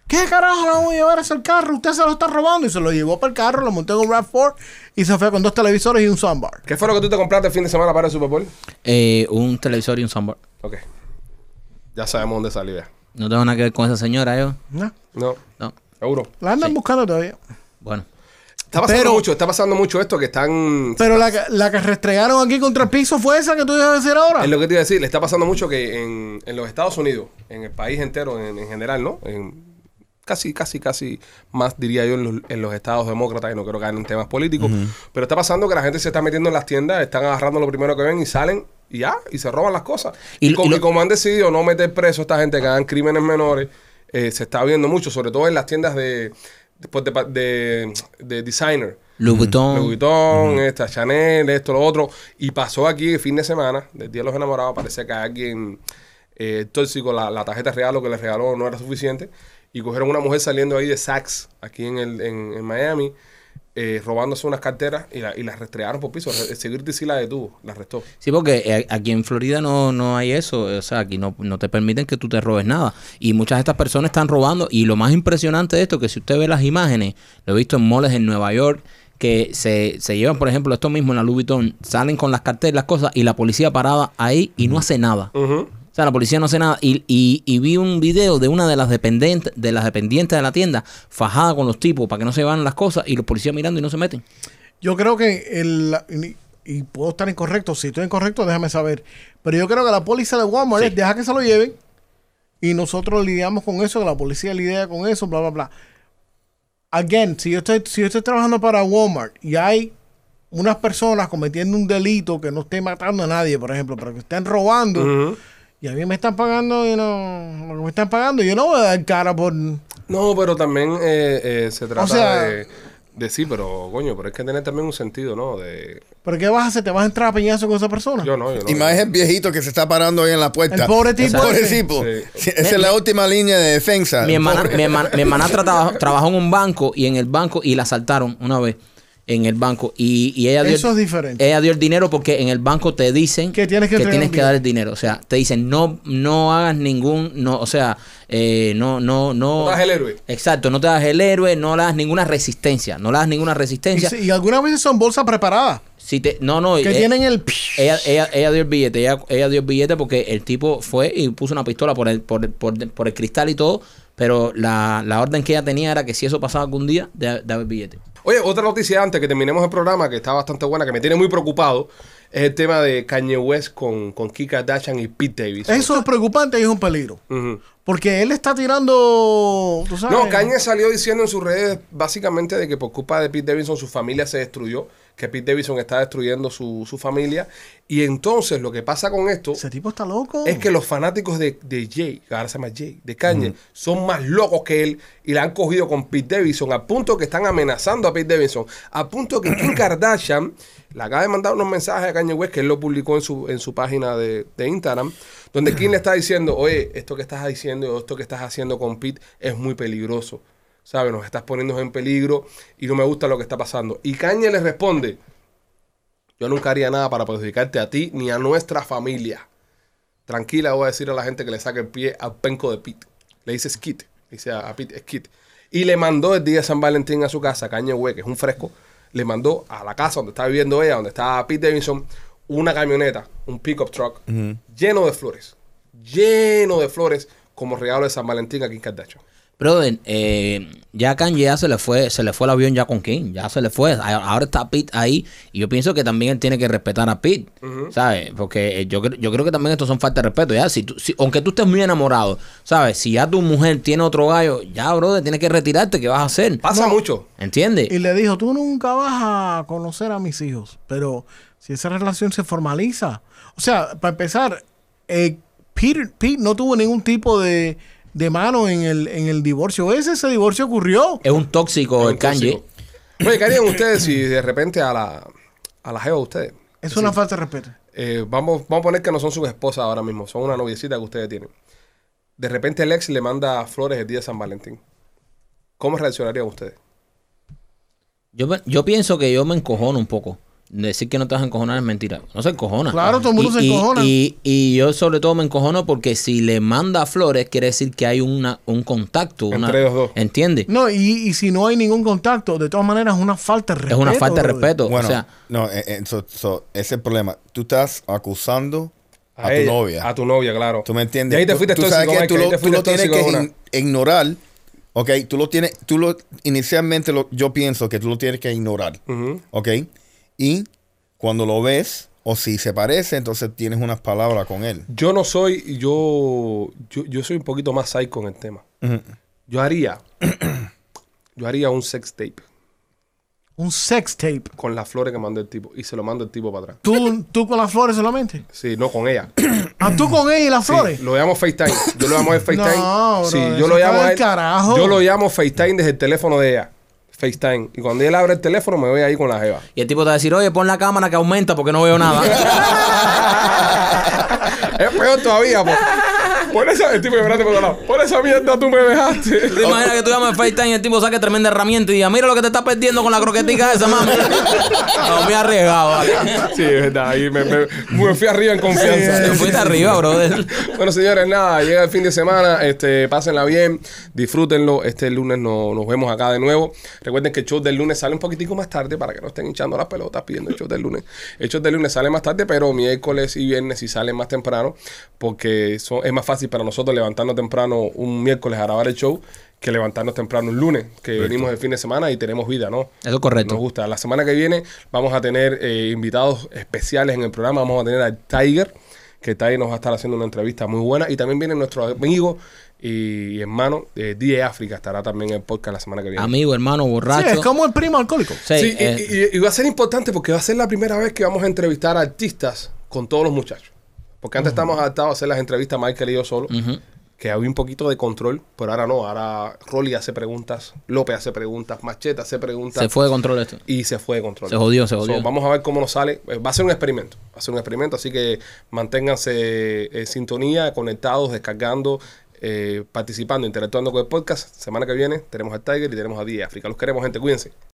Speaker 4: ¿Qué carajo le vamos a llevar eso al carro? Usted se lo está robando. Y se lo llevó para el carro, lo montó en un RAV4 y se fue con dos televisores y un soundbar.
Speaker 1: ¿Qué fue lo que tú te compraste el fin de semana para el Super Bowl?
Speaker 2: Eh, un televisor y un soundbar.
Speaker 1: Ok. Ya sabemos dónde salió ya.
Speaker 2: No tengo nada que ver con esa señora, yo.
Speaker 4: ¿No?
Speaker 1: No,
Speaker 2: No.
Speaker 1: seguro.
Speaker 4: La andan buscando todavía.
Speaker 2: Bueno.
Speaker 1: Está pasando
Speaker 4: Pero-
Speaker 1: mucho, está pasando mucho esto que están
Speaker 4: Pero la, que- la que restregaron aquí contra el piso fue esa que tú ibas a decir ahora.
Speaker 1: Es lo que te iba a decir, le está pasando mucho que en, en los Estados Unidos, en el país entero en, en general, ¿no? En, casi, casi, casi más diría yo en los, en los estados demócratas, y no quiero caer en temas políticos, pero está pasando que la gente se está metiendo en las tiendas, están agarrando lo primero que ven y salen y ya, y se roban las cosas.
Speaker 2: Y-
Speaker 1: Y,
Speaker 2: y
Speaker 1: como,
Speaker 2: lo-
Speaker 1: y como han decidido no meter preso a esta gente que hagan crímenes menores, eh, se está viendo mucho, sobre todo en las tiendas de, de, pues, de pa- de- de designer.
Speaker 2: Louis Vuitton.
Speaker 1: Louis Vuitton, esta Chanel, esto, lo otro. Y pasó aquí el fin de semana, del Día de los Enamorados, parece que alguien eh, tóxico, la, la tarjeta real, lo que le regaló no era suficiente. Y cogieron una mujer saliendo ahí de Saks, aquí en, el, en, en Miami, eh, robándose unas carteras y, la- y las rastrearon por piso. El security sí la detuvo, la arrestó.
Speaker 2: Sí, porque eh, aquí en Florida no, no hay eso. O sea, aquí no, no te permiten que tú te robes nada. Y muchas de estas personas están robando. Y lo más impresionante de esto es que si usted ve las imágenes, lo he visto en moles en Nueva York, que se, se llevan, por ejemplo, esto mismo en la Louis Vuitton, salen con las carteras, las cosas, y la policía parada ahí y no hace nada.
Speaker 1: Ujú.
Speaker 2: O sea, la policía no hace nada. Y, y- y vi un video de una de las dependientes de las dependientes de la tienda fajada con los tipos para que no se van las cosas y los policías mirando y no se meten.
Speaker 4: Yo creo que el. Y y puedo estar incorrecto. Si estoy incorrecto, déjame saber. Pero yo creo que la póliza de Walmart es deja que se lo lleven. Y nosotros lidiamos con eso, que la policía lidia con eso, bla, bla, bla. Again, si yo estoy, si yo estoy trabajando para Walmart y hay unas personas cometiendo un delito que no esté matando a nadie, por ejemplo, pero que estén robando y a mí me están pagando y no. lo que Me están pagando, yo no voy a dar cara por.
Speaker 1: No, pero también eh, eh, se trata
Speaker 4: sea-
Speaker 1: de, de sí, pero coño, pero es que tener también un sentido, ¿no? De
Speaker 4: ¿Pero qué vas a hacer? ¿Te vas a entrar a peñazo con esa persona?
Speaker 1: yo no, yo no.
Speaker 3: Y más el viejito que se está parando ahí en la puerta.
Speaker 4: El pobre tipo
Speaker 3: Pobre
Speaker 4: ese.
Speaker 3: tipo.
Speaker 1: Sí.
Speaker 3: Sí, Esa es la última línea de
Speaker 4: Ah,
Speaker 3: defensa.
Speaker 2: mi
Speaker 3: El
Speaker 2: hermana,
Speaker 3: pobre.
Speaker 2: mi hermana, mi hermanastra traba- trabajó en un banco y en el banco y la asaltaron una vez en el banco y, y ella dio
Speaker 4: Eso es diferente.
Speaker 2: ella dio el dinero porque en el banco te dicen
Speaker 4: Que tienes que entregar un
Speaker 2: dar
Speaker 4: dinero.
Speaker 2: el dinero o sea te dicen no no hagas ningún no o sea eh, no no no
Speaker 1: No te hagas el héroe.
Speaker 2: exacto no te hagas el héroe no le das ninguna resistencia no le das ninguna
Speaker 4: Y,
Speaker 2: resistencia
Speaker 4: si- y algunas veces son bolsas preparadas.
Speaker 2: si te no no
Speaker 4: Que
Speaker 2: eh,
Speaker 4: tienen el.
Speaker 2: ella, ella, ella dio el billete, ella, ella dio el billete porque el tipo fue y puso una pistola por el, por, el- por, el- por el cristal y todo, pero la, la orden que ella tenía era que si eso pasaba algún día, de- daba el billete.
Speaker 1: Oye, otra noticia antes que terminemos el programa, que está bastante buena, que me tiene muy preocupado, es el tema de Kanye West con, con Kika Dashan y Pete Davis.
Speaker 4: Eso es preocupante y es un peligro.
Speaker 1: Ujú.
Speaker 4: Porque él está tirando. ¿tú sabes?
Speaker 1: No, Kanye salió diciendo en sus redes básicamente de que por culpa de Pete Davidson su familia se destruyó, que Pete Davidson está destruyendo su, su familia. Y entonces lo que pasa con esto
Speaker 4: Ese tipo está loco.
Speaker 1: es que los fanáticos de, de Jay, que ahora se llama Jay, de Kanye, son más locos que él y la han cogido con Pete Davidson, a punto que están amenazando a Pete Davidson, a punto que Kim Kardashian le acaba de mandar unos mensajes a Kanye West, que él lo publicó en su, en su página de, de Instagram, donde Kim le está diciendo, oye, esto que estás diciendo, esto que estás haciendo con Pete es muy peligroso, ¿sabes? Nos estás poniendo en peligro y no me gusta lo que está pasando. Y Kanye le responde, yo nunca haría nada para perjudicarte a ti ni a nuestra familia. Tranquila, voy a decir a la gente que le saque el pie al penco de Pete. Le dice Skit. Le dice a, a Pete Skit. Y le mandó el día de San Valentín a su casa, Caña Hue, que es un fresco. Le mandó a la casa donde está viviendo ella, donde está Pete Davidson, una camioneta, un pickup truck, lleno de flores. Lleno de flores como regalo de San Valentín aquí en Kardashian.
Speaker 2: Brother, eh, ya Kanye ya se le fue, se le fue el avión ya con King, ya se le fue. A- Ahora está Pete ahí y yo pienso que también él tiene que respetar a Pete, ¿sabes? Porque eh, yo, cre- yo creo que también esto son falta de respeto, ya. Si tú- si- aunque tú estés muy enamorado, ¿sabes? Si ya tu mujer tiene otro gallo, ya, brother, tienes que retirarte, ¿qué vas a hacer?
Speaker 1: Pasa mucho.
Speaker 2: ¿Entiendes?
Speaker 4: Y le dijo: Tú nunca vas a conocer a mis hijos. Pero si esa relación se formaliza. O sea, para empezar, eh, Peter, Pete no tuvo ningún tipo de, de mano en el, en el divorcio. Ese, ese divorcio ocurrió.
Speaker 2: Es un tóxico el Kanye.
Speaker 1: Tóxico. Oye, ¿qué harían ustedes si de repente a la, a la jeva de ustedes?
Speaker 4: Es una falta de respeto.
Speaker 1: Eh, vamos, vamos a poner que no son sus esposas ahora mismo, son una noviecita que ustedes tienen. De repente el ex le manda flores el día de San Valentín. ¿Cómo reaccionarían ustedes?
Speaker 2: Yo, pe- yo pienso que yo me encojono un poco. Decir que no te vas a encojonar es mentira. No se encojona.
Speaker 4: Claro, todo el mundo
Speaker 2: Y-
Speaker 4: se
Speaker 2: y-
Speaker 4: encojona.
Speaker 2: Y, y yo sobre todo me encojono porque si le manda flores, quiere decir que hay una, un contacto. una-
Speaker 1: Entre los dos.
Speaker 2: ¿Entiendes?
Speaker 4: No, y, y si no hay ningún contacto, de todas maneras es una falta de
Speaker 2: es
Speaker 4: respeto.
Speaker 2: una falta de
Speaker 4: brother.
Speaker 2: respeto.
Speaker 3: Bueno,
Speaker 2: o sea,
Speaker 3: no, eh, eh, so- so, ese es el problema. Tú estás acusando a, tu
Speaker 1: ella,
Speaker 3: novia.
Speaker 1: A tu novia, claro.
Speaker 3: ¿Tú me
Speaker 1: Y
Speaker 3: entiendes?
Speaker 1: ahí te
Speaker 3: Tú-
Speaker 1: fuiste
Speaker 3: tú,
Speaker 1: tóxico,
Speaker 3: sabes que
Speaker 1: Mike,
Speaker 3: tú
Speaker 1: ahí
Speaker 3: lo,
Speaker 1: te
Speaker 3: tú
Speaker 1: fuiste
Speaker 3: lo tienes
Speaker 1: tóxico
Speaker 3: que
Speaker 1: de una.
Speaker 3: in- ignorar. Ok, tú lo tienes, tú lo, inicialmente lo- yo pienso que tú lo tienes que ignorar.
Speaker 1: Ujú.
Speaker 3: Ok, y cuando lo ves, o si se parece, entonces tienes unas palabras con él.
Speaker 1: Yo no soy, yo, yo, yo soy un poquito más psycho en el tema. Yo haría, yo haría un sex tape
Speaker 4: Un sex tape.
Speaker 1: con las flores que mandó el tipo y se lo mando el tipo para atrás.
Speaker 4: ¿Tú, tú con las flores solamente.
Speaker 1: Sí, no con ella.
Speaker 4: Ah, tú con ella y las
Speaker 1: Sí,
Speaker 4: flores.
Speaker 1: lo llamo FaceTime. Yo lo llamo de FaceTime.
Speaker 4: No, bro,
Speaker 1: sí, yo
Speaker 4: eso
Speaker 1: lo
Speaker 4: está
Speaker 1: llamo a
Speaker 4: del
Speaker 1: él.
Speaker 4: carajo.
Speaker 1: Yo lo llamo FaceTime desde el teléfono de ella. FaceTime. Y cuando él abre el teléfono, me voy ahí con la jeva.
Speaker 2: y el tipo te va a decir, oye, pon la cámara que aumenta porque no veo nada.
Speaker 1: es peor todavía. po. Pon Por esa, el tipo llorando por otro lado. Por esa mierda tú me dejaste.
Speaker 7: ¿Te imaginas que tú llamas a FaceTime y el tipo saque tremenda herramienta y diga, mira lo que te estás perdiendo con la croquetica esa, mami? No, me he arriesgado. vale.
Speaker 1: Sí, es verdad. Ahí me, me- me fui arriba en confianza.
Speaker 7: Te fuiste arriba, brother.
Speaker 1: Bueno, señores, nada, llega el fin de semana, este, pásenla bien, disfrútenlo. Este lunes no- nos vemos acá de nuevo. Recuerden que el show del lunes sale un poquitico más tarde para que no estén hinchando las pelotas pidiendo el show del lunes. El show del lunes sale más tarde, pero miércoles y viernes sí salen más temprano, porque son- es más fácil para nosotros levantarnos temprano un miércoles a grabar el show que levantarnos temprano un lunes, que venimos el fin de semana y tenemos vida, ¿no?
Speaker 2: Eso es correcto.
Speaker 1: Nos gusta. La semana que viene vamos a tener eh, invitados especiales en el programa. Vamos a tener al Tiger, que Tiger nos va a estar haciendo una entrevista muy buena. Y también viene nuestro amigo y hermano eh, DJ África, estará también en el podcast la semana que viene.
Speaker 2: Amigo, hermano,
Speaker 4: Sí,
Speaker 2: borracho.
Speaker 4: es como el primo alcohólico.
Speaker 2: Sí,
Speaker 1: Sí, y-
Speaker 2: eh,
Speaker 1: y, y va a ser importante porque va a ser la primera vez que vamos a entrevistar a artistas con todos los muchachos. Porque antes estábamos adaptados a hacer las entrevistas Michael y yo solo. Que había un poquito de control, pero ahora no. Ahora Rolly hace preguntas, López hace preguntas, Macheta hace preguntas
Speaker 2: se fue de control esto.
Speaker 1: y se fue de control.
Speaker 2: Se jodió, se jodió.
Speaker 1: vamos a ver cómo nos sale. Eh, Va a ser un experimento. Va a ser un experimento, así que manténganse eh, en sintonía, conectados, descargando, eh, participando, interactuando con el podcast. Semana que viene tenemos a Tiger y tenemos a Día África. Los queremos, gente. Cuídense.